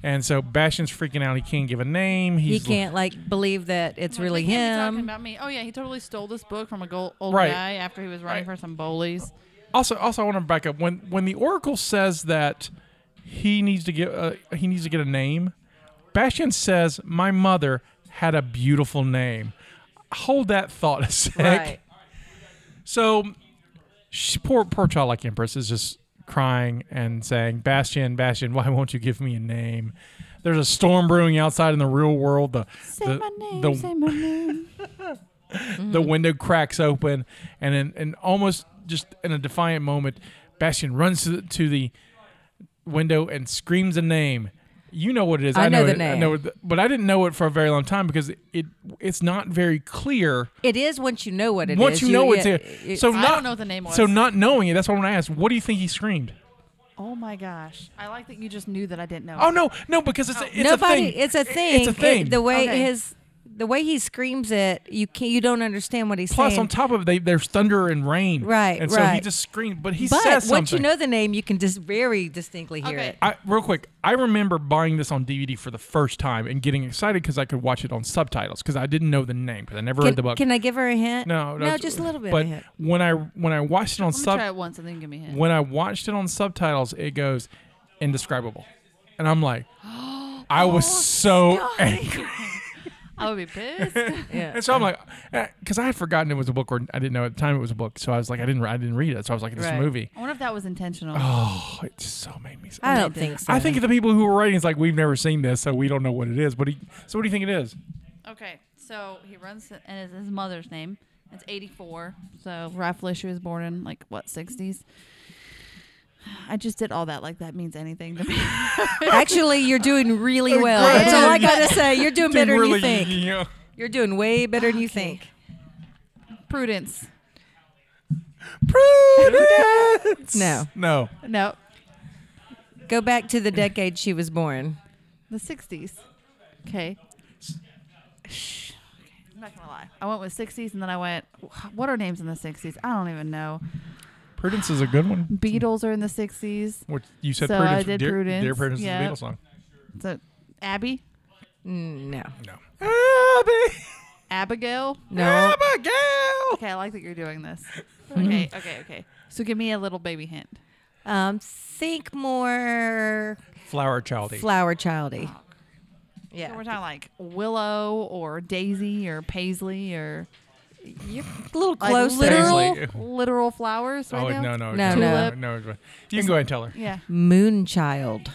Speaker 2: And so Bastion's freaking out. He can't give a name.
Speaker 3: he
Speaker 2: He's
Speaker 3: can't like believe that it's really
Speaker 4: Like, they can't be
Speaker 3: him.
Speaker 4: talking about me. Oh yeah, he totally stole this book from a gold, old
Speaker 2: Right.
Speaker 4: guy after he was running
Speaker 2: Right.
Speaker 4: for some bullies.
Speaker 2: also also I want to back up when when the Oracle says that he needs to get uh, he needs to get a name. Bastion says my mother had a beautiful name. Hold that thought a sec.
Speaker 3: right.
Speaker 2: So she, poor poor childlike empress is just crying and saying, "Bastion, Bastion, why won't you give me a name?" There's a storm brewing outside in the real world. The
Speaker 4: Say
Speaker 2: the,
Speaker 4: my name.
Speaker 2: the
Speaker 4: say my name.
Speaker 2: the window cracks open, and in, and almost just in a defiant moment, Bastion runs to the, to the window and screams a name. You know what it is.
Speaker 3: I know the
Speaker 2: it, I
Speaker 3: name.
Speaker 2: know it, but I didn't know it for a very long time because it it's not very clear.
Speaker 3: It is once you know what it is.
Speaker 2: Once you know it's
Speaker 3: yeah,
Speaker 2: there, so
Speaker 4: I
Speaker 2: not
Speaker 4: don't know what the name was.
Speaker 2: So not knowing it, that's why when I asked, what do you think he screamed?
Speaker 4: Oh my gosh, I like that you just knew that I didn't know.
Speaker 2: Oh no, no, because it's, a, it's
Speaker 3: nobody.
Speaker 2: a thing.
Speaker 3: It's a thing.
Speaker 2: It's a
Speaker 3: It-
Speaker 2: thing.
Speaker 3: the way
Speaker 4: Okay.
Speaker 3: his, the way he screams it, you can not you don't understand what he's
Speaker 2: Plus,
Speaker 3: saying.
Speaker 2: on top of it, they, there's thunder and rain.
Speaker 3: Right,
Speaker 2: and so he
Speaker 3: right.
Speaker 2: just screamed, but he
Speaker 3: but
Speaker 2: says something.
Speaker 3: once you know the name, you can just very distinctly hear
Speaker 4: Okay.
Speaker 3: it.
Speaker 2: I, real quick, I remember buying this on DVD for the first time and getting excited because I could watch it on subtitles because I didn't know the name because I never read the
Speaker 3: Can,
Speaker 2: book.
Speaker 3: can I give her a hint?
Speaker 2: no,
Speaker 3: no, just a little bit.
Speaker 2: But
Speaker 3: of a hint.
Speaker 2: when I when I watched it on
Speaker 4: Let me
Speaker 2: sub
Speaker 4: try it once and then give me a hint.
Speaker 2: when I watched it on subtitles, it goes indescribable, and I'm like, I was
Speaker 4: Oh,
Speaker 2: so angry.
Speaker 4: I would be pissed.
Speaker 3: Yeah.
Speaker 2: And so I'm like, because I had forgotten it was a book, or I didn't know at the time it was a book. So I was like, I didn't, I didn't read it. So I was like, this
Speaker 3: Right.
Speaker 2: movie.
Speaker 4: I wonder if that was intentional.
Speaker 2: Oh, it so made me. So
Speaker 3: I don't think so.
Speaker 2: I think the people who were writing is like, we've never seen this, so we don't know what it is. But he, so what do you think it is?
Speaker 4: Okay, so he runs, to- and it's his mother's name. It's 84. So roughly she was born in like what 60s. I just did all that like that means anything to me.
Speaker 3: Actually, you're doing really well. That's all I gotta say. You're doing better than you think.
Speaker 2: yeah.
Speaker 3: You're doing way better than you think.
Speaker 4: Prudence.
Speaker 2: Prudence.
Speaker 3: No.
Speaker 2: No.
Speaker 4: No,
Speaker 3: Go back to the decade she was born.
Speaker 4: the 60s. Okay. Shh. Okay, I'm not gonna lie. I went with 60s, and then I went. What are names in the 60s? I don't even know.
Speaker 2: Prudence is a good one.
Speaker 4: Beatles are in the 60s.
Speaker 2: Which you said
Speaker 4: So I
Speaker 2: Prudence.
Speaker 4: did
Speaker 2: Dear,
Speaker 4: Prudence,
Speaker 2: Dear Prudence
Speaker 4: yeah.
Speaker 2: is a Beatles song.
Speaker 4: So Abby,
Speaker 3: Mm, No,
Speaker 2: No. Abby.
Speaker 4: Abigail.
Speaker 3: no.
Speaker 2: Abigail.
Speaker 4: Okay, I like that you're doing this. Okay, okay, okay. So give me a little baby hint.
Speaker 3: Um, think more
Speaker 2: Flower childy.
Speaker 3: flower childy.
Speaker 4: So
Speaker 3: Yeah,
Speaker 4: we're talking like Willow or Daisy or Paisley or
Speaker 3: You're a little
Speaker 4: Like
Speaker 3: close. there.
Speaker 4: literal,
Speaker 2: Paisley.
Speaker 4: literal flowers right
Speaker 2: oh
Speaker 4: now.
Speaker 2: no, no,
Speaker 3: No,
Speaker 2: it's-
Speaker 3: no.
Speaker 2: no. it's- You can go ahead and tell her.
Speaker 4: Yeah,
Speaker 3: Moonchild.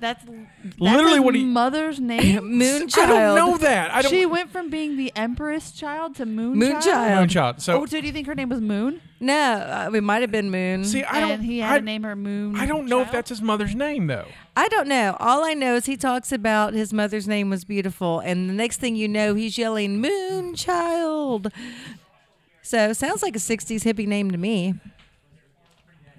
Speaker 4: that's, that's
Speaker 2: Literally
Speaker 4: his
Speaker 2: what he-
Speaker 4: mother's name.
Speaker 3: Moonchild.
Speaker 2: I don't know that. I don't.
Speaker 4: she went from being the empress child to moon
Speaker 3: Moonchild.
Speaker 4: child.
Speaker 2: Moonchild. So
Speaker 4: oh, so do you think her name was Moon?
Speaker 3: No, uh, it might have been Moon.
Speaker 2: see, I don't.
Speaker 4: and he
Speaker 2: I,
Speaker 4: had to name her Moon.
Speaker 2: I don't know if
Speaker 4: Child?
Speaker 2: that's his mother's name though.
Speaker 3: I don't know. All I know is he talks about his mother's name was beautiful, and the next thing you know, he's yelling "Moonchild." So sounds like a '60s hippie name to me.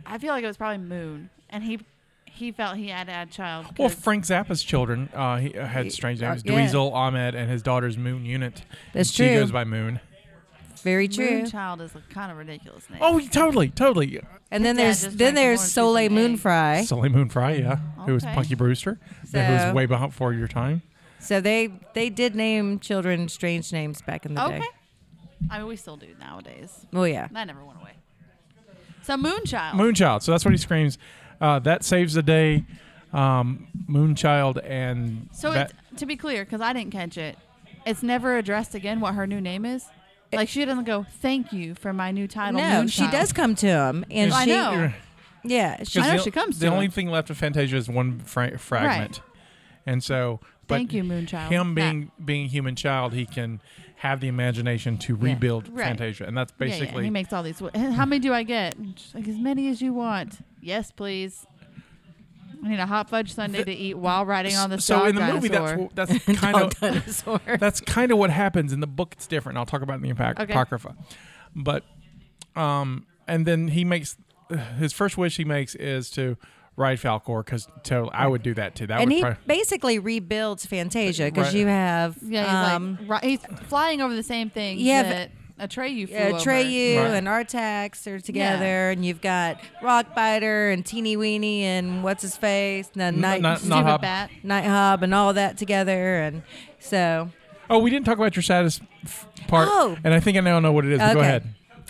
Speaker 4: I feel like it was probably Moon, and he he felt he had to add child.
Speaker 2: Well,
Speaker 4: 'cause-
Speaker 2: Frank Zappa's children uh, he uh, had strange
Speaker 3: uh,
Speaker 2: names:
Speaker 3: yeah.
Speaker 2: Dweezil, Ahmed, and his daughter's Moon Unit.
Speaker 3: That's
Speaker 2: she
Speaker 3: true.
Speaker 2: goes by Moon.
Speaker 3: Very true.
Speaker 4: Moonchild is a kind of ridiculous name.
Speaker 2: Oh, totally, totally.
Speaker 3: And then
Speaker 4: Dad
Speaker 3: there's
Speaker 4: just
Speaker 3: then
Speaker 4: drank
Speaker 3: there's
Speaker 4: orange juice
Speaker 3: Soleil
Speaker 4: and eggs.
Speaker 3: Moonfry.
Speaker 2: Sully Moon Fry, yeah, who was
Speaker 4: Okay.
Speaker 2: Punky Brewster, who
Speaker 3: So-
Speaker 2: was way behind for your time.
Speaker 3: So they they did name children strange names back in the
Speaker 4: okay.
Speaker 3: day.
Speaker 4: I mean, we still do nowadays.
Speaker 3: Oh yeah.
Speaker 4: That never went away. So Moonchild.
Speaker 2: Moonchild. So that's what he screams. Uh, that saves the day. Um, Moonchild and
Speaker 4: so
Speaker 2: that-
Speaker 4: it's, to be clear, because I didn't catch it, it's never addressed again what her new name is. Like she doesn't go, "Thank you for my new title."
Speaker 3: No, she
Speaker 4: Moonchild."
Speaker 3: does come to him, and
Speaker 4: I
Speaker 3: she
Speaker 4: know.
Speaker 3: yeah she
Speaker 4: I know
Speaker 2: the-
Speaker 4: she comes
Speaker 2: The
Speaker 4: to
Speaker 2: only
Speaker 4: it.
Speaker 2: thing left of Fantasia is one fra- fragment, and so. But
Speaker 4: Thank you, Moonchild.
Speaker 2: Him
Speaker 4: That-
Speaker 2: being being human child, he can have the imagination to rebuld
Speaker 4: Right.
Speaker 2: Fantasia, and that's
Speaker 4: Yeah, yeah, and
Speaker 2: basically
Speaker 4: he makes all these. How many do I get? And she's like as many as you want. Yes, please. I need a hot fudge sundae to eat while riding on the
Speaker 2: so
Speaker 4: dog
Speaker 2: in the movie that's
Speaker 4: dinosaur.
Speaker 2: wh- that's kind
Speaker 3: Dog
Speaker 2: of
Speaker 3: dinosaur.
Speaker 2: that's kind of what happens in the book it's different i'll talk about it in the Apoc-
Speaker 4: Okay.
Speaker 2: apocrypha but um and then he makes his first wish he makes is to ride falcor because to i would do that too that
Speaker 3: and
Speaker 2: would
Speaker 3: he
Speaker 2: probably,
Speaker 3: basically rebuilds Fantasia because
Speaker 2: Right.
Speaker 3: you have
Speaker 4: yeah, he's
Speaker 3: um,
Speaker 4: like, ri- he's flying over the same thing.
Speaker 3: Yeah,
Speaker 4: that Atreyu flew
Speaker 3: uh, Treyu
Speaker 2: Right.
Speaker 3: and Artax are together, and you've got Rockbiter and Teeny Weeny and what's his face, the Night
Speaker 2: not-
Speaker 4: Stupid
Speaker 2: not- Nahab.
Speaker 4: bat.
Speaker 3: Night Hob, and all that together, and so
Speaker 2: oh we didn't talk about your saddest f- part
Speaker 3: Oh.
Speaker 2: and i think i now know what it is but go
Speaker 3: Okay.
Speaker 2: ahead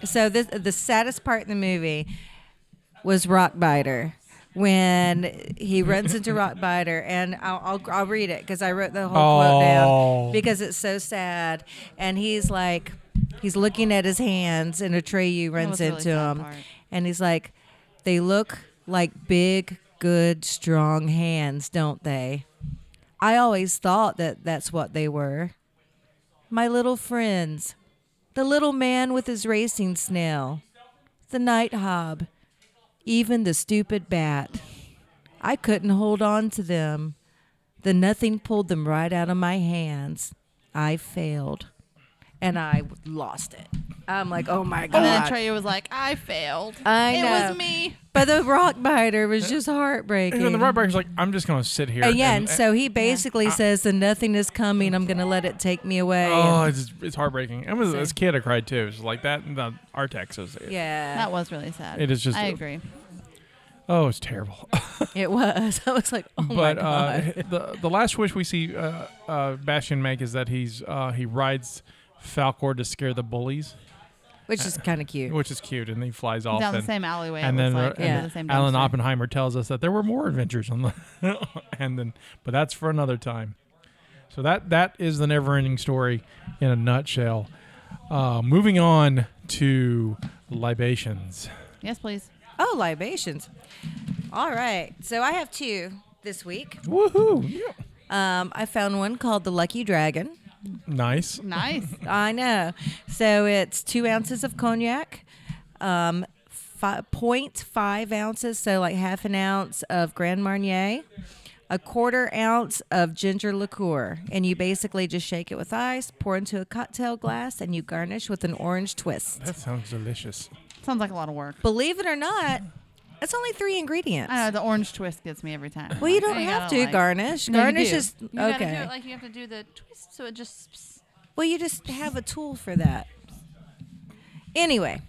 Speaker 3: So this the saddest part in the movie was Rockbiter when he runs into Rockbiter, and I'll, I'll I'll read it because I wrote the whole quote
Speaker 2: Oh.
Speaker 3: down because it's so sad, and he's like he's looking at his hands, and Atreyu runs
Speaker 4: was a really
Speaker 3: into
Speaker 4: sad
Speaker 3: him,
Speaker 4: part.
Speaker 3: and he's like, they look like big, good, strong hands, don't they? I always thought that that's what they were. My little friends, the little man with his racing snail, the night hob, even the stupid bat. I couldn't hold on to them. The nothing pulled them right out of my hands. I failed. And I lost it. I'm like, oh my
Speaker 4: And then
Speaker 3: God.
Speaker 4: Atreyu was like, I failed.
Speaker 3: I
Speaker 4: it
Speaker 3: know.
Speaker 4: was me.
Speaker 3: but the rock biter was just heartbreaking.
Speaker 2: and then the right back's like i'm just gonna sit here uh,
Speaker 3: And Mm. Uh, yeah, and so he
Speaker 2: Ah.
Speaker 3: basically says, The nothing is coming. I'm going to let it take me away.
Speaker 2: oh it's, it's heartbreaking i was as a kid i cried too it's like that and the artex was
Speaker 3: yeah.
Speaker 4: That was really sad.
Speaker 2: It is just-
Speaker 4: I agree.
Speaker 2: oh it's terrible
Speaker 3: It was. I was like, oh my
Speaker 2: but uh,
Speaker 3: god.
Speaker 2: the the last wish we see uh, uh, Bastion make is that he's uh, he rides Falcor to scare the bullies,
Speaker 3: Which is kind of cute.
Speaker 2: which is cute, and he flies off.
Speaker 4: Down the
Speaker 2: and,
Speaker 4: same alleyway.
Speaker 2: and
Speaker 4: it
Speaker 2: then uh,
Speaker 4: looks
Speaker 2: and
Speaker 4: like, into
Speaker 3: yeah.
Speaker 4: the same
Speaker 2: Alan
Speaker 4: dumpster.
Speaker 2: Oppenheimer tells us that there were more adventures on the, and then but that's for another time. So that that is the never ending story in a nutshell. Uh, moving on to libations.
Speaker 4: Yes, please.
Speaker 3: Oh, libations. All right. So I have two this week.
Speaker 2: Woohoo! Yeah.
Speaker 3: Um, I found one called the Lucky Dragon.
Speaker 2: Nice.
Speaker 4: Nice.
Speaker 3: I know. So it's two ounces of cognac, um, fi- 0.5 ounces, so like half an ounce of Grand Marnier, a quarter ounce of ginger liqueur. And you basically just shake it with ice, pour into a cocktail glass, and you garnish with an orange twist.
Speaker 2: That sounds delicious.
Speaker 4: Sounds like a lot of work.
Speaker 3: Believe it or not, it's only three ingredients.
Speaker 4: I know the orange twist gets me every time.
Speaker 3: Well, you don't
Speaker 4: Like, I
Speaker 3: have
Speaker 4: gotta,
Speaker 3: to
Speaker 4: like-
Speaker 3: garnish.
Speaker 4: No, you
Speaker 3: garnish
Speaker 4: do.
Speaker 3: is
Speaker 4: You gotta do
Speaker 3: okay.
Speaker 4: it like you have to do the twist, so it just.
Speaker 3: well, you just have a tool for that. Anyway,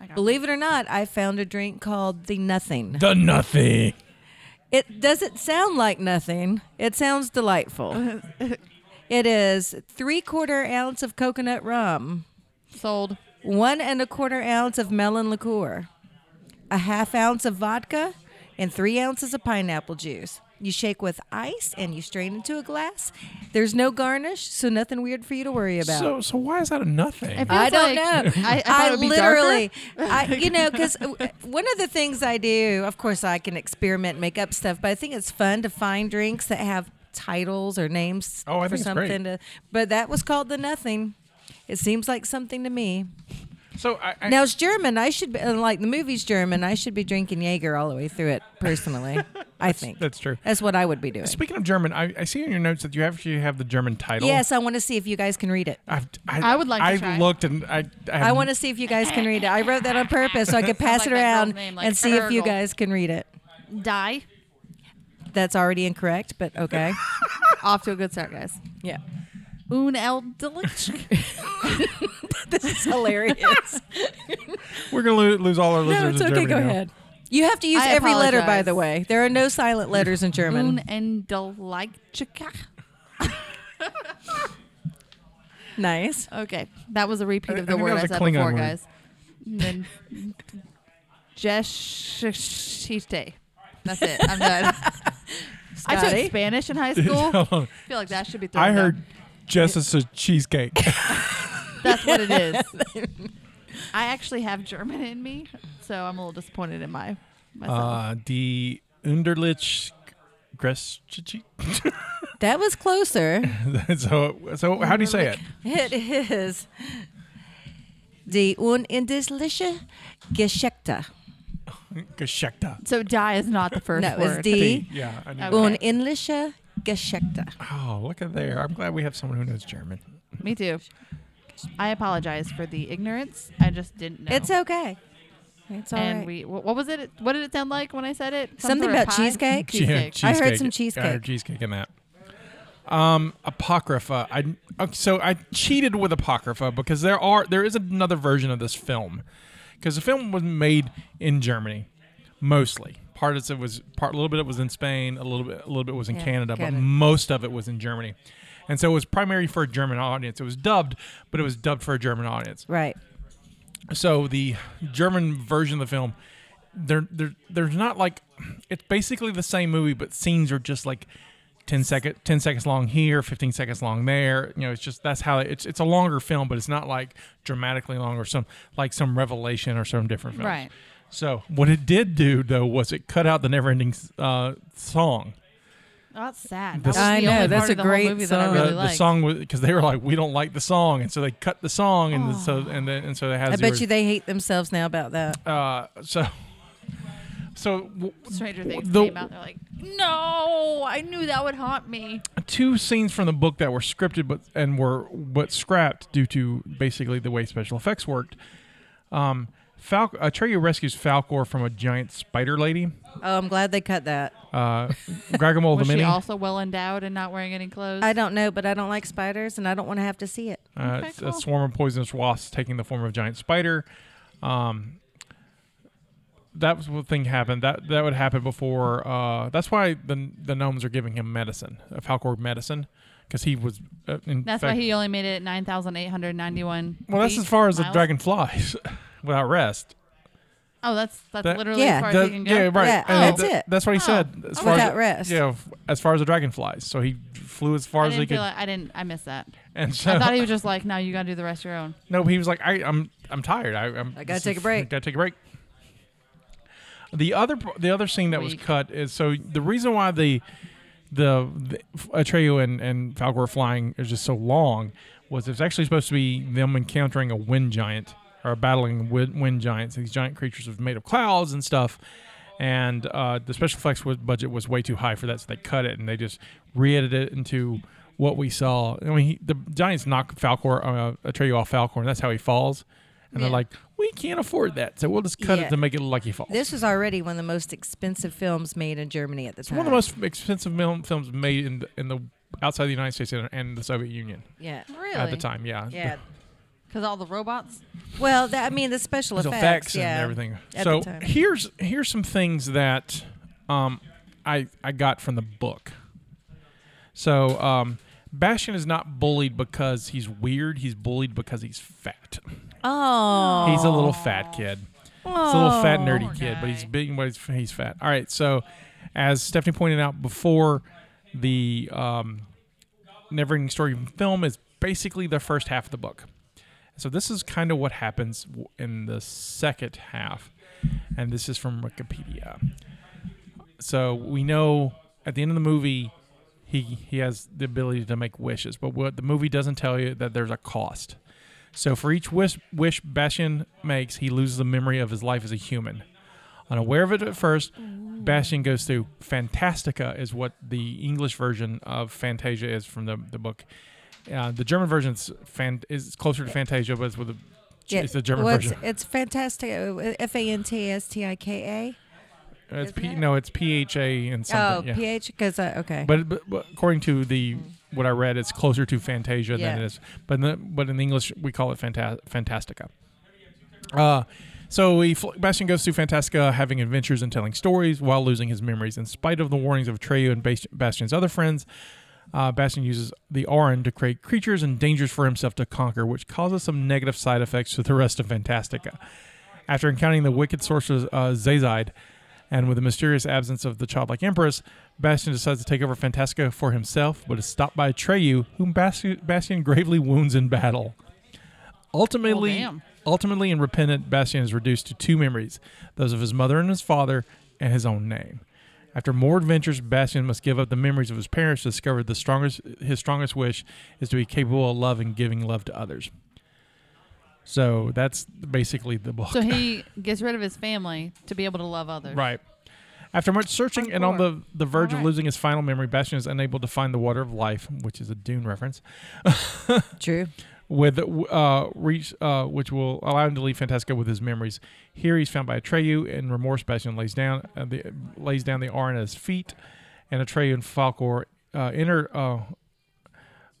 Speaker 4: I got
Speaker 3: believe it or not, I found a drink called the Nothing.
Speaker 2: The nothing.
Speaker 3: It doesn't sound like nothing. It sounds delightful. it is three quarter ounce of coconut rum,
Speaker 4: sold.
Speaker 3: one and a quarter ounce of melon liqueur, a half ounce of vodka, and three ounces of pineapple juice. You shake with ice and you strain into a glass. There's no garnish, so nothing weird for you to worry about.
Speaker 2: So, so why is that a nothing?
Speaker 4: If-
Speaker 3: I
Speaker 4: It's
Speaker 3: don't
Speaker 4: like-
Speaker 3: know.
Speaker 4: I- I thought it would be
Speaker 3: literally, I, you know, because one of the things I do, of course, I can experiment, and make up stuff, but I think it's fun to find drinks that have titles or names
Speaker 2: Oh, I
Speaker 3: for
Speaker 2: think it's great.
Speaker 3: something to. But that was called the nothing. It seems like something to me.
Speaker 2: so I, I,
Speaker 3: Now it's German. I should be uh, like the movie's German. I should be drinking Jaeger all the way through it. Personally, I think
Speaker 2: that's true.
Speaker 3: That's what I would be doing.
Speaker 2: Speaking of German, I, I see in your notes that you actually have the German title.
Speaker 3: Yes, I want to see if you guys can read it.
Speaker 2: I've, I,
Speaker 4: I would like to
Speaker 2: I've
Speaker 4: try.
Speaker 2: looked and I. I,
Speaker 3: I want to see if you guys can read it. I wrote that on purpose so I could pass
Speaker 4: like
Speaker 3: it
Speaker 4: that
Speaker 3: around
Speaker 4: girl's name, like
Speaker 3: and see if you
Speaker 4: Fergal.
Speaker 3: guys can read it.
Speaker 4: Die.
Speaker 3: That's already incorrect, but okay.
Speaker 4: Off to a good start, guys.
Speaker 3: yeah.
Speaker 4: Un Eldelich.
Speaker 3: This is hilarious.
Speaker 2: We're gonna lo- lose all our
Speaker 3: no,
Speaker 2: listeners.
Speaker 3: it's
Speaker 2: in
Speaker 3: okay.
Speaker 2: Germany
Speaker 3: Go
Speaker 2: now.
Speaker 3: ahead. You have to use
Speaker 4: I
Speaker 3: every letter, by
Speaker 4: apologize.
Speaker 3: the way. There are no silent letters in
Speaker 4: Un
Speaker 3: German.
Speaker 4: Endelichka.
Speaker 3: nice.
Speaker 4: Okay. That was a repeat
Speaker 2: I-
Speaker 4: of
Speaker 2: I
Speaker 4: the
Speaker 2: think
Speaker 4: word
Speaker 2: that
Speaker 4: I
Speaker 2: was a
Speaker 4: said
Speaker 2: Klingon
Speaker 4: before,
Speaker 2: word.
Speaker 4: guys. And then Jeshishite. That's it. I'm done. I
Speaker 3: Scotty?
Speaker 4: took Spanish in high school.
Speaker 2: Hold
Speaker 4: I
Speaker 2: on.
Speaker 4: feel like that should be thrown
Speaker 2: I
Speaker 4: down.
Speaker 2: heard Jessica cheesecake.
Speaker 4: That's what it is. I actually have German in me, so I'm a little disappointed in my myself.
Speaker 2: uh, die Underlich Greschichi.
Speaker 3: That was closer.
Speaker 2: so, so how do you say it?
Speaker 3: it is. Die unendliche Geschichte.
Speaker 2: Geschäkta.
Speaker 4: so die is not the first
Speaker 3: No, it's
Speaker 4: word.
Speaker 3: die
Speaker 2: Yeah. I knew
Speaker 4: Okay.
Speaker 3: unendliche Geschichte.
Speaker 2: Oh, look at there. I'm glad we have someone who knows German.
Speaker 4: Me too. I apologize for the ignorance. I just didn't know.
Speaker 3: It's okay. It's all right.
Speaker 4: and we wh- what was it? What did it sound like when I said it? Some
Speaker 3: Something
Speaker 4: sort of
Speaker 3: about
Speaker 4: pie?
Speaker 3: cheesecake?
Speaker 4: Cheesecake.
Speaker 3: I heard some
Speaker 2: I
Speaker 3: cheesecake.
Speaker 2: heard cheesecake in that. Um, apocrypha. I okay, so I cheated with apocrypha because there are there is another version of this film because the film was made in Germany mostly. Part of it was part a little bit of it was in Spain, a little bit a little bit was in
Speaker 3: Yeah,
Speaker 2: Canada,
Speaker 3: Canada.
Speaker 2: but most of it was in Germany. And so it was primarily for a German audience. It was dubbed, but it was dubbed for a German audience
Speaker 3: Right.
Speaker 2: so the German version of the film, they're, they're, there's not like, it's basically the same movie, but scenes are just like 10, second, 10 seconds long here, 15 seconds long there. You know, it's just, that's how it's, it's a longer film, but it's not like dramatically long or some, like some revelation or some different film.
Speaker 4: Right.
Speaker 2: So what it did do though, was it cut out the never ending uh, song.
Speaker 4: Oh, that's sad.
Speaker 2: This-
Speaker 4: That was
Speaker 3: I
Speaker 4: the
Speaker 3: know,
Speaker 4: Only
Speaker 3: that's
Speaker 4: part
Speaker 3: a
Speaker 4: of the whole
Speaker 3: great
Speaker 4: movie that I
Speaker 3: song.
Speaker 2: Uh, The-
Speaker 4: really
Speaker 2: the,
Speaker 4: liked.
Speaker 2: song was because they were like we don't like the song and so they cut the song and so and then and so it has
Speaker 3: I
Speaker 2: the
Speaker 3: bet
Speaker 2: ori-
Speaker 3: you they hate themselves now about that.
Speaker 2: uh so so w-
Speaker 4: Stranger Things
Speaker 2: the-
Speaker 4: came out. They're like, no, I knew that would haunt me.
Speaker 2: two scenes from the book that were scripted but and were but scrapped due to basically the way special effects worked. Um, Fal- Atreyu rescues Falcor from a giant spider lady,
Speaker 3: Oh, I'm glad they cut that.
Speaker 2: uh, Gragamole the
Speaker 4: Was she
Speaker 2: Mini.
Speaker 4: also well endowed and not wearing any clothes?
Speaker 3: I don't know, but I don't like spiders, and I don't want to have to see it.
Speaker 2: uh,
Speaker 4: Okay,
Speaker 2: it's
Speaker 4: cool.
Speaker 2: A swarm of poisonous wasps taking the form of a giant spider. Um, that was what thing happened. That that would happen before. Uh, that's why the the gnomes are giving him medicine, uh, Falcor medicine, because he was. Uh, in
Speaker 4: That's
Speaker 2: fact-
Speaker 4: why he only made it 9,891.
Speaker 2: Well, that's
Speaker 4: feet,
Speaker 2: as far as the
Speaker 4: miles.
Speaker 2: dragon flies without rest.
Speaker 4: Oh, that's that's
Speaker 2: That-
Speaker 4: literally
Speaker 3: Yeah.
Speaker 4: as far
Speaker 2: The-
Speaker 4: as he can go.
Speaker 2: yeah, right.
Speaker 3: Yeah,
Speaker 2: And
Speaker 3: that's
Speaker 2: th-
Speaker 3: it.
Speaker 2: That's what he
Speaker 4: Oh.
Speaker 2: said. As far
Speaker 3: Without
Speaker 2: as,
Speaker 3: rest.
Speaker 2: Yeah, f- as far as the dragon flies. So he flew as far
Speaker 4: I
Speaker 2: as he
Speaker 4: didn't
Speaker 2: could.
Speaker 4: feel like, I didn't. I missed that.
Speaker 2: and so
Speaker 4: I thought he was just like, no, you gotta do the rest your own.
Speaker 2: no, he was like, I, I'm I'm tired. I, I'm,
Speaker 3: I gotta
Speaker 2: this
Speaker 3: take a
Speaker 2: is-
Speaker 3: break."
Speaker 2: Gotta take a break. The other p- the other scene that was
Speaker 4: Weak.
Speaker 2: cut is so the reason why the the, the Atreyu and and Falcor flying is just so long was it's actually supposed to be them encountering a wind giant or battling wind, wind giants. These giant creatures are made of clouds and stuff. And uh, the special effects was, budget was way too high for that, so they cut it and they just re-edited it into what we saw. I mean, he, the giants knock Falcor, uh, Atreyu off Falcor, and that's how he falls. And they're
Speaker 4: Yeah.
Speaker 2: like, we can't afford that, so we'll just cut
Speaker 3: Yeah.
Speaker 2: it to make it look like he falls.
Speaker 3: This was already one of the most expensive films made in Germany at the time.
Speaker 2: One of the most expensive mil- films made in the, in the outside the United States and, and the Soviet Union
Speaker 3: Yeah.
Speaker 4: Really?
Speaker 2: at the time. Yeah,
Speaker 3: Yeah.
Speaker 4: Because all the robots.
Speaker 3: Well, that, I mean, the special
Speaker 2: The
Speaker 3: effects,
Speaker 2: effects
Speaker 3: yeah.
Speaker 2: and everything.
Speaker 3: At
Speaker 2: so
Speaker 3: the time.
Speaker 2: here's here's some things that um, I I got from the book. So um, Bastion is not bullied because he's weird. He's bullied because he's fat.
Speaker 3: Oh,
Speaker 2: He's a little fat kid. He's a little fat nerdy
Speaker 4: Poor
Speaker 2: kid, but he's
Speaker 4: guy.
Speaker 2: big, but he's, he's fat. All right, so As Stephanie pointed out before, the um, Neverending Story film is basically the first half of the book. So this is kind of what happens w- in the second half, and this is from Wikipedia. So we know at the end of the movie, he he has the ability to make wishes, but what the movie doesn't tell you that there's a cost. So for each wish, wish Bastion makes, he loses the memory of his life as a human. Unaware of it at first, Bastion goes through Fantastica, is what the English version of Fantasia is from the, the book. Uh, the German version is, fan, is closer to Fantasia, but it's with a, it's the German
Speaker 3: well,
Speaker 2: version.
Speaker 3: It's, it's fantastic. uh, F a n t s t i k a.
Speaker 2: It's,
Speaker 3: isn't
Speaker 2: P,
Speaker 3: it?
Speaker 2: no, it's P H A and
Speaker 3: Oh,
Speaker 2: something. yeah.
Speaker 3: ph because uh, okay.
Speaker 2: But, but, but according to the what I read, it's closer to Fantasia
Speaker 3: Mm-hmm. Yeah.
Speaker 2: than it is. But in the, but in English, we call it Fanta- Fantastica. Uh, so he, fl- Bastion goes through Fantastica, having adventures and telling stories while losing his memories. In spite of the warnings of Treyu and Bas- Bastion's other friends, uh, Bastion uses the Auron to create creatures and dangers for himself to conquer, which causes some negative side effects to the rest of Fantastica. After encountering the wicked sorceress uh, Zazide, and with the mysterious absence of the childlike empress, Bastion decides to take over Fantastica for himself, but is stopped by Atreyu, whom Bastion, Bastion gravely wounds in battle.
Speaker 4: Well,
Speaker 2: Ultimately,
Speaker 4: Oh, damn.
Speaker 2: ultimately and repentant, Bastion is reduced to two memories: those of his mother and his father, and his own name. After more adventures, Bastion must give up the memories of his parents. to Discover the strongest his strongest wish is to be capable of love and giving love to others. So that's basically the book.
Speaker 4: So he gets rid of his family to be able to love others.
Speaker 2: Right. After much searching and on the, the verge of
Speaker 4: Alright.
Speaker 2: losing his final memory, Bastion is unable to find the water of life, which is a Dune reference,
Speaker 3: True.
Speaker 2: with uh, reach uh, which will allow him to leave Fantastica with his memories. Here he's found by Atreyu, and remorse Bastion lays down uh, the lays down the Arn at his feet, and Atreyu and Falcor uh, enter uh,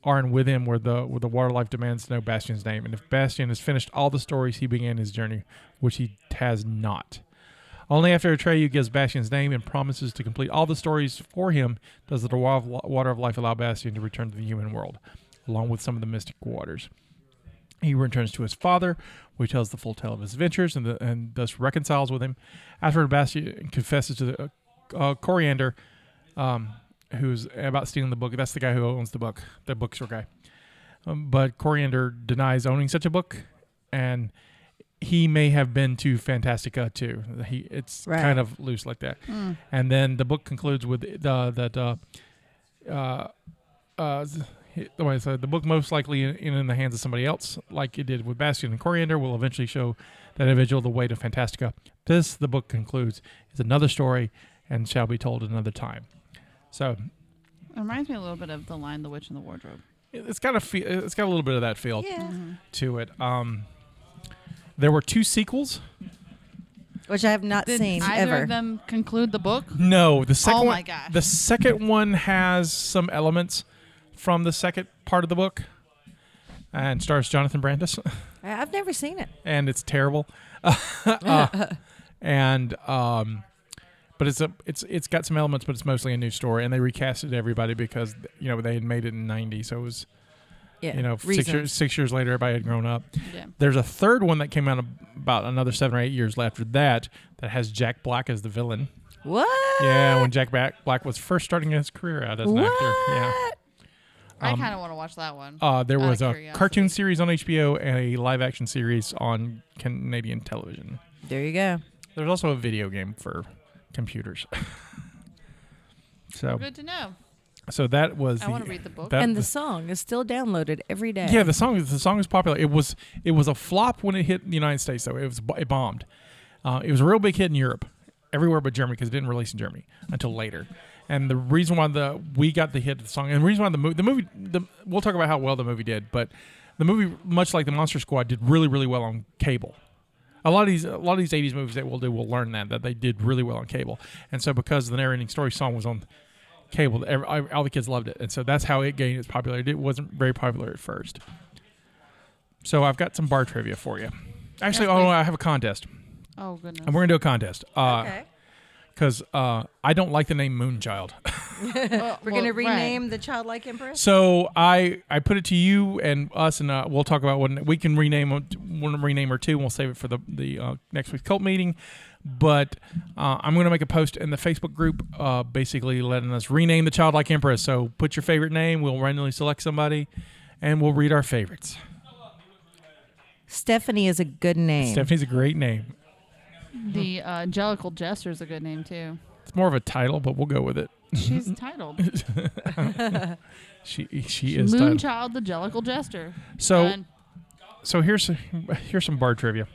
Speaker 2: Arn with him, where the where the water life demands to know Bastion's name. And if Bastion has finished all the stories he began his journey, which he has not. Only after Atreyu gives Bastion's name and promises to complete all the stories for him does the wa- Water of Life allow Bastion to return to the human world, along with some of the mystic waters. He returns to his father, who tells the full tale of his adventures and, the, and thus reconciles with him. After Bastion confesses to the, uh, uh, Coriander, um, who's about stealing the book, that's the guy who owns the book, the bookstore guy. Um, but Coriander denies owning such a book, and he may have been to Fantastica too. He it's
Speaker 3: Right.
Speaker 2: kind of loose like that.
Speaker 4: Mm.
Speaker 2: And then the book concludes with uh, that uh, uh, uh, he- the way I said, the book most likely in, in the hands of somebody else, like it did with Bastion and Coriander, will eventually show that individual the way to Fantastica. This, the book concludes, is another story and shall be told another time. So
Speaker 4: It reminds me a little bit of the line "The Witch in the Wardrobe."
Speaker 2: it- it's got a fe- it's got a little bit of that feel
Speaker 3: Yeah.
Speaker 2: to it. Um, there were two sequels.
Speaker 3: Which I have not
Speaker 4: Did
Speaker 3: seen
Speaker 4: either
Speaker 3: ever.
Speaker 4: of them conclude the book?
Speaker 2: No, the second
Speaker 4: Oh
Speaker 2: one.
Speaker 4: my gosh.
Speaker 2: The second one has some elements from the second part of the book, and stars Jonathan Brandis,
Speaker 3: I- I've never seen it.
Speaker 2: and it's terrible. Uh, and um, but it's a it's it's got some elements, but it's mostly a new story, and they recasted everybody because you know they had made it in '90, so it was
Speaker 3: Yeah.
Speaker 2: you know six
Speaker 3: Reasons.
Speaker 2: years, six years later everybody had grown up.
Speaker 4: Yeah.
Speaker 2: There's a third one that came out about another seven or eight years after that that has Jack Black as the villain.
Speaker 3: What?
Speaker 2: Yeah, when Jack Black, Black was first starting his career out as an actor. Yeah.
Speaker 3: What?
Speaker 4: I kind of want to watch that one.
Speaker 2: Um, Uh, there
Speaker 4: Out of
Speaker 2: was a
Speaker 4: curiosity.
Speaker 2: cartoon series on HBO and a live action series on Canadian television.
Speaker 3: There you go.
Speaker 2: There's also a video game for computers. so
Speaker 4: Good to know.
Speaker 2: so that was
Speaker 4: I
Speaker 2: the-
Speaker 4: wanna read the book.
Speaker 2: that-
Speaker 3: And the song is still downloaded every day.
Speaker 2: Yeah, the song is the song is popular. It was it was a flop when it hit the United States though. It was it bombed. Uh, it was a real big hit in Europe, everywhere but Germany because it didn't release in Germany until later. And the reason why the we got the hit of the song and the reason why the movie the movie the, we'll talk about how well the movie did, but the movie much like the Monster Squad did really really well on cable. A lot of these a lot of these 80s movies that we'll do we'll learn that that they did really well on cable. And so because the never ending story song was on cable. Every, all the kids loved it, and so that's how it gained its popularity. It wasn't very popular at first. So I've got some bar trivia for you. Actually,
Speaker 4: Yes,
Speaker 2: oh,
Speaker 4: please.
Speaker 2: I have a contest,
Speaker 4: Oh goodness.
Speaker 2: and we're gonna do a contest. Uh, because uh, I don't like the name Moonchild.
Speaker 3: Uh, We're gonna rename the childlike empress.
Speaker 2: So I I put it to you and us, and uh, we'll talk about one. We can rename one- one rename or two. And we'll save it for the the uh, next week's cult meeting. But uh, I'm going to make a post in the Facebook group, uh, basically letting us rename the childlike empress. So put your favorite name. We'll randomly select somebody, and we'll read our favorites.
Speaker 3: Stephanie is a good name.
Speaker 2: Stephanie's a great name.
Speaker 4: The uh, Angelical Jester's a good name too.
Speaker 2: It's more of a title, but we'll go with it.
Speaker 4: She's titled
Speaker 2: She she is titled.
Speaker 4: Moonchild the Jellicle Jester.
Speaker 2: So
Speaker 4: Done.
Speaker 2: so here's here's some bar trivia.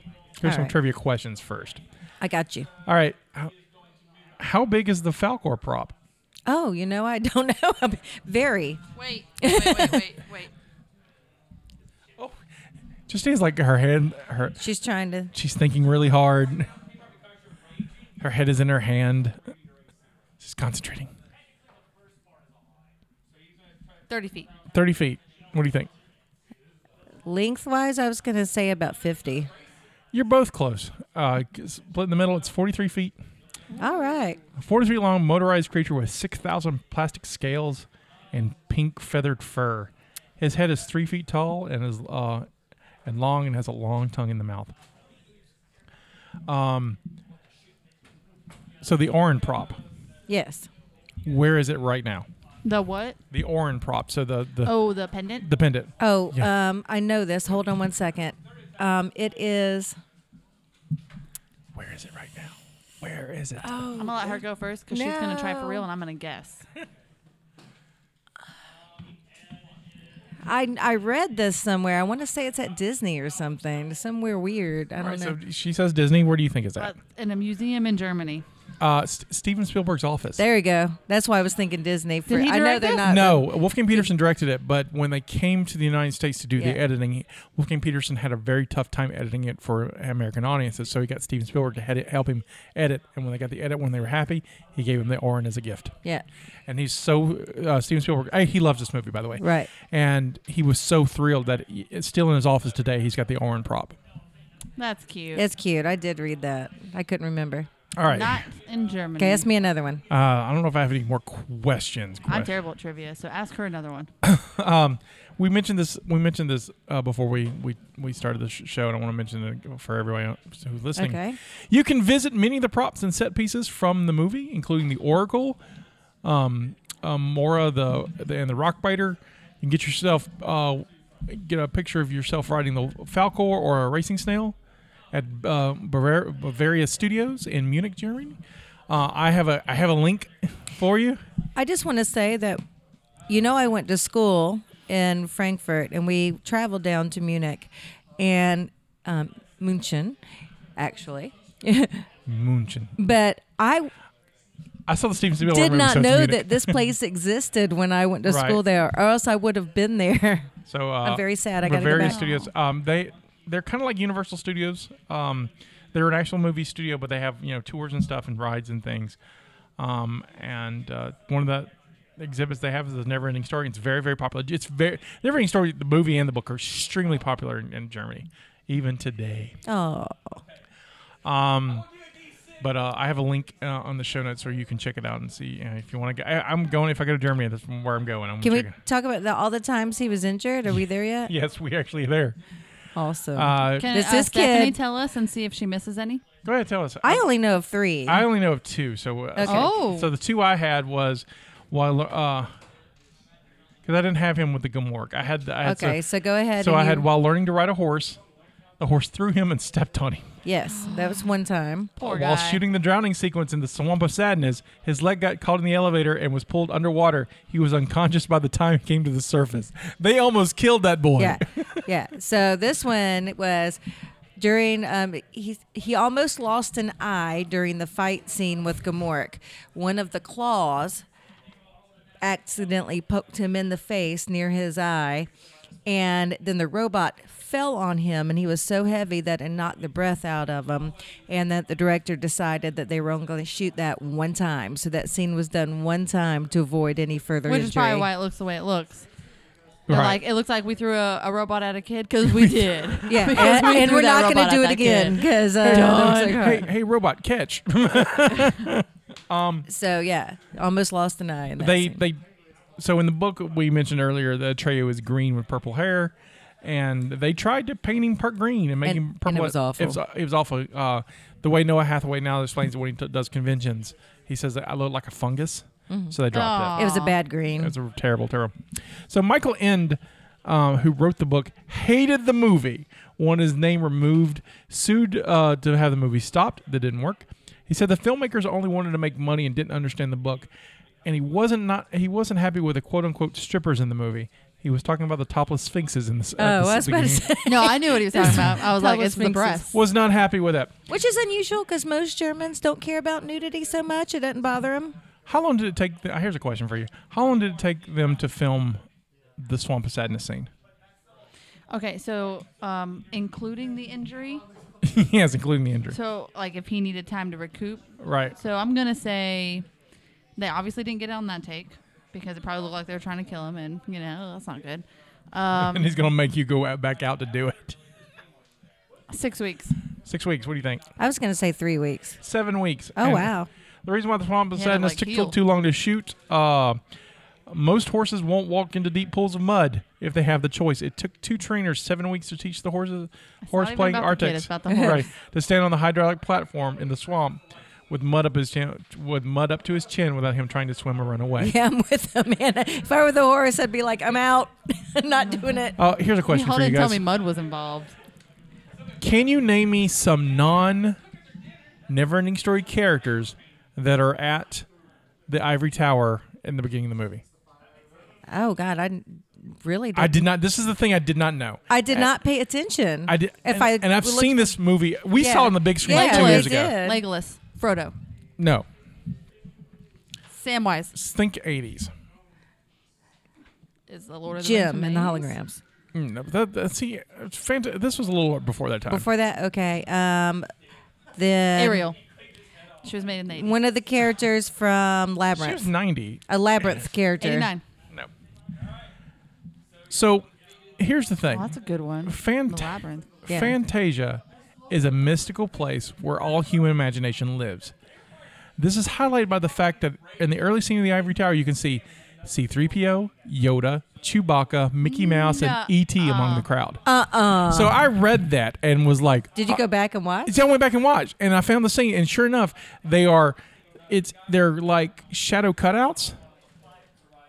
Speaker 2: Here's
Speaker 3: All
Speaker 2: some
Speaker 3: right.
Speaker 2: trivia questions first.
Speaker 3: I got you.
Speaker 2: All right. How, how big is the Falcor prop?
Speaker 3: Oh, you know I don't know. Very.
Speaker 6: Wait, wait, wait, wait, wait.
Speaker 2: Justine's like her head. Her
Speaker 3: She's trying to.
Speaker 2: she's thinking really hard. Her head is in her hand. She's concentrating.
Speaker 6: Thirty feet.
Speaker 2: Thirty feet. What do you think?
Speaker 3: Lengthwise, I was gonna say about fifty.
Speaker 2: You're both close. Uh, split in the middle. It's 43 feet.
Speaker 3: All right.
Speaker 2: A 40 feet long motorized creature with 6,000 plastic scales and pink feathered fur. His head is three feet tall and is uh, and long and has a long tongue in the mouth. Um, so the Orin prop,
Speaker 3: Yes.
Speaker 2: where is it right now?
Speaker 4: the what?
Speaker 2: The Orin prop, so the the,
Speaker 4: Oh, the pendant.
Speaker 2: the pendant.
Speaker 3: Oh,
Speaker 2: Yeah.
Speaker 3: um, I know this. Hold on one second. Um, it is.
Speaker 2: Where is it right now? Where is it?
Speaker 3: Oh,
Speaker 4: I'm gonna let her go first because she's gonna try for real, and I'm gonna guess.
Speaker 3: I I read this somewhere. I want to say it's at Disney or something. Somewhere weird. I don't
Speaker 2: All right,
Speaker 3: know.
Speaker 2: so she says Disney. Where do you think is
Speaker 4: Uh,
Speaker 2: that?
Speaker 4: in a museum in Germany.
Speaker 2: Uh, St- Steven Spielberg's office.
Speaker 3: there you go. That's why I was thinking Disney. For,
Speaker 4: he
Speaker 3: I know
Speaker 4: direct
Speaker 3: they're
Speaker 4: this?
Speaker 3: not.
Speaker 2: No, Wolfgang Peterson directed it, but when they came to the United States to do
Speaker 3: Yeah.
Speaker 2: the editing, he- Wolfgang Peterson had a very tough time editing it for American audiences. So he got Steven Spielberg to head it, help him edit. And when they got the edit, when they were happy, he gave him the Orin as a gift.
Speaker 3: Yeah.
Speaker 2: And he's so uh, Steven Spielberg. eh, He loves this movie, by the way.
Speaker 3: Right.
Speaker 2: And he was so thrilled that it's still in his office today. He's got the Orin prop.
Speaker 4: That's cute.
Speaker 3: It's cute. I did read that. I couldn't remember.
Speaker 2: All right.
Speaker 4: Not in Germany.
Speaker 3: Okay, ask me another one.
Speaker 2: uh, I don't know if I have any more questions.
Speaker 4: I'm
Speaker 2: Quest-
Speaker 4: terrible at trivia, so ask her another one.
Speaker 6: Uh,
Speaker 2: um, we mentioned this. We mentioned this uh, before we we we started the sh- show, and I want to mention it for everyone who's listening.
Speaker 3: Okay.
Speaker 2: You can visit many of the props and set pieces from the movie, including the Oracle, um, um, Mora, the, the and the Rockbiter. You can get yourself uh, get a picture of yourself riding the Falcor or a racing snail at uh, Bavar- Bavaria Studios in Munich, Germany. Uh, I have a I have a link for you.
Speaker 3: I just want to say that, you know, I went to school in Frankfurt and we traveled down to Munich and um, München, actually.
Speaker 2: Munchen.
Speaker 3: But I
Speaker 2: I saw the Steven Spielberg
Speaker 3: did
Speaker 2: movie,
Speaker 3: not
Speaker 2: so it's
Speaker 3: know
Speaker 2: Munich.
Speaker 3: that this place existed when I went to
Speaker 2: Right.
Speaker 3: school there, or else I would have been there.
Speaker 2: So uh,
Speaker 3: I'm very sad I gotta go
Speaker 2: Bavaria
Speaker 3: back. Oh.
Speaker 2: Studios. Um, they they're kind of like Universal Studios. Um, they're an actual movie studio, but they have you know tours and stuff and rides and things. Um, and uh, one of the exhibits they have is the Never Ending Story. It's very very popular. It's very Never Ending Story. The movie and the book are extremely popular in, in Germany, even today.
Speaker 3: Oh,
Speaker 2: Um, but uh, I have a link uh, on the show notes where you can check it out and see uh, if you want to go. I, I'm going if I go to Germany. That's where I'm going. I'm
Speaker 3: can we
Speaker 2: checking.
Speaker 3: talk about the, all the times he was injured? Are we there yet?
Speaker 2: Yes, we actually are there.
Speaker 3: Awesome.
Speaker 2: Uh,
Speaker 4: Can
Speaker 3: This
Speaker 4: uh,
Speaker 3: is
Speaker 4: Stephanie
Speaker 3: kid.
Speaker 4: tell us and see if she misses any?
Speaker 2: go ahead, tell us.
Speaker 3: I only know of three.
Speaker 2: I only know of two. So, uh, so-
Speaker 4: Oh.
Speaker 2: so the two I had was while uh, because I didn't have him with the Gumwork. I had, I had
Speaker 3: okay,
Speaker 2: So,
Speaker 3: so, go ahead.
Speaker 2: so
Speaker 3: and
Speaker 2: I
Speaker 3: you-
Speaker 2: had while learning to ride a horse, the horse threw him and stepped on him.
Speaker 3: Yes, that was one time.
Speaker 4: Poor
Speaker 2: while
Speaker 4: guy.
Speaker 2: shooting the drowning sequence in the swamp of sadness, his leg got caught in the elevator and was pulled underwater. He was unconscious by the time he came to the surface. They almost killed that boy.
Speaker 3: Yeah, yeah. So this one was during um, he he almost lost an eye during the fight scene with Gamork. One of the claws accidentally poked him in the face near his eye, and then the robot fell on him, and he was so heavy that it knocked the breath out of him, and that the director decided that they were only going to shoot that one time. So that scene was done one time to avoid any further
Speaker 4: Which
Speaker 3: injury.
Speaker 4: is probably why it looks the way it looks. They're
Speaker 2: Right.
Speaker 4: like, it looks like we threw a, a robot at a kid because we did.
Speaker 3: Yeah,
Speaker 4: Because
Speaker 3: and,
Speaker 4: we
Speaker 3: and
Speaker 4: threw
Speaker 3: we're
Speaker 4: that
Speaker 3: not going
Speaker 4: robot
Speaker 3: to do
Speaker 4: at
Speaker 3: it
Speaker 4: that
Speaker 3: again
Speaker 4: kid.
Speaker 3: because uh,
Speaker 4: Done.
Speaker 2: hey, hey, robot, catch!
Speaker 3: so yeah, almost lost an eye. In that
Speaker 2: they
Speaker 3: scene.
Speaker 2: they so in the book we mentioned earlier the Atreyu is green with purple hair and they tried to paint him per green and make
Speaker 3: And-
Speaker 2: him purple
Speaker 3: and it was awful.
Speaker 2: it was, it was awful uh, the way Noah Hathaway now explains it when he t- does conventions he says that I look like a fungus
Speaker 3: Mm-hmm.
Speaker 2: so they dropped it
Speaker 4: Aw.
Speaker 3: it was a bad green.
Speaker 2: it's a terrible, terrible. So Michael End, um, who wrote the book, hated the movie, wanted his name removed, sued uh, to have the movie stopped. That didn't work. He said the filmmakers only wanted to make money and didn't understand the book, and he wasn't not he wasn't happy with the quote unquote strippers in the movie. He was talking about the topless sphinxes in this.
Speaker 3: oh, I was about to say,
Speaker 4: no, I knew what he was talking about. I was like,
Speaker 3: Thomas
Speaker 4: it's the
Speaker 3: Sphinxes.
Speaker 4: breast.
Speaker 2: was not happy with that.
Speaker 3: which is unusual because most Germans don't care about nudity so much; it doesn't bother them.
Speaker 2: How long did it take? The, here's a question for you. How long did it take them to film the Swamp of Sadness scene?
Speaker 4: Okay, so um, including the injury.
Speaker 2: yes, including the injury.
Speaker 4: So, like, if he needed time to recoup.
Speaker 2: right.
Speaker 4: So, I'm going to say they obviously didn't get it on that take because it probably looked like they were trying to kill him, and, you know, oh, that's not good. Um,
Speaker 2: and he's gonna make you go out, back out to do it.
Speaker 4: Six weeks.
Speaker 2: Six weeks. What do you think?
Speaker 3: I was going to say three weeks.
Speaker 2: Seven weeks.
Speaker 3: Oh
Speaker 2: And
Speaker 3: wow,
Speaker 2: The reason why the swamp of
Speaker 4: Yeah, to,
Speaker 2: sadness
Speaker 4: like,
Speaker 2: took
Speaker 4: heal.
Speaker 2: too long to shoot. Uh, most horses won't walk into deep pools of mud if they have the choice. It took two trainers seven weeks to teach the horses horse
Speaker 4: not even
Speaker 2: playing
Speaker 4: about the kid,
Speaker 2: Artex
Speaker 4: it's about the horse.
Speaker 2: right, to stand on the hydraulic platform in the swamp with mud up his chin, with mud up to his chin without him trying to swim or run away.
Speaker 3: yeah, I'm with them, man. If I were the horse, I'd be like, I'm out. I'm not doing it.
Speaker 2: Uh, here's a
Speaker 4: He
Speaker 2: question
Speaker 4: held
Speaker 2: for
Speaker 4: it
Speaker 2: you
Speaker 4: and tell
Speaker 2: guys.
Speaker 4: me mud was involved.
Speaker 2: Can you name me some non never ending story characters that are at the Ivory Tower in the beginning of the movie?
Speaker 3: Oh God, I n- really. Didn't.
Speaker 2: I did not this is the thing I did not know.
Speaker 3: I did not pay attention.
Speaker 2: I did
Speaker 3: If
Speaker 2: and,
Speaker 3: I
Speaker 2: and I've
Speaker 3: looked-
Speaker 2: seen this movie we saw it on the big screen
Speaker 3: Yeah,
Speaker 2: two
Speaker 3: we
Speaker 2: years
Speaker 3: did.
Speaker 2: ago.
Speaker 4: Legolas, Frodo,
Speaker 2: No.
Speaker 4: Samwise
Speaker 2: Think eighties.
Speaker 4: is the Lord of the Rings
Speaker 3: Jim
Speaker 4: from
Speaker 3: and the
Speaker 4: 80s.
Speaker 3: holograms.
Speaker 2: Mm, No, that, that, see, it's fanta- this was a little before that time.
Speaker 3: Before that, okay. Um, the
Speaker 4: Ariel. She was made in the 80s.
Speaker 3: One of the characters
Speaker 2: she
Speaker 3: from
Speaker 2: was
Speaker 3: Labyrinth.
Speaker 2: ninety.
Speaker 3: A labyrinth character.
Speaker 4: 89.
Speaker 2: No. So, here's the thing.
Speaker 4: Well, Oh, that's a good one.
Speaker 2: Fant-
Speaker 4: The Labyrinth.
Speaker 3: Yeah.
Speaker 2: Fantasia is a mystical place where all human imagination lives. This is highlighted by the fact that in the early scene of the Ivory Tower, you can see C3PO, Yoda, Chewbacca, Mickey
Speaker 3: Mm,
Speaker 2: Mouse, and ET
Speaker 3: Uh-uh.
Speaker 2: among the crowd. Uh uh So I read that and was like, "Oh,
Speaker 3: Did you go back and watch?
Speaker 2: so I went back and watched, and I found the scene, and sure enough, they are, it's they're like shadow cutouts,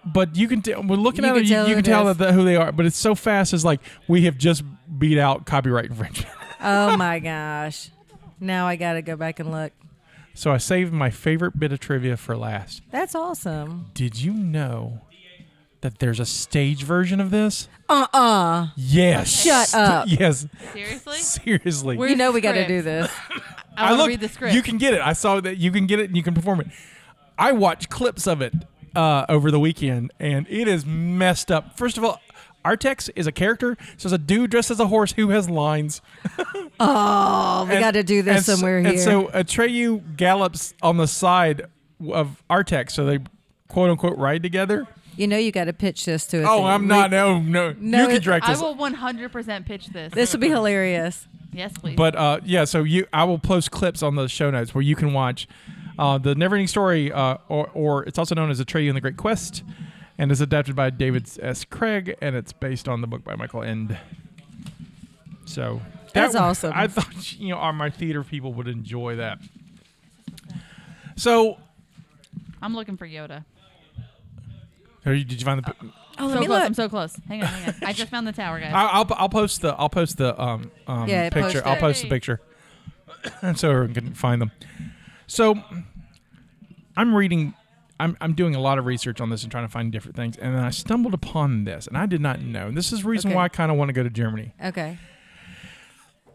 Speaker 2: but you can tell we're looking
Speaker 3: You
Speaker 2: at
Speaker 3: can
Speaker 2: it, you,
Speaker 3: tell
Speaker 2: you
Speaker 3: who
Speaker 2: can
Speaker 3: it
Speaker 2: tell
Speaker 3: is.
Speaker 2: that the, who they are. But it's so fast, it's like we have just beat out copyright infringement.
Speaker 3: Oh my gosh. Now I gotta go back and look.
Speaker 2: so I saved my favorite bit of trivia for last.
Speaker 3: That's awesome.
Speaker 2: Did you know that there's a stage version of this?
Speaker 3: Uh uh
Speaker 2: Yes.
Speaker 3: Shut up.
Speaker 2: Yes.
Speaker 6: Seriously?
Speaker 2: Seriously.
Speaker 4: Where's
Speaker 3: You know
Speaker 4: the
Speaker 3: we gotta
Speaker 4: script?
Speaker 3: do this.
Speaker 4: I, want to read the script.
Speaker 2: You can get it. I saw that you can get it and you can perform it. I watched clips of it uh, over the weekend, and it is messed up. First of all, Artex is a character, so it's a dude dressed as a horse who has lines.
Speaker 3: Oh, we gotta do this
Speaker 2: and s-
Speaker 3: somewhere here.
Speaker 2: And so Atreyu gallops on the side of Artex, so they quote unquote ride together.
Speaker 3: you know you gotta pitch this to us.
Speaker 2: Oh, I'm not. No, no,
Speaker 3: No,
Speaker 2: you can
Speaker 3: it-
Speaker 2: direct
Speaker 4: I
Speaker 2: this.
Speaker 4: will 100% pitch this.
Speaker 3: This would be hilarious.
Speaker 4: yes, please.
Speaker 2: But uh, yeah, so you, I will post clips on the show notes where you can watch uh, the Neverending Story, uh, or, or it's also known as Atreyu and the Great Quest, and is adapted by David S. Craig, and it's based on the book by Michael End. So that
Speaker 3: That's
Speaker 2: w-
Speaker 3: awesome.
Speaker 2: I thought you know our, my theater people would enjoy that. So,
Speaker 4: I'm looking for Yoda.
Speaker 2: are you- did you find the? pi-
Speaker 3: Oh, let
Speaker 4: So
Speaker 3: me
Speaker 4: close.
Speaker 3: look.
Speaker 4: I'm so close. Hang on, hang on. I just found the tower, guys.
Speaker 2: I'll, I'll I'll post the I'll post the um, um
Speaker 3: Yeah, post
Speaker 2: picture.
Speaker 3: it.
Speaker 2: I'll post the
Speaker 4: Hey.
Speaker 2: picture, so everyone can find them. So I'm reading. I'm, I'm doing a lot of research on this and trying to find different things, and then I stumbled upon this, and I did not know. This is the reason
Speaker 3: Okay.
Speaker 2: why I kind of want to go to Germany.
Speaker 3: okay.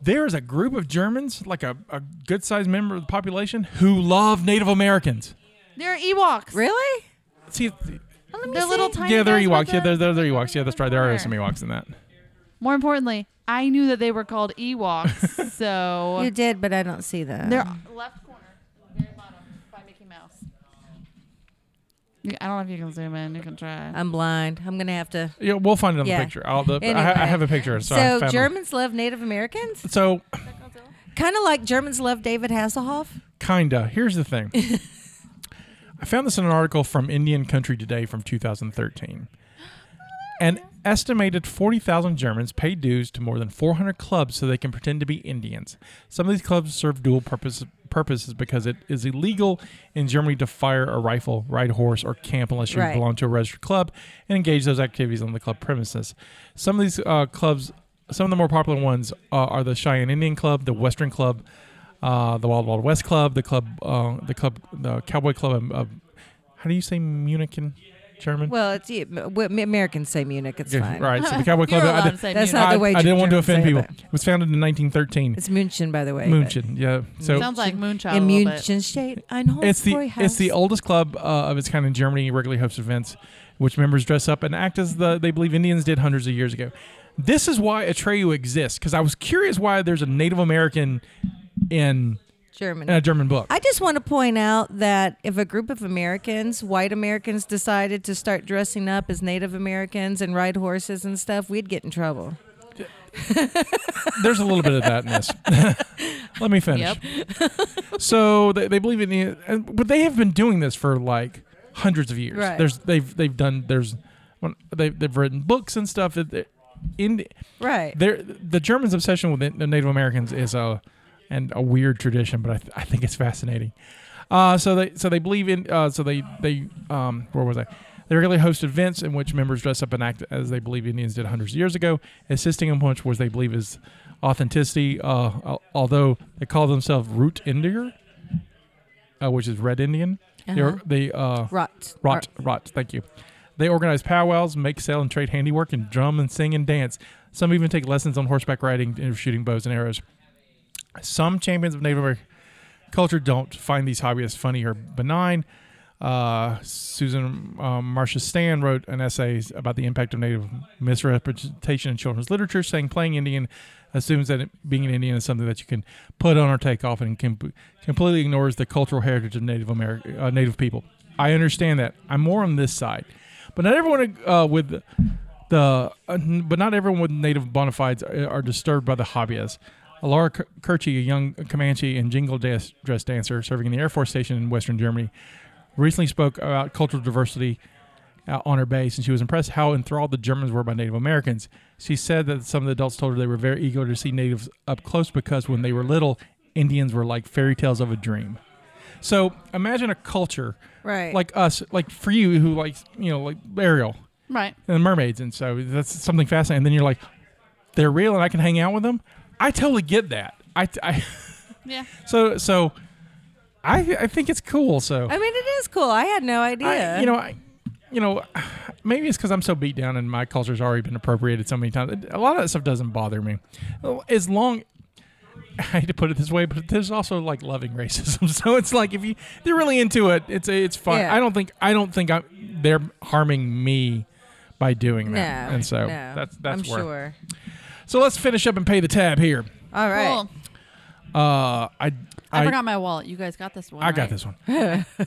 Speaker 2: There is a group of Germans, like a, a good sized member of the population, who love Native Americans.
Speaker 4: They're Ewoks.
Speaker 3: Really?
Speaker 2: See,
Speaker 4: They're little tiny.
Speaker 2: yeah, they're
Speaker 4: guys with
Speaker 2: Ewoks. Yeah,
Speaker 4: the-
Speaker 2: they're, they're, they're Ewoks. Yeah, that's right. There are
Speaker 4: Where?
Speaker 2: some Ewoks in that.
Speaker 4: More importantly, I knew that they were called Ewoks, so
Speaker 3: You did, but I don't see that.
Speaker 4: they're left corner, very bottom by Mickey Mouse. You- I don't know if you can zoom in. You can try.
Speaker 3: I'm blind. I'm gonna have to.
Speaker 2: Yeah, we'll find it on
Speaker 3: Yeah.
Speaker 2: the picture. I'll, the, I,
Speaker 3: Anyway.
Speaker 2: ha- I have a picture. So, I
Speaker 3: so
Speaker 2: found-
Speaker 3: Germans love Native Americans,
Speaker 2: So,
Speaker 3: kind of like Germans love David Hasselhoff.
Speaker 2: kinda. Here's the thing. I found this in an article from Indian Country Today from 2013. An estimated 40,000 Germans pay dues to more than 400 clubs so they can pretend to be Indians. Some of these clubs serve dual purpose, purposes because it is illegal in Germany to fire a rifle, ride a horse, or camp unless you
Speaker 3: Right.
Speaker 2: belong to a registered club and engage those activities on the club premises. Some of these uh, clubs, some of the more popular ones uh, are the Cheyenne Indian Club, the Western Club, uh, the Wild Wild West Club, the club, uh, the club, the Cowboy Club. Of, of- how do you say Munich in German?
Speaker 3: Well, it's yeah, what Americans say Munich. It's
Speaker 2: Okay,
Speaker 3: fine.
Speaker 2: Right. So the Cowboy
Speaker 4: You're
Speaker 2: Club. I,
Speaker 4: allowed
Speaker 2: di-
Speaker 4: to say
Speaker 3: That's
Speaker 4: Munich.
Speaker 3: not
Speaker 2: I,
Speaker 3: the way
Speaker 2: I didn't want to
Speaker 3: Germans say
Speaker 2: offend
Speaker 3: it,
Speaker 2: people.
Speaker 3: but-
Speaker 2: It was founded in 1913.
Speaker 3: It's Mm-hmm. München, by the way. but-
Speaker 2: München. Yeah. So
Speaker 4: Sounds like moonshot.
Speaker 3: In
Speaker 4: a little bit.
Speaker 3: München State, ein
Speaker 2: it's the
Speaker 3: Holzbräuhaus.
Speaker 2: it's the oldest club uh, of its kind in Germany. It regularly hosts events, which members dress up and act as the they believe Indians did hundreds of years ago. This is why Atreyu exists because I was curious why there's a Native American in,
Speaker 3: German.
Speaker 2: in a German book.
Speaker 3: I just want to point out that if a group of Americans, white Americans, decided to start dressing up as Native Americans and ride horses and stuff, we'd get in trouble.
Speaker 2: There's a little bit of that in this. Let me finish. so they, they believe in the, and, but they have been doing this for like hundreds of years.
Speaker 3: Right.
Speaker 2: There's they've they've done there's when they they've written books and stuff. That they- in
Speaker 3: Right.
Speaker 2: there the Germans' obsession with the Native Americans is a and a weird tradition, but I, th- I think it's fascinating. Uh, so they so they believe in uh, so they they um, where was I? They regularly host events in which members dress up and act as they believe Indians did hundreds of years ago, assisting in which was they believe is authenticity. Uh, al- although they call themselves Root Indier, uh, which is Red Indian. They're, they uh,
Speaker 3: Rot.
Speaker 2: Rot, rot. Thank you. They organize powwows, make, sell, and trade handiwork, and drum and sing and dance. Some even take lessons on horseback riding and shooting bows and arrows. Some champions of Native American culture don't find these hobbyists funny or benign. Uh, Susan um, Marcia Stan wrote an essay about the impact of Native misrepresentation in children's literature, saying playing Indian assumes that it, being an Indian is something that you can put on or take off, and com- completely ignores the cultural heritage of Native American uh, Native people. I understand that. I'm more on this side, but not everyone uh, with the uh, but not everyone with native bonafides are, are disturbed by the hobby as Laura K- Kirchy, a young Comanche and jingle dress, dress dancer serving in the Air Force Station in Western Germany, recently spoke about cultural diversity uh, on her base, and she was impressed how enthralled the Germans were by Native Americans. She said that some of the adults told her they were very eager to see natives up close because when they were little, Indians were like fairy tales of a dream. So imagine a culture
Speaker 3: Right.
Speaker 2: like us, like for you who likes, you know, like Ariel
Speaker 4: Right.
Speaker 2: and mermaids, and so that's something fascinating. And then you're like, they're real, and I can hang out with them. I totally get that. I, I
Speaker 4: Yeah.
Speaker 2: so so I I think it's cool. So
Speaker 3: I mean, it is cool. I had no idea.
Speaker 2: I, you know I. You know, maybe it's because I'm so beat down and my culture's already been appropriated so many times. A lot of that stuff doesn't bother me. As long, I hate to put it this way, but there's also like loving racism. So it's like if you they're really into it, it's it's fine.
Speaker 3: Yeah.
Speaker 2: I don't think I don't think I'm they're harming me by doing
Speaker 3: no.
Speaker 2: that. and so
Speaker 3: no.
Speaker 2: that's that's
Speaker 3: I'm
Speaker 2: where.
Speaker 3: sure.
Speaker 2: So let's finish up and pay the tab here.
Speaker 3: All right.
Speaker 4: Cool.
Speaker 2: Uh, I
Speaker 4: I,
Speaker 2: I,
Speaker 4: forgot my wallet. You guys got this one.
Speaker 2: I got
Speaker 4: right?
Speaker 2: this one.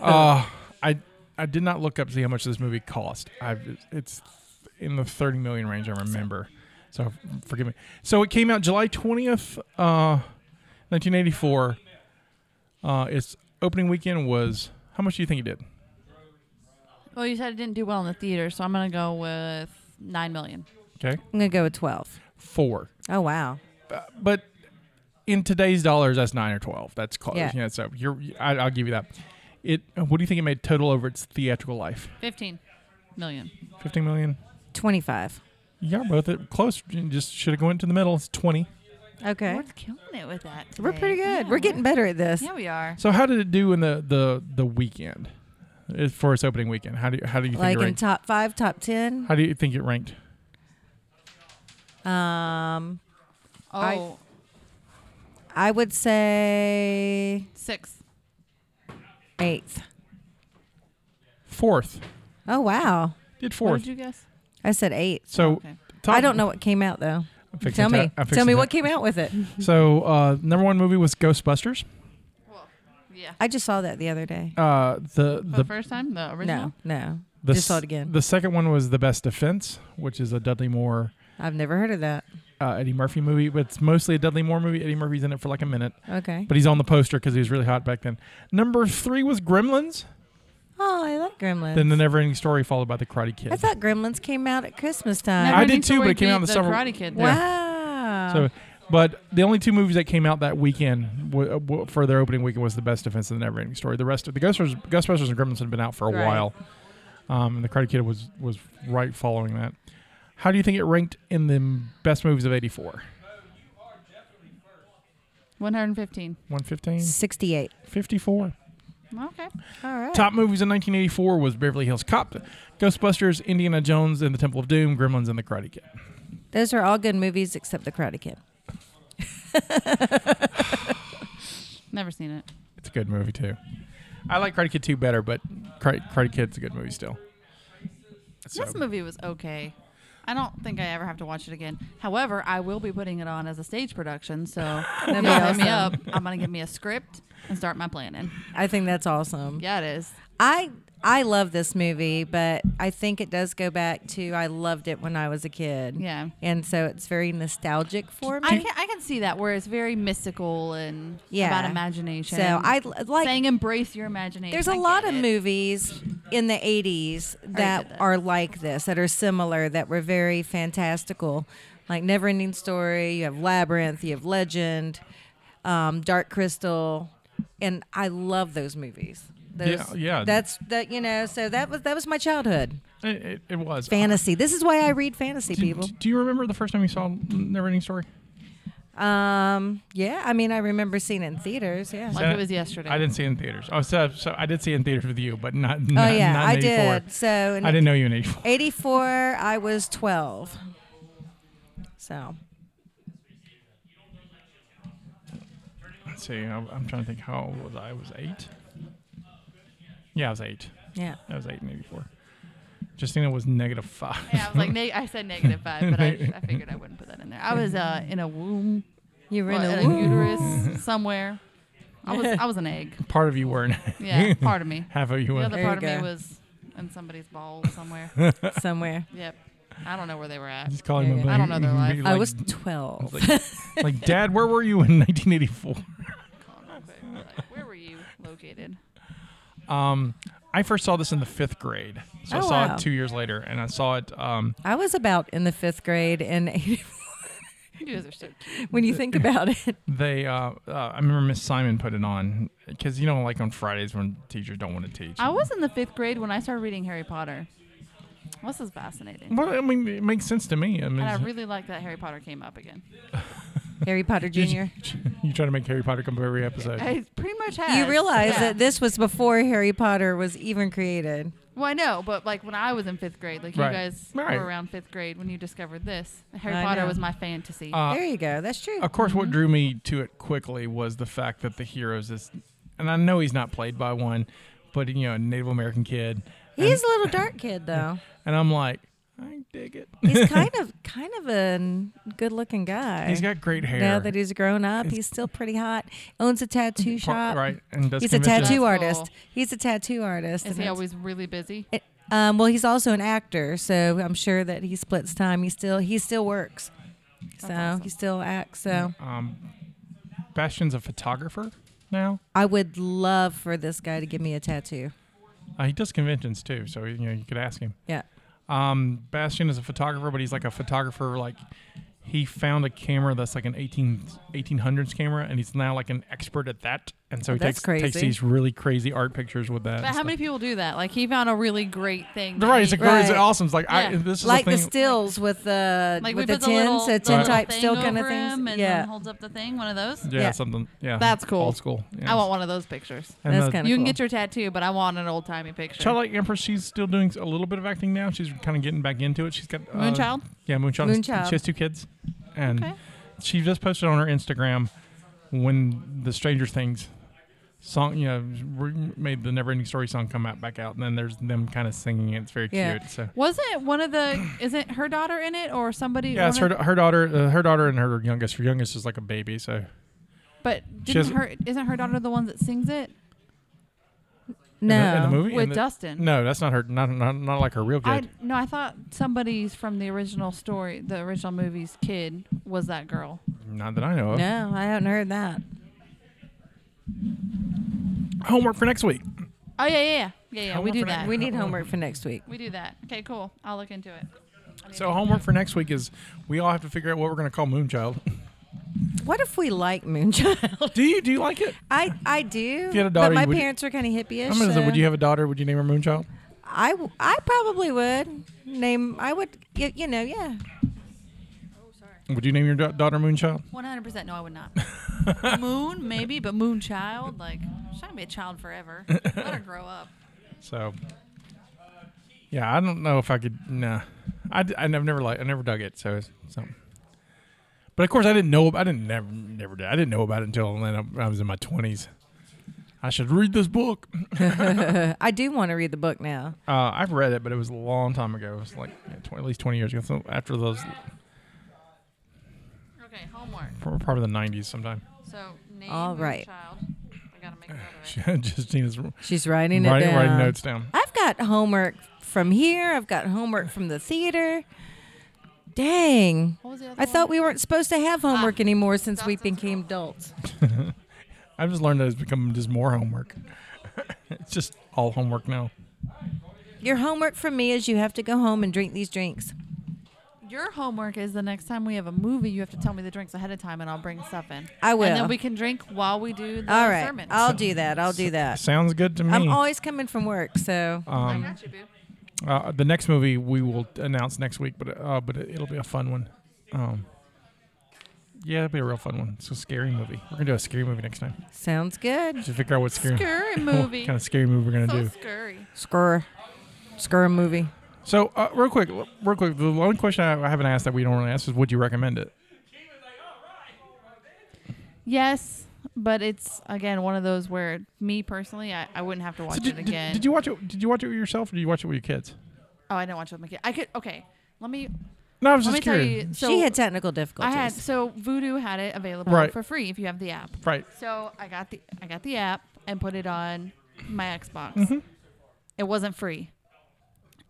Speaker 2: uh, I I did not look up to see how much this movie cost. I it's in the thirty million range. I remember. So forgive me. So it came out July twentieth, uh, nineteen eighty four. Uh, its opening weekend was how much do you think it did?
Speaker 4: Well, you said it didn't do well in the theater, so I'm gonna go with nine million.
Speaker 2: Okay,
Speaker 3: I'm gonna go with twelve.
Speaker 2: four.
Speaker 3: Oh wow.
Speaker 2: but in today's dollars, that's nine or twelve. That's close.
Speaker 3: Yeah.
Speaker 2: Yeah. so you're, I, I'll give you that. It. What do you think it made total over its theatrical life?
Speaker 4: Fifteen million.
Speaker 2: Fifteen million.
Speaker 3: Twenty-five.
Speaker 2: You're both at- close. You just should have went to the middle. It's twenty.
Speaker 3: Okay.
Speaker 4: We're killing it with that.
Speaker 3: We're
Speaker 4: today.
Speaker 3: pretty good.
Speaker 4: Yeah,
Speaker 3: We're getting better at this.
Speaker 4: Yeah, we are.
Speaker 2: So how did it do in the the the weekend It- for its opening weekend? How do you, how do you think
Speaker 3: Like
Speaker 2: it
Speaker 3: in
Speaker 2: ranked?
Speaker 3: top five, top ten.
Speaker 2: how do you think it ranked?
Speaker 3: Um,
Speaker 4: Oh,
Speaker 3: I- I would say
Speaker 4: six.
Speaker 3: eighth.
Speaker 2: Fourth.
Speaker 3: Oh wow.
Speaker 2: Did
Speaker 4: What
Speaker 2: fourth.
Speaker 4: did you guess?
Speaker 3: I said eight.
Speaker 2: so
Speaker 4: okay.
Speaker 2: top-
Speaker 3: Oh, I don't know what came out though.
Speaker 2: I'm fixing
Speaker 3: Tell
Speaker 2: to-
Speaker 3: me.
Speaker 2: I'm
Speaker 3: Tell me
Speaker 2: fixing
Speaker 3: what
Speaker 2: to-
Speaker 3: came out with it.
Speaker 2: So uh, number one movie was Ghostbusters.
Speaker 6: Yeah.
Speaker 3: I just saw that the other day.
Speaker 2: Uh, the
Speaker 4: For
Speaker 2: the
Speaker 4: the first time, the original.
Speaker 3: No, no.
Speaker 2: the
Speaker 3: Oh, just saw
Speaker 2: s-
Speaker 3: it again.
Speaker 2: The second one was the best defense, which is a Dudley Moore
Speaker 3: I've never heard of that.
Speaker 2: uh, Eddie Murphy movie, but it's mostly a Dudley Moore movie. Eddie Murphy's in it for like a minute,
Speaker 3: Okay.
Speaker 2: but he's on the poster because he was really hot back then. Number three was Gremlins,
Speaker 3: Oh, I like Gremlins.
Speaker 2: then The Never Ending Story, followed by The Karate Kid.
Speaker 3: I thought Gremlins came out at Christmas time.
Speaker 4: Never
Speaker 2: I did
Speaker 4: Ending
Speaker 2: too, but
Speaker 4: Story
Speaker 2: it came out in
Speaker 4: beat
Speaker 2: the summer.
Speaker 4: Karate Kid. though.
Speaker 3: wow.
Speaker 2: So, but the only two movies that came out that weekend w- w- for their opening weekend was the best defense of the Never Ending Story. The rest of the Ghostbusters, Ghostbusters and Gremlins had been out for a
Speaker 3: Right.
Speaker 2: while, um, and the Karate Kid was was right following that. How do you think it ranked in the best movies of '84?
Speaker 4: 115.
Speaker 2: 115,
Speaker 3: 68.
Speaker 2: 54.
Speaker 4: Okay.
Speaker 3: All right.
Speaker 2: Top movies in 1984 was Beverly Hills Cop, Ghostbusters, Indiana Jones and the Temple of Doom, Gremlins, and the Karate Kid.
Speaker 3: Those are all good movies except The Karate Kid.
Speaker 4: Never seen it.
Speaker 2: It's a good movie too. I like Karate Kid 2 better, but Karate, Karate Kid's a good movie still. So-
Speaker 4: This movie was okay. I don't think I ever have to watch it again. However, I will be putting it on as a stage production, so
Speaker 3: That'd
Speaker 4: if
Speaker 3: be
Speaker 4: y'all hit me up.
Speaker 3: awesome.
Speaker 4: I'm gonna give me a script and start my planning.
Speaker 3: I think that's awesome.
Speaker 4: Yeah, it is.
Speaker 3: I I love this movie, but I think it does go back to I loved it when I was a kid.
Speaker 4: Yeah.
Speaker 3: And so it's very nostalgic for me.
Speaker 4: I can, I can see that where it's very mystical and
Speaker 3: Yeah.
Speaker 4: about imagination.
Speaker 3: So I l- like-
Speaker 4: saying embrace your imagination.
Speaker 3: There's a
Speaker 4: I
Speaker 3: lot
Speaker 4: get
Speaker 3: of
Speaker 4: it.
Speaker 3: movies in the 80s
Speaker 4: did
Speaker 3: that
Speaker 4: that.
Speaker 3: are like this, that are similar, that were very fantastical. Like Neverending Story, you have Labyrinth, you have Legend, um, Dark Crystal, and I love those movies. Those,
Speaker 2: yeah.
Speaker 3: That's that you know. So that was that was my childhood
Speaker 2: It, it, it was.
Speaker 3: fantasy. This is why I read fantasy
Speaker 2: Do,
Speaker 3: people.
Speaker 2: do you remember the first time you saw Neverending Story?
Speaker 3: Um, yeah, I mean, I remember seeing it in theaters. Yeah.
Speaker 4: Like it was yesterday.
Speaker 2: I didn't see it in theaters. Oh, so, so I did see it in theaters with you, but not. not
Speaker 3: oh yeah,
Speaker 2: not in
Speaker 3: I
Speaker 2: 84.
Speaker 3: did. So in
Speaker 2: I didn't know you in '84.
Speaker 3: 84, I was 12. So
Speaker 2: Let's see. I'm, I'm trying to think. How old was I? I was eight. Yeah, I was eight.
Speaker 3: yeah,
Speaker 2: I was eight in '84. Justina was negative five.
Speaker 4: Yeah, I was like, neg- I said negative five, but I, I figured I wouldn't put that in there. I was uh, in a womb,
Speaker 3: you were in
Speaker 4: well,
Speaker 3: a
Speaker 4: in a
Speaker 3: womb.
Speaker 4: uterus somewhere. I was, I was an egg.
Speaker 2: Part of you weren't.
Speaker 4: Yeah, part of me.
Speaker 2: Half of you
Speaker 4: The
Speaker 2: were.
Speaker 4: other
Speaker 3: you
Speaker 4: part of me
Speaker 3: go.
Speaker 4: was in somebody's ball somewhere.
Speaker 3: somewhere.
Speaker 4: yep. I don't know where they were at.
Speaker 2: Just calling
Speaker 3: Yeah,
Speaker 2: them.
Speaker 3: yeah.
Speaker 4: I don't know their
Speaker 2: like-
Speaker 4: life.
Speaker 2: like-
Speaker 3: I was 12.
Speaker 2: like, like, Dad, where were you in 1984?
Speaker 4: Call them real quick. We're like, where were you located?
Speaker 2: Um, I first saw this in the fifth grade, so I
Speaker 3: Oh,
Speaker 2: saw
Speaker 3: wow.
Speaker 2: it two years later, and I saw it. Um,
Speaker 3: I was about in the fifth grade in 84.
Speaker 4: You guys are so cute.
Speaker 3: When you think about it,
Speaker 2: they, uh, uh, I remember Miss Simon put it on because you know, like on Fridays when teachers don't want to teach.
Speaker 4: I was in the fifth grade when I started reading Harry Potter. This is fascinating.
Speaker 2: well, I mean, it makes sense to me. I mean,
Speaker 4: And I
Speaker 2: it's-
Speaker 4: really like that Harry Potter came up again.
Speaker 3: Harry Potter
Speaker 2: you-
Speaker 3: Jr.
Speaker 2: You try to make Harry Potter come up every episode.
Speaker 4: I pretty much has.
Speaker 3: You realize
Speaker 4: Yeah.
Speaker 3: that this was before Harry Potter was even created.
Speaker 4: Well, I know, but like when I was in fifth grade, like
Speaker 2: Right.
Speaker 4: you guys
Speaker 2: Right.
Speaker 4: were around fifth grade when you discovered this. Harry
Speaker 3: I
Speaker 4: Potter
Speaker 3: know.
Speaker 4: was my fantasy.
Speaker 2: Uh,
Speaker 3: there you go. That's true.
Speaker 2: Of course, what drew me to it quickly was the fact that the heroes is, and I know he's not played by one, but you know, a Native American kid,
Speaker 3: He's a little dark kid though.
Speaker 2: and I'm like, I dig it.
Speaker 3: He's kind of kind of a good-looking guy.
Speaker 2: He's got great hair.
Speaker 3: Now that he's grown up,
Speaker 2: It's-
Speaker 3: he's still pretty hot. Owns a tattoo
Speaker 2: Par-
Speaker 3: shop.
Speaker 2: right? And does
Speaker 3: He's a
Speaker 2: conventions.
Speaker 3: tattoo
Speaker 4: That's
Speaker 3: artist.
Speaker 4: cool.
Speaker 3: He's a tattoo artist.
Speaker 4: Is
Speaker 3: and
Speaker 4: he
Speaker 3: it's-
Speaker 4: always really busy?
Speaker 3: it- um, well, he's also an actor, so I'm sure that he splits time. He still he still works, so
Speaker 4: awesome.
Speaker 3: he still acts. So
Speaker 2: Um, Bastion's a photographer now.
Speaker 3: I would love for this guy to give me a tattoo.
Speaker 2: Uh, he does conventions too, so you know you could ask him.
Speaker 3: Yeah,
Speaker 2: Um, Bastion is a photographer, but he's like a photographer like he found a camera that's like an 18, 1800s camera, and he's now like an expert at that. And so he
Speaker 3: that's
Speaker 2: takes takes
Speaker 3: crazy.
Speaker 2: these really crazy art pictures with that.
Speaker 4: But
Speaker 2: and
Speaker 4: how
Speaker 2: stuff.
Speaker 4: many people do that? Like he found a really great thing. that
Speaker 2: Right, it's,
Speaker 4: he-
Speaker 2: a, great- it's
Speaker 3: Right.
Speaker 2: awesome. It's like I,
Speaker 4: Yeah.
Speaker 2: this is
Speaker 3: like
Speaker 2: the
Speaker 3: the
Speaker 2: thing.
Speaker 3: stills with the
Speaker 4: Like
Speaker 3: with
Speaker 4: we
Speaker 3: the
Speaker 4: put the little,
Speaker 3: tins, the tin
Speaker 4: little
Speaker 3: type
Speaker 4: thing
Speaker 3: still kind of
Speaker 4: over him
Speaker 3: things.
Speaker 4: and
Speaker 3: Yeah,
Speaker 4: then holds up the thing. One of those.
Speaker 2: yeah,
Speaker 3: yeah.
Speaker 2: something. Yeah,
Speaker 4: That's cool.
Speaker 2: Old school. Yeah.
Speaker 4: I want one of those pictures.
Speaker 2: And
Speaker 3: That's
Speaker 2: the-
Speaker 3: kinda
Speaker 4: you can
Speaker 3: cool.
Speaker 4: get your tattoo, but I want an old timey picture.
Speaker 2: Childlike Empress, she's still doing a little bit of acting now. She's kind of getting back into it. She's got uh,
Speaker 4: Moonchild?
Speaker 2: Yeah, Moonchild. is-
Speaker 3: Moonchild.
Speaker 2: She has two kids, and
Speaker 4: Okay.
Speaker 2: she just posted on her Instagram when the Stranger Things song, you know, re- made the Never Ending Story song come out back out, and then there's them kind of singing. it. It's very
Speaker 3: Yeah.
Speaker 2: cute. So.
Speaker 4: Wasn't one of the? Isn't her daughter in it or somebody?
Speaker 2: Yeah, it's
Speaker 4: one
Speaker 2: her,
Speaker 4: of-
Speaker 2: her daughter, uh, her daughter, and her youngest. Her youngest is like a baby, so
Speaker 4: But
Speaker 2: She
Speaker 4: didn't
Speaker 2: has-
Speaker 4: her? Isn't her daughter the one that sings it?
Speaker 2: in the- in the,
Speaker 3: No.
Speaker 2: movie
Speaker 4: With
Speaker 2: In the-
Speaker 4: Dustin.
Speaker 2: No, that's not her. Not not, not like her real kid.
Speaker 4: I no, I thought somebody's from the original story, the original movie's kid was that girl.
Speaker 2: not that I know of.
Speaker 3: No, I haven't heard that.
Speaker 2: Homework for next week.
Speaker 4: Oh yeah, yeah, yeah, yeah. yeah we
Speaker 2: Homework
Speaker 4: do
Speaker 2: for
Speaker 4: that.
Speaker 2: next-
Speaker 4: We,
Speaker 3: We need homework for next week.
Speaker 4: we do that. Okay, cool. I'll look into it.
Speaker 2: So homework for next week is we all have to figure out what we're going to call Moonchild.
Speaker 3: What if we like Moonchild?
Speaker 2: do you do you like it?
Speaker 3: I I do.
Speaker 2: you had a daughter,
Speaker 3: but my
Speaker 2: you would-
Speaker 3: parents are kind of hippie-ish.
Speaker 2: I'm gonna say,
Speaker 3: so
Speaker 2: would you have a daughter? Would you name her Moonchild?
Speaker 3: I w- I probably would name. I would. y- You know. Yeah.
Speaker 2: Would you name your da- daughter Moonchild?
Speaker 6: One hundred percent. No, I would not. Moon, maybe, but Moon Child, like, she's not gonna be a child forever. Let her grow up.
Speaker 2: So, yeah, I don't know if I could. Nah, I d- I never never like I never dug it. So it's something. But of course, I didn't know. I didn't never never did. I didn't know about it until then. I, I was in my twenties. I should read this book.
Speaker 3: I do want to read the book now.
Speaker 2: Uh, I've read it, but it was a long time ago. It was like yeah, 20, at least twenty years ago. So after those,
Speaker 6: Okay, homework.
Speaker 2: pro- probably the nineties sometime.
Speaker 6: So name
Speaker 3: All
Speaker 6: your
Speaker 3: right.
Speaker 6: child. I gotta make note of it.
Speaker 2: Justina's writing,
Speaker 3: She's writing it down.
Speaker 2: writing notes down.
Speaker 3: I've got homework from here. I've got homework from the theater. Dang.
Speaker 6: What was the other Ah,
Speaker 3: I thought we weren't supposed to have homework anymore since we became adults.
Speaker 2: I've just learned that it's become just more homework. it's just all homework now.
Speaker 3: Your homework from me is you have to go home and drink these drinks.
Speaker 4: Your homework is the next time we have a movie, you have to tell me the drinks ahead of time, and I'll bring stuff in.
Speaker 3: I will.
Speaker 4: And then we can drink while we do the
Speaker 3: All right.
Speaker 4: sermon.
Speaker 3: I'll do that. I'll do that.
Speaker 2: Sounds good to me.
Speaker 3: I'm always coming from work, so
Speaker 6: I got you, boo.
Speaker 2: Uh, the next movie we will announce next week, but uh, but it'll be a fun one. Um, yeah, it'll be a real fun one. It's a scary movie. We're gonna do a scary movie next time.
Speaker 3: sounds good.
Speaker 2: Just figure out what scary,
Speaker 6: Scary
Speaker 2: what
Speaker 6: movie.
Speaker 2: kind of scary movie we're gonna
Speaker 6: so
Speaker 2: do.
Speaker 6: scary.
Speaker 3: Skur. Skur movie.
Speaker 2: So uh, real quick, real quick. The only question I, I haven't asked that we don't really ask is, would you recommend it?
Speaker 4: Yes, but it's again one of those where me personally, I, I wouldn't have to watch
Speaker 2: So did,
Speaker 4: it
Speaker 2: did-
Speaker 4: again.
Speaker 2: did you watch it? Did you watch it with yourself, or did you watch it with your kids?
Speaker 4: Oh, I didn't watch it with my kid. I could. Okay, let me
Speaker 2: No, I was
Speaker 4: let me
Speaker 2: just curious.
Speaker 4: tell you. So
Speaker 3: she had technical
Speaker 4: I
Speaker 3: difficulties.
Speaker 4: had so Voodoo had it available
Speaker 2: Right.
Speaker 4: for free if you have the app.
Speaker 2: Right.
Speaker 4: So I got the I got the app and put it on my Xbox. It wasn't free,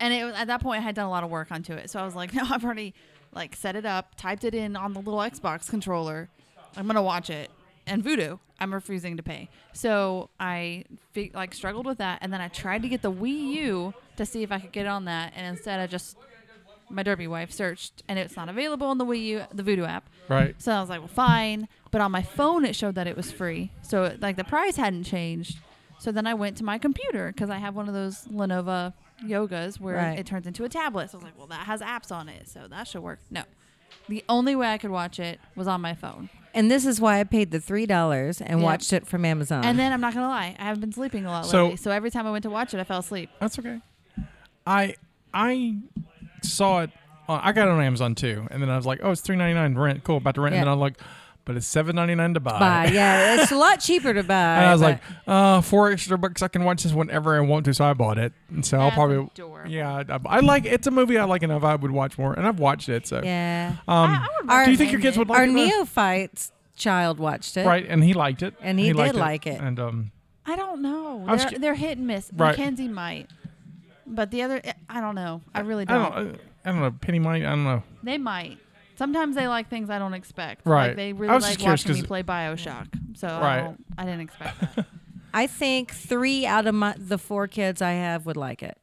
Speaker 4: and it was, at that point I had done a lot of work onto it. So I was like, no, I've already like set it up, typed it in on the little Xbox controller. I'm gonna watch it. And Voodoo, I'm refusing to pay. So I fi- like struggled with that, and then I tried to get the Wii U to see if I could get on that, and instead I just my derby wife searched, and it's not available on the Wii U, the Voodoo app.
Speaker 2: Right.
Speaker 4: So I was like, well, fine. But on my phone, it showed that it was free. So like the price hadn't changed. So then I went to my computer because I have one of those Lenovo yogas where
Speaker 3: Right.
Speaker 4: it turns into a tablet. So I was like, well, that has apps on it, so that should work. No, the only way I could watch it was on my phone.
Speaker 3: and this is why I paid the three dollars and
Speaker 4: Yep.
Speaker 3: watched it from Amazon.
Speaker 4: And then I'm not gonna lie, I have been sleeping a lot
Speaker 2: So-
Speaker 4: lately. So every time I went to watch it, I fell asleep.
Speaker 2: That's okay. I I saw it. On, I got it on Amazon too, and then I was like, "Oh, it's three ninety nine rent. Cool, about to rent." And
Speaker 3: Yeah.
Speaker 2: then I'm like, "But it's seven ninety nine to buy."
Speaker 3: buy. Yeah, it's a lot cheaper to buy.
Speaker 2: And I was
Speaker 3: but-
Speaker 2: like, uh, four extra bucks. I can watch this whenever I want to, so I bought it. And so I'll
Speaker 4: That's
Speaker 2: probably,
Speaker 4: adorable.
Speaker 2: yeah, I, I like. It's a movie I like enough. I would watch more, and I've watched it. So,
Speaker 3: yeah.
Speaker 2: um,
Speaker 4: I- I would
Speaker 3: Our-
Speaker 2: do you think your kids would like
Speaker 3: Our
Speaker 2: it? though?
Speaker 3: neophyte's child watched it.
Speaker 2: right, and he liked it,
Speaker 3: And he did
Speaker 2: liked
Speaker 3: like it.
Speaker 2: and um,
Speaker 4: I don't know.
Speaker 2: I was
Speaker 4: They're,
Speaker 2: cu-
Speaker 4: they're hit and miss.
Speaker 2: Right.
Speaker 4: Mackenzie might, but the other, eh, I don't know. I really
Speaker 2: I don't, uh, I don't know, Penny might, I don't know.
Speaker 4: They might. Sometimes they like things I don't expect.
Speaker 2: Right.
Speaker 4: Like they
Speaker 2: I
Speaker 4: really
Speaker 2: was just
Speaker 4: like
Speaker 2: curious
Speaker 4: watching me
Speaker 2: 'cause-
Speaker 4: play Bioshock. So
Speaker 2: Right.
Speaker 4: I, don't, I didn't expect that.
Speaker 3: I think three out of my, the four kids I have would like it.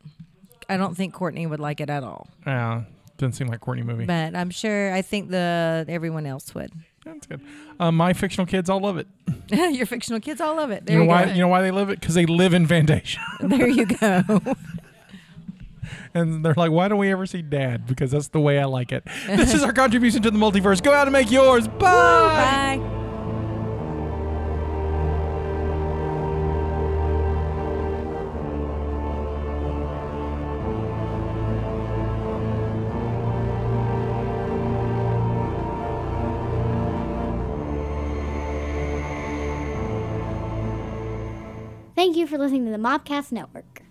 Speaker 3: I don't think Courtney would like it at all,
Speaker 2: Yeah, doesn't seem like Courtney movie.
Speaker 3: but I'm sure I think the everyone else would.
Speaker 2: That's good. Uh, my fictional kids all love it.
Speaker 3: Your fictional kids all love it. There
Speaker 2: you
Speaker 3: you,
Speaker 2: know why?
Speaker 3: go.
Speaker 2: You know why they love it? Because they live in Vandation,
Speaker 3: There you go.
Speaker 2: and they're like, "Why don't we ever see Dad?" Because that's the way I like it. this is our contribution to the multiverse. Go out and make yours. Bye.
Speaker 3: Bye.
Speaker 1: Thank you for listening to the Mobcast Network.